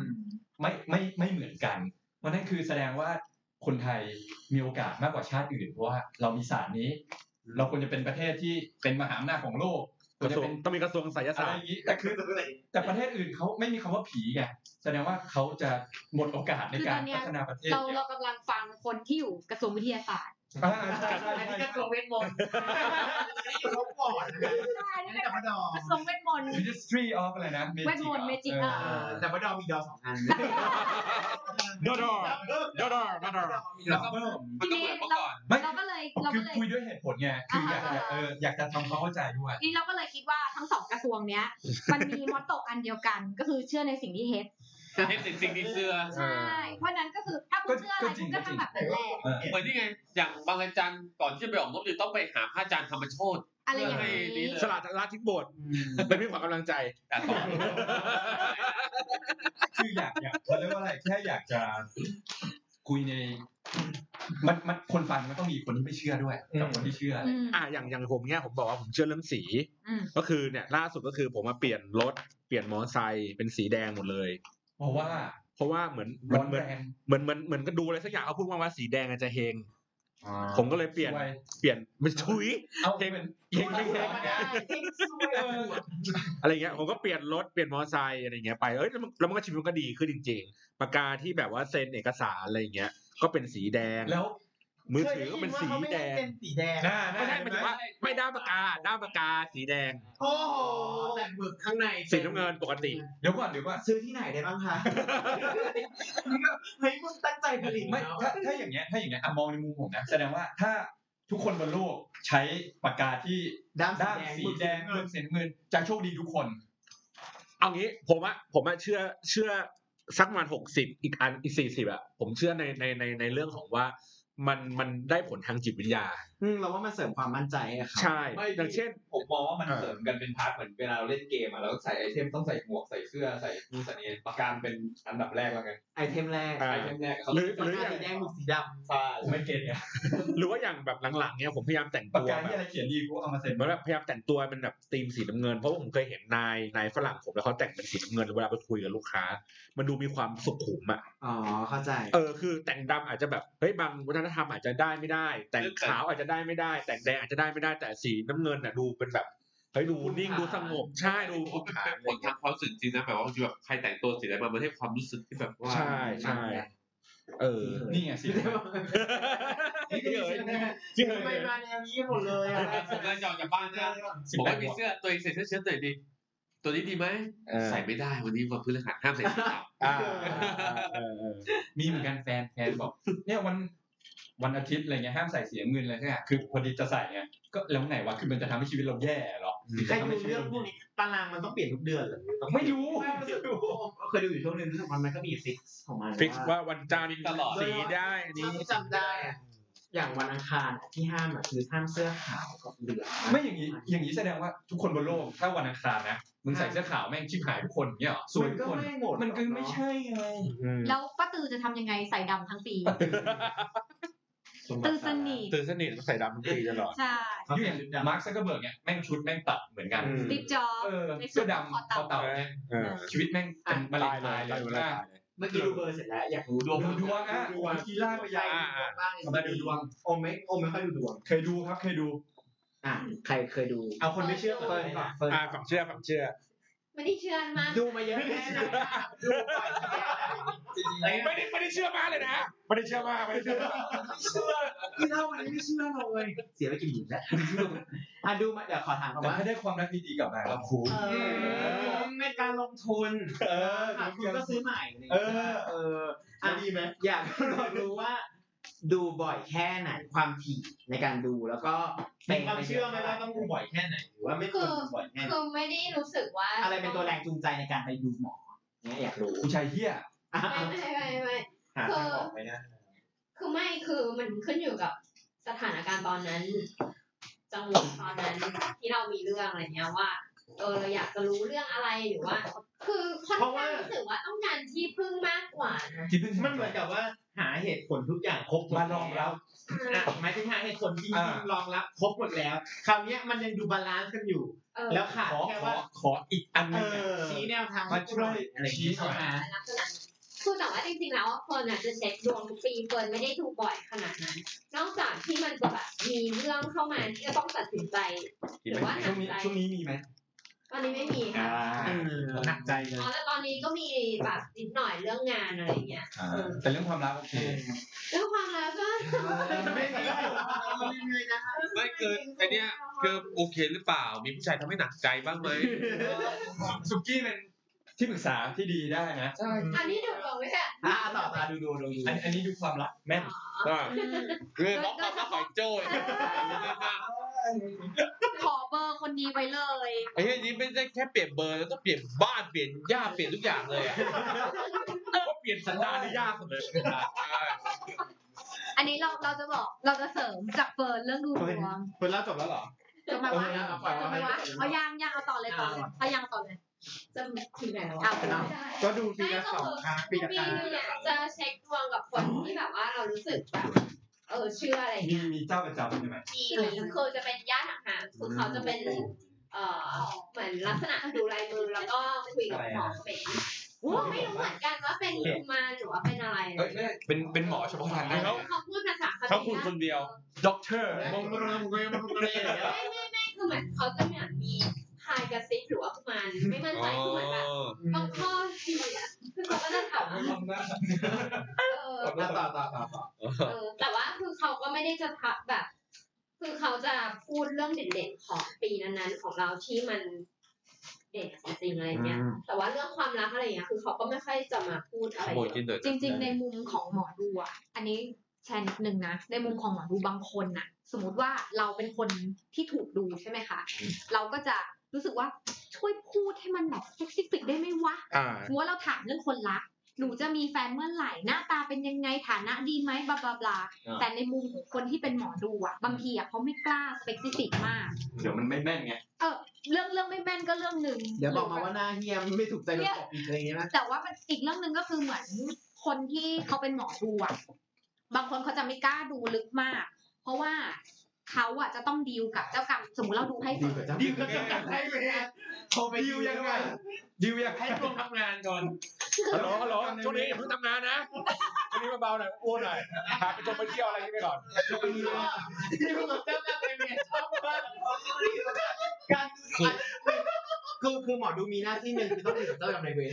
[SPEAKER 2] ไม่ไม่ไม่เหมือนกัน เพราะฉะนั้นคือแสดงว่าคนไทยมีโอกาสมากกว่าชาติอื่นเพราะว่าเรามีศาสตร์นี้ เราควรจะเป็นประเทศที่เป็นมหาอำนาจของโลกค
[SPEAKER 4] ก
[SPEAKER 2] วรจะ
[SPEAKER 4] ระทรวง
[SPEAKER 2] เป็น
[SPEAKER 4] ต้องมีกระทรวงไสย
[SPEAKER 2] อะ
[SPEAKER 4] ศา
[SPEAKER 2] ไร
[SPEAKER 4] สต
[SPEAKER 2] อ
[SPEAKER 4] ร์
[SPEAKER 2] ย่างนี้แต่คือแต่ประเทศอื่นเขาไม่มีคำว่าผีไงแสดงว่าเขาจะหมดโอกาสใน
[SPEAKER 5] คือ
[SPEAKER 2] การ
[SPEAKER 5] ตอนเนี้ย
[SPEAKER 2] พัฒนาประเทศ
[SPEAKER 5] เรา
[SPEAKER 2] เนี่ย
[SPEAKER 5] เรากำลังฟังคนที่อยู่กระทรวงวิทยาศาสตร์
[SPEAKER 2] อ่าใช่ใช่
[SPEAKER 8] อันนี้
[SPEAKER 2] ใช่
[SPEAKER 8] ก็ทรงเวทมนต์อันนี้อยู่ลบก่อนนะ
[SPEAKER 5] ใช่
[SPEAKER 8] อัน
[SPEAKER 5] นี่
[SPEAKER 8] นี้
[SPEAKER 5] เป็น
[SPEAKER 8] ดับเบิลดอร์
[SPEAKER 5] กระทรวงเวทมนต์
[SPEAKER 2] Ministry of อะไรนะ Magic
[SPEAKER 5] เวทมนต์ Magic อ่ะ
[SPEAKER 2] เอ
[SPEAKER 8] เอ
[SPEAKER 2] อ
[SPEAKER 8] อดับเบิลดอร์มีดอร์สองอัน
[SPEAKER 4] ดอดอร์
[SPEAKER 8] ดับเบิล
[SPEAKER 4] ดอดอร์ดอดอร์
[SPEAKER 2] แล้วก็
[SPEAKER 6] มันก็เหมือนเมื่อก่อน
[SPEAKER 2] ไม่
[SPEAKER 5] เราก็เลยเรา
[SPEAKER 2] คื
[SPEAKER 5] ก็
[SPEAKER 2] อ
[SPEAKER 5] เลย
[SPEAKER 2] คุยด้วยเหตุผลไงคืออยากจะ
[SPEAKER 5] อ่า
[SPEAKER 2] เอออยากจะทำความเข้าใจด้วย
[SPEAKER 5] นี่เราก็เลยคิดว่าทั้งสองกระทรวงเนี้ย มันมีมอตโตอันเดียวกัน ก็คือเชื่อในสิ่งที่เฮด
[SPEAKER 6] เห็นสิ่งที่เสื้อ
[SPEAKER 5] ใช่ เพราะนั้นก็คือถ้าคุณเชื่ออะไร
[SPEAKER 2] ก็จริ
[SPEAKER 5] คุ
[SPEAKER 2] ง
[SPEAKER 5] ณก็ทำแบบนั้นแหละ
[SPEAKER 2] เออ
[SPEAKER 6] เหมือนที่ไง อย่างบางอาจารย์ก่อนที่จะไปออกนบจะต้องไปหาพระอาจารย์ธรรมโชติ
[SPEAKER 5] อะไรอย่าง
[SPEAKER 6] เออดี
[SPEAKER 5] นี้
[SPEAKER 6] เลย
[SPEAKER 4] สลัดละทิ้งโบสถ์เป็นพี่ขวัญกำลังใจ
[SPEAKER 6] แต่ต่อ
[SPEAKER 2] คืออยากอยากเขาเรียกว่าอะไรแค่อยากจะคุยใน มันมันคนฟังมันต้องมีคนที่ไม่เชื่อด้วยกับคนที่เชื่ออะไร
[SPEAKER 5] อืม
[SPEAKER 4] อ่ะอย่างอย่างผมเนี่ยผมบอกว่าผมเชื่อเรื่องสี
[SPEAKER 5] อืม
[SPEAKER 4] ก็คือเนี่ยล่าสุดก็คือผมมาเปลี่ยนรถเปลี่ยนมอเตอร์ไซค์เป็นสีแดงหมดเลย
[SPEAKER 2] เพราะว่า
[SPEAKER 4] เพราะว่าเหมือนเหมื
[SPEAKER 2] ร้
[SPEAKER 4] อ
[SPEAKER 2] อน น
[SPEAKER 4] เหมือน
[SPEAKER 2] แรง
[SPEAKER 4] เหมือนเหมือนเหมือนก็ดูอะไรสักอย่างเขาพูดว่าว่าสีแดงอาจจะเฮง ผมก็เลยเปลี่ยน
[SPEAKER 2] ซวย
[SPEAKER 4] เปลี่ยนมันชุย
[SPEAKER 2] เอา
[SPEAKER 4] เฮ
[SPEAKER 2] เอง ง
[SPEAKER 4] เฮงไม่เฮงอะไรเงี้ยผมก็เปลี่ยนรถเปลี่ยนมอเตอร์ไซค์อะไรเงี้ยไปเอ้ยแล้วมันแล้วมันก็ชีวิตมันก็ดีขึ้นจริง ๆ ปากกาที่แบบว่าเซ็นเอกสารอะไรเงี้ย ก็เป็นสีแดง
[SPEAKER 2] แล้ว
[SPEAKER 4] มือถือก็เป็นสีแดง
[SPEAKER 8] เป็นสีแดง
[SPEAKER 2] หน้าหน้า
[SPEAKER 4] ไม่ใช่หมายถึงว่าไม่ด้ามปากกาด้ามปากกาสีแดง
[SPEAKER 8] โอ้โหแต่หมึกข้างใน
[SPEAKER 4] สีน้ำเงินปกติ
[SPEAKER 2] เดี๋ยวก่อนเดี๋ยวก่อน
[SPEAKER 3] ซื้อที่ไหนได้บ้าง คะ
[SPEAKER 8] เฮ้ยมึงตั้งใจผลิต
[SPEAKER 2] ไม่
[SPEAKER 8] เนอะ
[SPEAKER 2] ถ้าถ้าอย่างเงี้ยถ้าอย่างเงี้ยอ่ะมองในมุมผมนะแสดงว่าถ้าทุกคนบนโลกใช้ปากกาที่
[SPEAKER 3] ด้ามสี
[SPEAKER 2] ด้าม
[SPEAKER 3] แดง
[SPEAKER 2] สีแดงเงินเสียเงินจะโชคดีทุกคน
[SPEAKER 4] เอางี้ผมอะผมอะเชื่อเชื่อสักประมาณหกสิบอีกอันอีกสี่สิบอะผมเชื่อในในในในเรื่องของว่ามันมันได้ผลทางจิตวิทยา
[SPEAKER 3] อืมเราว่ามันเสริมความมั่นใจให้เขา
[SPEAKER 4] ใช่
[SPEAKER 2] ไม่
[SPEAKER 4] อย่างเช่น
[SPEAKER 2] ผมมองว่ามัน
[SPEAKER 4] เออ
[SPEAKER 2] เสริมกันเป็นพาร์ทเหมือนเวลาเราเล่นเกมอ่ะเราต้องใส่ไอเทมต้องใส่หมวกใส่เสื้อใส่นู่นใส่นี่ปากกาเป็นอันดับแรกแล้วไง
[SPEAKER 3] ไอเทมแรก
[SPEAKER 4] อ่า
[SPEAKER 2] ไอเทมแรกเขา
[SPEAKER 4] หรือ
[SPEAKER 3] ปา
[SPEAKER 4] หรืออก
[SPEAKER 3] กาสีแดง
[SPEAKER 4] ย่าง
[SPEAKER 3] หมึกสีด
[SPEAKER 2] ฟ้าผมไม่เก็ตไง
[SPEAKER 4] หรือว่าอย่างแบบหลังๆเนี้ยผมพยายามแต่ง
[SPEAKER 2] ปาก
[SPEAKER 4] ตัว
[SPEAKER 2] กา
[SPEAKER 4] แบ
[SPEAKER 2] ที่
[SPEAKER 4] บ
[SPEAKER 2] อะไรเขียนดีกูเอามาเซ็น
[SPEAKER 4] เหมือนแบบพยายามแต่งตัวเป็นแบบธีมสีน้ำเงินเพราะว่าผมเคยเห็นนายนายฝรั่งผมแล้วเขาแต่งเป็นสีน้ำเงินเวลาไปคุยกับลูกค้า มันดูมีความสุขุมอะ
[SPEAKER 3] ำอ๋อเข้าใจ
[SPEAKER 4] เออคือแต่งดำอาจจะแบบเฮ้ยบางวัฒนธรรมอาจจะได้ไม่ได้ แต่งขาวอาจจะได้ไม่ได้ แต่งแดงอาจจะได้ไม่ได้แต่สีน้ำเงินน่ะดูเป็นแบบเฮ้ยดูนิ่งดูสงบใช่ดู
[SPEAKER 6] ผม
[SPEAKER 4] ผ่าน
[SPEAKER 6] เป็นผลทางความรู้สึกจริงนะแบบว่าบางทีแบบใครแต่งตัวสีอะไรมามันให้ความรู้สึกที่แบบว่า
[SPEAKER 4] ใช่ใช่เออ
[SPEAKER 2] นี่ไงสิ
[SPEAKER 4] นี่เลย
[SPEAKER 8] จริงไปมาแนวนี้หมดเลยอะ
[SPEAKER 6] ผมก็จะออกจากบ้านนะบอกว่ามีเสื้อตัวเองใส่เสื้อเชิ้ตหน่อยดิตัวนี้ดีไหม
[SPEAKER 4] เออ
[SPEAKER 6] ใส่ไม่ได้วันนี้วันพฤหัสห้ามใส่สีขาว
[SPEAKER 4] อ่าเออเออ
[SPEAKER 2] มีเหมือนกันแฟนแฟนบอก เนี่ยวันวันอาทิตย์อะไรเงี้ยห้ามใส่เสียเงินอะไรสักอย่างคือพอดีจะใส่ไงก็แล้วไงวะคือมันจะทำให้ชีวิตเราแย่เหรอ
[SPEAKER 8] ใครดูเรื่องพวกนี้ตารางมันต้องเปลี่ยนทุกเดือนเหรอ
[SPEAKER 2] ไม่รู้
[SPEAKER 8] ไม่รู้สึก
[SPEAKER 3] เคยดูอยู่ช่วงหนึงรู้สึกมันมันก็มีฟิกของมัน
[SPEAKER 4] ฟิกว่าวันจันทร์
[SPEAKER 6] ตลอด
[SPEAKER 4] สีได้อันนี้
[SPEAKER 3] จำได้อะอย่างวันอังคารอะที่ห้ามอะคือห้ามเสื้อขาวกับเหลือง
[SPEAKER 2] ไม่อย่างนี้อย่างนี้แสดงว่าทุกคนบนโลกถ้าวันอังคารนะมึงใส่เสื้อขาวแม่งชิบหายทุกคนอย่างเงี้ยเหรอสวย
[SPEAKER 3] มัน
[SPEAKER 2] ทุ
[SPEAKER 3] ก็
[SPEAKER 2] กคน
[SPEAKER 3] ไม่หมด
[SPEAKER 2] มันก็ไม่ใช่ไง
[SPEAKER 5] แล้วป้าตือจะทำยังไงใส่ดำทั้งปี ตือสนิท
[SPEAKER 4] ตื่นสนิทใส่ดำทุกปีตลอด
[SPEAKER 5] ใช่
[SPEAKER 2] อยู่อย่างมาร์คซักเกอร์เบิร์กเนี่ยแม่งชุดแม่งตัดเหมือนกัน
[SPEAKER 4] อืม
[SPEAKER 5] ติบจ็อบ
[SPEAKER 2] เออ
[SPEAKER 5] ในชุด
[SPEAKER 2] เสื้อ
[SPEAKER 5] คอ
[SPEAKER 2] ดำค
[SPEAKER 5] เต่า
[SPEAKER 2] อเต่าเนี่ย
[SPEAKER 4] เออ
[SPEAKER 2] ชีวิตแม่งเป็นมะเร็งตายเล
[SPEAKER 4] ตาย
[SPEAKER 2] ย
[SPEAKER 4] เวลา
[SPEAKER 2] นะ
[SPEAKER 4] ตายเลย
[SPEAKER 3] เมื่อกี้ดูเบอร์เสร็จแล้วอยากดู
[SPEAKER 2] ดวงดูดวงอ่ะ
[SPEAKER 3] ดวง
[SPEAKER 2] บางทีล่ากไปยาว
[SPEAKER 4] อ่า
[SPEAKER 3] บ้าง
[SPEAKER 2] สำหรับดูดวง
[SPEAKER 3] โอมไม่โอมไม่ค่อยดูดวง
[SPEAKER 2] เคยดูครับเคยดู
[SPEAKER 3] อ่ะใครเคยดู
[SPEAKER 8] เอาคนไม่เชื่อ
[SPEAKER 3] เฟิร์นก่อนเฟิร์น
[SPEAKER 4] อ่าฝังเชื่อฝังเชื่อ
[SPEAKER 9] ไม่ได้เชื่อมาก
[SPEAKER 3] ดูมาเยอะแน่นะดูบ่อยแน่นะ
[SPEAKER 4] ไม่ได้ไม่ได้เชื่อมากเลยนะ ไม่ได้เชื่อมากไม่ได้เชื่อมาก
[SPEAKER 3] ที่เล่ามันไม่เชื่อเลยเสียไปกี่หมื่นแล้วอ่ะดูมาเดี๋ยวขอถามก่อน
[SPEAKER 2] แต่
[SPEAKER 3] ว่า
[SPEAKER 2] ถ้าได้ความรักดีๆกลับมาก็คุ้ม
[SPEAKER 3] เออในการลงทุน
[SPEAKER 2] เออ
[SPEAKER 3] หาคุณก็ซื้อใหม่ะไรย่าง
[SPEAKER 2] เอ
[SPEAKER 3] งี้ย
[SPEAKER 2] อ
[SPEAKER 3] เอออ่ะดีไหมอยากลองรู้ว่า ดูบ่อยแค่ไหนความถี่ในการดูแล้วก็
[SPEAKER 8] มี
[SPEAKER 3] ป็น
[SPEAKER 8] ความเชื่อไหมว่าต้องดูบ่อยแค่ไหนหรือว่าไม่ควรดูบ่อยแค่ไหน
[SPEAKER 9] คือไม่ได้รู้สึกว่า
[SPEAKER 3] อะไรเป็นตัวแรงจูงใจในการไปดูหมอเนี่ยอยากรู้
[SPEAKER 2] ผู้ชายเฮีย
[SPEAKER 3] อ่ะ
[SPEAKER 9] ไม่ไม่ไม่ไม่
[SPEAKER 8] หาทางออกไหมนะ
[SPEAKER 9] คือไม่คือมันขึ้นอยู่กับสถานการณ์ตอนนั้น จังหวะตอนนั้นที่เรามีเรื่องอะไรเงี้ยว่าเออเราอยากจะรู้เรื่องอะไรหรือว่า คือค่อน
[SPEAKER 8] เพราะว่า
[SPEAKER 9] ข้างรู้สึกว่าต้องการที่พึ่งมากกว่านะ
[SPEAKER 2] ที่เพิ่ง
[SPEAKER 8] มันเหมือนกับว่าหาเหตุผลทุกอย่างครบหด
[SPEAKER 2] มารองรับ
[SPEAKER 8] อ่ะหมายถึงหาเหตุผลจริง
[SPEAKER 2] อ่า
[SPEAKER 8] ๆรองรับครบหมดแล้ว คราวเนี้ยมันยังดูบาลานซ์กันอยู่
[SPEAKER 9] เออ
[SPEAKER 8] แล้วขาด
[SPEAKER 2] ขอ
[SPEAKER 8] แค่
[SPEAKER 2] ขอ
[SPEAKER 8] ว่า
[SPEAKER 2] ขออีกอันห
[SPEAKER 8] เอ
[SPEAKER 2] นึง
[SPEAKER 8] อ
[SPEAKER 3] ชี้แนวทาง
[SPEAKER 2] มาช่วย
[SPEAKER 3] อะไรอย่าง
[SPEAKER 2] ชี้
[SPEAKER 3] งี้
[SPEAKER 2] หน่อย
[SPEAKER 3] ใช่ไหม
[SPEAKER 9] ลักษณะนั้นคือแต่ว่าจริงๆแล้วเฟิร์นอาจจะเช็คดวงทุกปีเฟิร์นไม่ได้ถูกบ่อยขนาดนั้น นอกจากที่มันจะแบบมีเรื่องเข้ามาที่จะต้องตัดสินใจ หรือว่าหนั
[SPEAKER 2] ช่ว
[SPEAKER 9] ก
[SPEAKER 2] งนี้
[SPEAKER 9] ใจ
[SPEAKER 2] ช่วงนี้มีไหม
[SPEAKER 9] ก็ อนนี้ไม่มีค่ะ
[SPEAKER 8] หนักใจเลย
[SPEAKER 9] อ๋อแต่ตอนนี้ก็มีแบบนิดหน่อยเรื่องงานอะไรอย่างเงี้ย
[SPEAKER 2] อ่าแต่เรื่องความรักโอเค
[SPEAKER 9] เรื่องความรักก็
[SPEAKER 8] ไม่มี
[SPEAKER 1] ไม่คือไอเนี้ยคือโอเคหรือเปล่า มีผู้ชายทำให้หนักใจบ้างไหม
[SPEAKER 2] สุกี้เป็นที่ปรึกษาที่ดีได้นะใช่
[SPEAKER 9] อันนี้ดูดวงไหมเนี่ย
[SPEAKER 3] อ่าต่อตาดูดูดูดู
[SPEAKER 2] อันอันนี้ดูความรักแม่น
[SPEAKER 4] อ่า
[SPEAKER 6] คือน้องความรักของโจ้ย
[SPEAKER 5] ขอเบอร์คนนี้ไว้เลย
[SPEAKER 6] ไอ้เหี้ยนี่ไม่ได้แค่เปลี่ยนเบอร์แล้วต้องเปลี่ยนบ้านเปลี่ยนหญ้าเปลี่ยนทุกอย่างเลยอะ
[SPEAKER 4] ก็เปลี่ยนสันดานได้ยากสุดเลย
[SPEAKER 5] อันนี้เราเราจะบอกเราจะเสริมจากเฟิร์นเรื่องดูดวง
[SPEAKER 3] คนเล่าจบแล้วเหรอ
[SPEAKER 5] จะมาว่า
[SPEAKER 3] เออเอาไป
[SPEAKER 5] จะมาว่า
[SPEAKER 3] เอาไป
[SPEAKER 5] เอายังยังเอาต่อเลยต่อเลยเอายังต่อเลย
[SPEAKER 9] จะถึงไหนแล้ว
[SPEAKER 5] เอา
[SPEAKER 9] อะ
[SPEAKER 5] ไปต่อ
[SPEAKER 3] ก็ดูปีละสองครั้งปี
[SPEAKER 9] ปี
[SPEAKER 3] ละ
[SPEAKER 9] นี้
[SPEAKER 3] ครั้ง
[SPEAKER 9] เนี่ยจะเช็คดวงกับคนที่แบบว่าเรารู้สึกแบบเออเชื่ออะไร
[SPEAKER 2] มีมีเจ้าประจำใช่ไหม
[SPEAKER 9] ดีคือจะเป็นญาติห่างๆคือเขาจะเป็นเอ่อเหมือนลักษณะดูลายมือแล้วก็คุยกับหมอเป็นโอ้ไม่รู้เหมือนกันว่าเป็นกุมารหรือว่าเป็นอะไร
[SPEAKER 2] เอ้ยไม่เป็นเป็นหมอเฉพาะทางได้ไหม
[SPEAKER 9] เขาพูดภาษา
[SPEAKER 6] เขาคุณคนเดียว
[SPEAKER 2] ด็อกเตอร์
[SPEAKER 3] มองมันมองมันมองมันอย่างเงี้ย
[SPEAKER 9] ไม่ไม่ไม่คือเหมือนเขาจะเหมือนมีพายกระซิบหรือว่ากุมารไม่มั่นใจคือเหมือนแบบบางข้อที่อะคือเขาก็จะถามว่าเออ
[SPEAKER 3] ต่อต่อต่อต่อต่อ
[SPEAKER 9] เออแต่ว่าคือเขาก็ไม่ได้จะทับแบบ คือเขาจะพูดเรื่องเด่นๆของปีนั้นๆของเราที่มันเด่นจริงๆอะไรเงี้ย แต่ว่าเรื่องความรักอะไรเงี้ยคือเขาก็ไม่ค่อยจะมาพูดอะไร
[SPEAKER 6] ขโมยกินหน่อย
[SPEAKER 5] จริง ๆ ในมุมของหมอดูอ่ะอันนี้แชร์นิดนึงนะในมุมของหมอดูบางคนน่ะ สมมติว่าเราเป็นคนที่ถูกดูใช่ไหมคะเราก็จะรู้สึกว่าช่วยพูดให้มันแบบเซ็กซิฟิกได้ไหมวะ
[SPEAKER 4] อ่า
[SPEAKER 5] สมมติว่าเราถามเรื่องคนรัก หนูจะมีแฟนเมื่อไหร่ หน้าตาเป็นยังไง ฐานะดีไหมบลาบลาบลา แต่ในมุมของคนที่เป็นหมอดูอ่ะ บางทีอ่ะเขาไม่กล้าสเปกซิฟิกมาก
[SPEAKER 2] เดี๋ยวมันไม่แม่นไง
[SPEAKER 5] เออ เรื่องเรื่องไม่แม่นก็เรื่องหนึ่ง
[SPEAKER 3] เดี๋ยวบอกมาว่าหน้าเฮียมไม่ถูกใจเราตกอีกอะไรเงี้ยนะ
[SPEAKER 5] แต่ว่ามันอีกเรื่องหนึ่งก็คือเหมือนคนที่เขาเป็นหมอดูอ่ะ บางคนเขาจะไม่กล้าดูลึกมาก เพราะว่าเขาอ่ะจะต้องดีลกับเจ้ากรรม สมมติเราดูให้
[SPEAKER 3] ดีกว่าเจ้า
[SPEAKER 5] ดีลกับเจ้ากรรม
[SPEAKER 3] โทรไปดิวยังไง
[SPEAKER 2] ดิวอยากให้
[SPEAKER 6] ช่วงทำงานก่อน
[SPEAKER 4] ฮัลโหลฮัลโหลช่วงนี้อย่าเพิ่งทำงานนะช่วงนี้เบาๆหน่อยอ้วนหน่อยพาไปจงไปเที่ยวอะไรอย่างนี้ไปก่อน
[SPEAKER 3] ดิวกับเจ้ากรรมนายเวรชอบมากการคือคือหมอดูมีหน้าที่หนึ่งคือต้องดีกับเจ้ากรรมนายเวร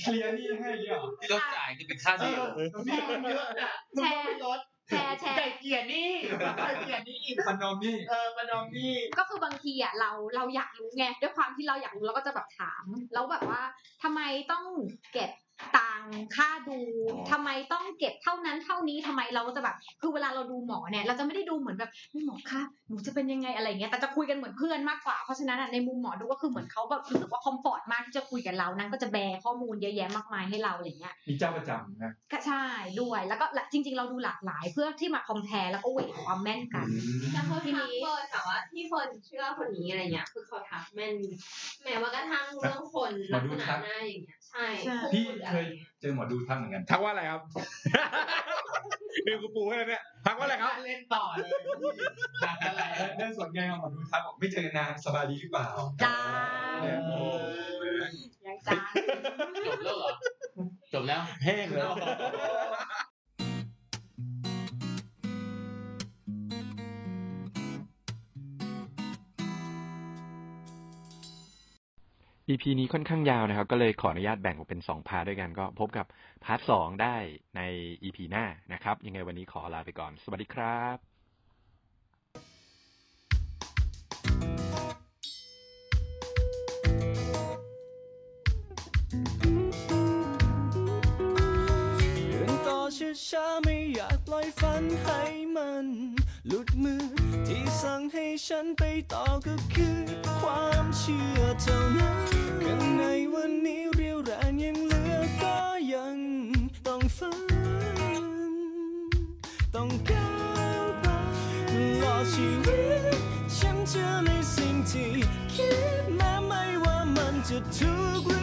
[SPEAKER 2] เคลียร์หนี่ให้เนี่ย
[SPEAKER 6] ที่ต้องจ่ายคือเป็นค่าเดียว
[SPEAKER 3] นี่มันเยอะนะมึงต้องไปลด
[SPEAKER 5] แชร์แชร์
[SPEAKER 3] ไก่เกลียนี่ไก่เกลียนี่
[SPEAKER 2] พันนอมนี่
[SPEAKER 3] เออประนอมนี่
[SPEAKER 5] ก็คือบางทีอ่ะเราเราอยากรู้ไงด้วยความที่เราอยากรู้เราก็จะแบบถาม แล้วแบบว่าทำไมต้องเก็บตังค่าดูทำไมต้องเก็บเท่านั้นเท่านี้ทำไมเราก็จะแบบคือเวลาเราดูหมอเนี่ยเราจะไม่ได้ดูเหมือนแบบนี่หมอคะหนูจะเป็นยังไงอะไรเงี้ยแต่จะคุยกันเหมือนเพื่อนมากกว่าเพราะฉะนั้นอะในมุมหมอดูก็คือเหมือนเขาแบบรู้สึกว่าคอมฟอร์ตมากที่จะคุยกับเรานั่นก็จะแบร์ข้อมูลเยอะแยะมากมายให้เราอะไรเงี้ย
[SPEAKER 2] มีเจ้าประจำนะ
[SPEAKER 5] ก็ใช่ด้วยแล้วก็หลักจริง ๆ เราดูหลากหลายเพื่อที่มาคอมเพลแล้วก็เวทความแม่นกัน
[SPEAKER 9] แต่เขาทักเฟิร์นแต่ว่าที่เฟิร์นเชื่อคนนี้อะไรเงี้ยคือเขาทักแม่นแม้ว่ากระทั่งเรื่องคนลักษณะหน้าอย่างเงี้ยใช่
[SPEAKER 5] ใช่
[SPEAKER 2] พี่
[SPEAKER 9] พูดอะ
[SPEAKER 2] เค
[SPEAKER 9] ไร
[SPEAKER 2] ย
[SPEAKER 9] เงี้ย
[SPEAKER 2] เจอหมอดูทักเหมือนกัน
[SPEAKER 4] ทักว่าอะไรครับ นี่กูปูให้แล้วเนี่ยทักว่าอะไรครับ
[SPEAKER 3] เล่นต่อเลย
[SPEAKER 2] เรื่องส่วนใหญ่ของหมอดูทักบอกไม่เจอนานสบายดีหรือเปล่า
[SPEAKER 5] จ้า
[SPEAKER 2] เออ
[SPEAKER 5] ยังจ้า
[SPEAKER 6] จบแล้วเหรอ จบแล้ว
[SPEAKER 4] แห้งแล้ว
[SPEAKER 11] EP นี้ค่อนข้างยาวนะครับ ก็เลยขออนุญาตแบ่งออกเป็น 2 พาร์ทด้วยกันก็พบกับพาร์ทสองได้ใน EP หน้านะครับ ยังไงวันนี้ขอลาไปก่อน สวัสดีครับ
[SPEAKER 12] เดินต่อช้าๆไม่อยากปล่อยฝันให้มัน หลุดมือที่สั่งให้ฉันไปต่อก็คือความเชื่อเท่านั้นข้างในวันนี้เรียวแรงยังเหลือก็ยังต้องฝัน ต้องก้าวไปตลอดชีวิต ฉันเชื่อในสิ่งที่คิดแม้ไม่ว่ามันจะถูกหรือ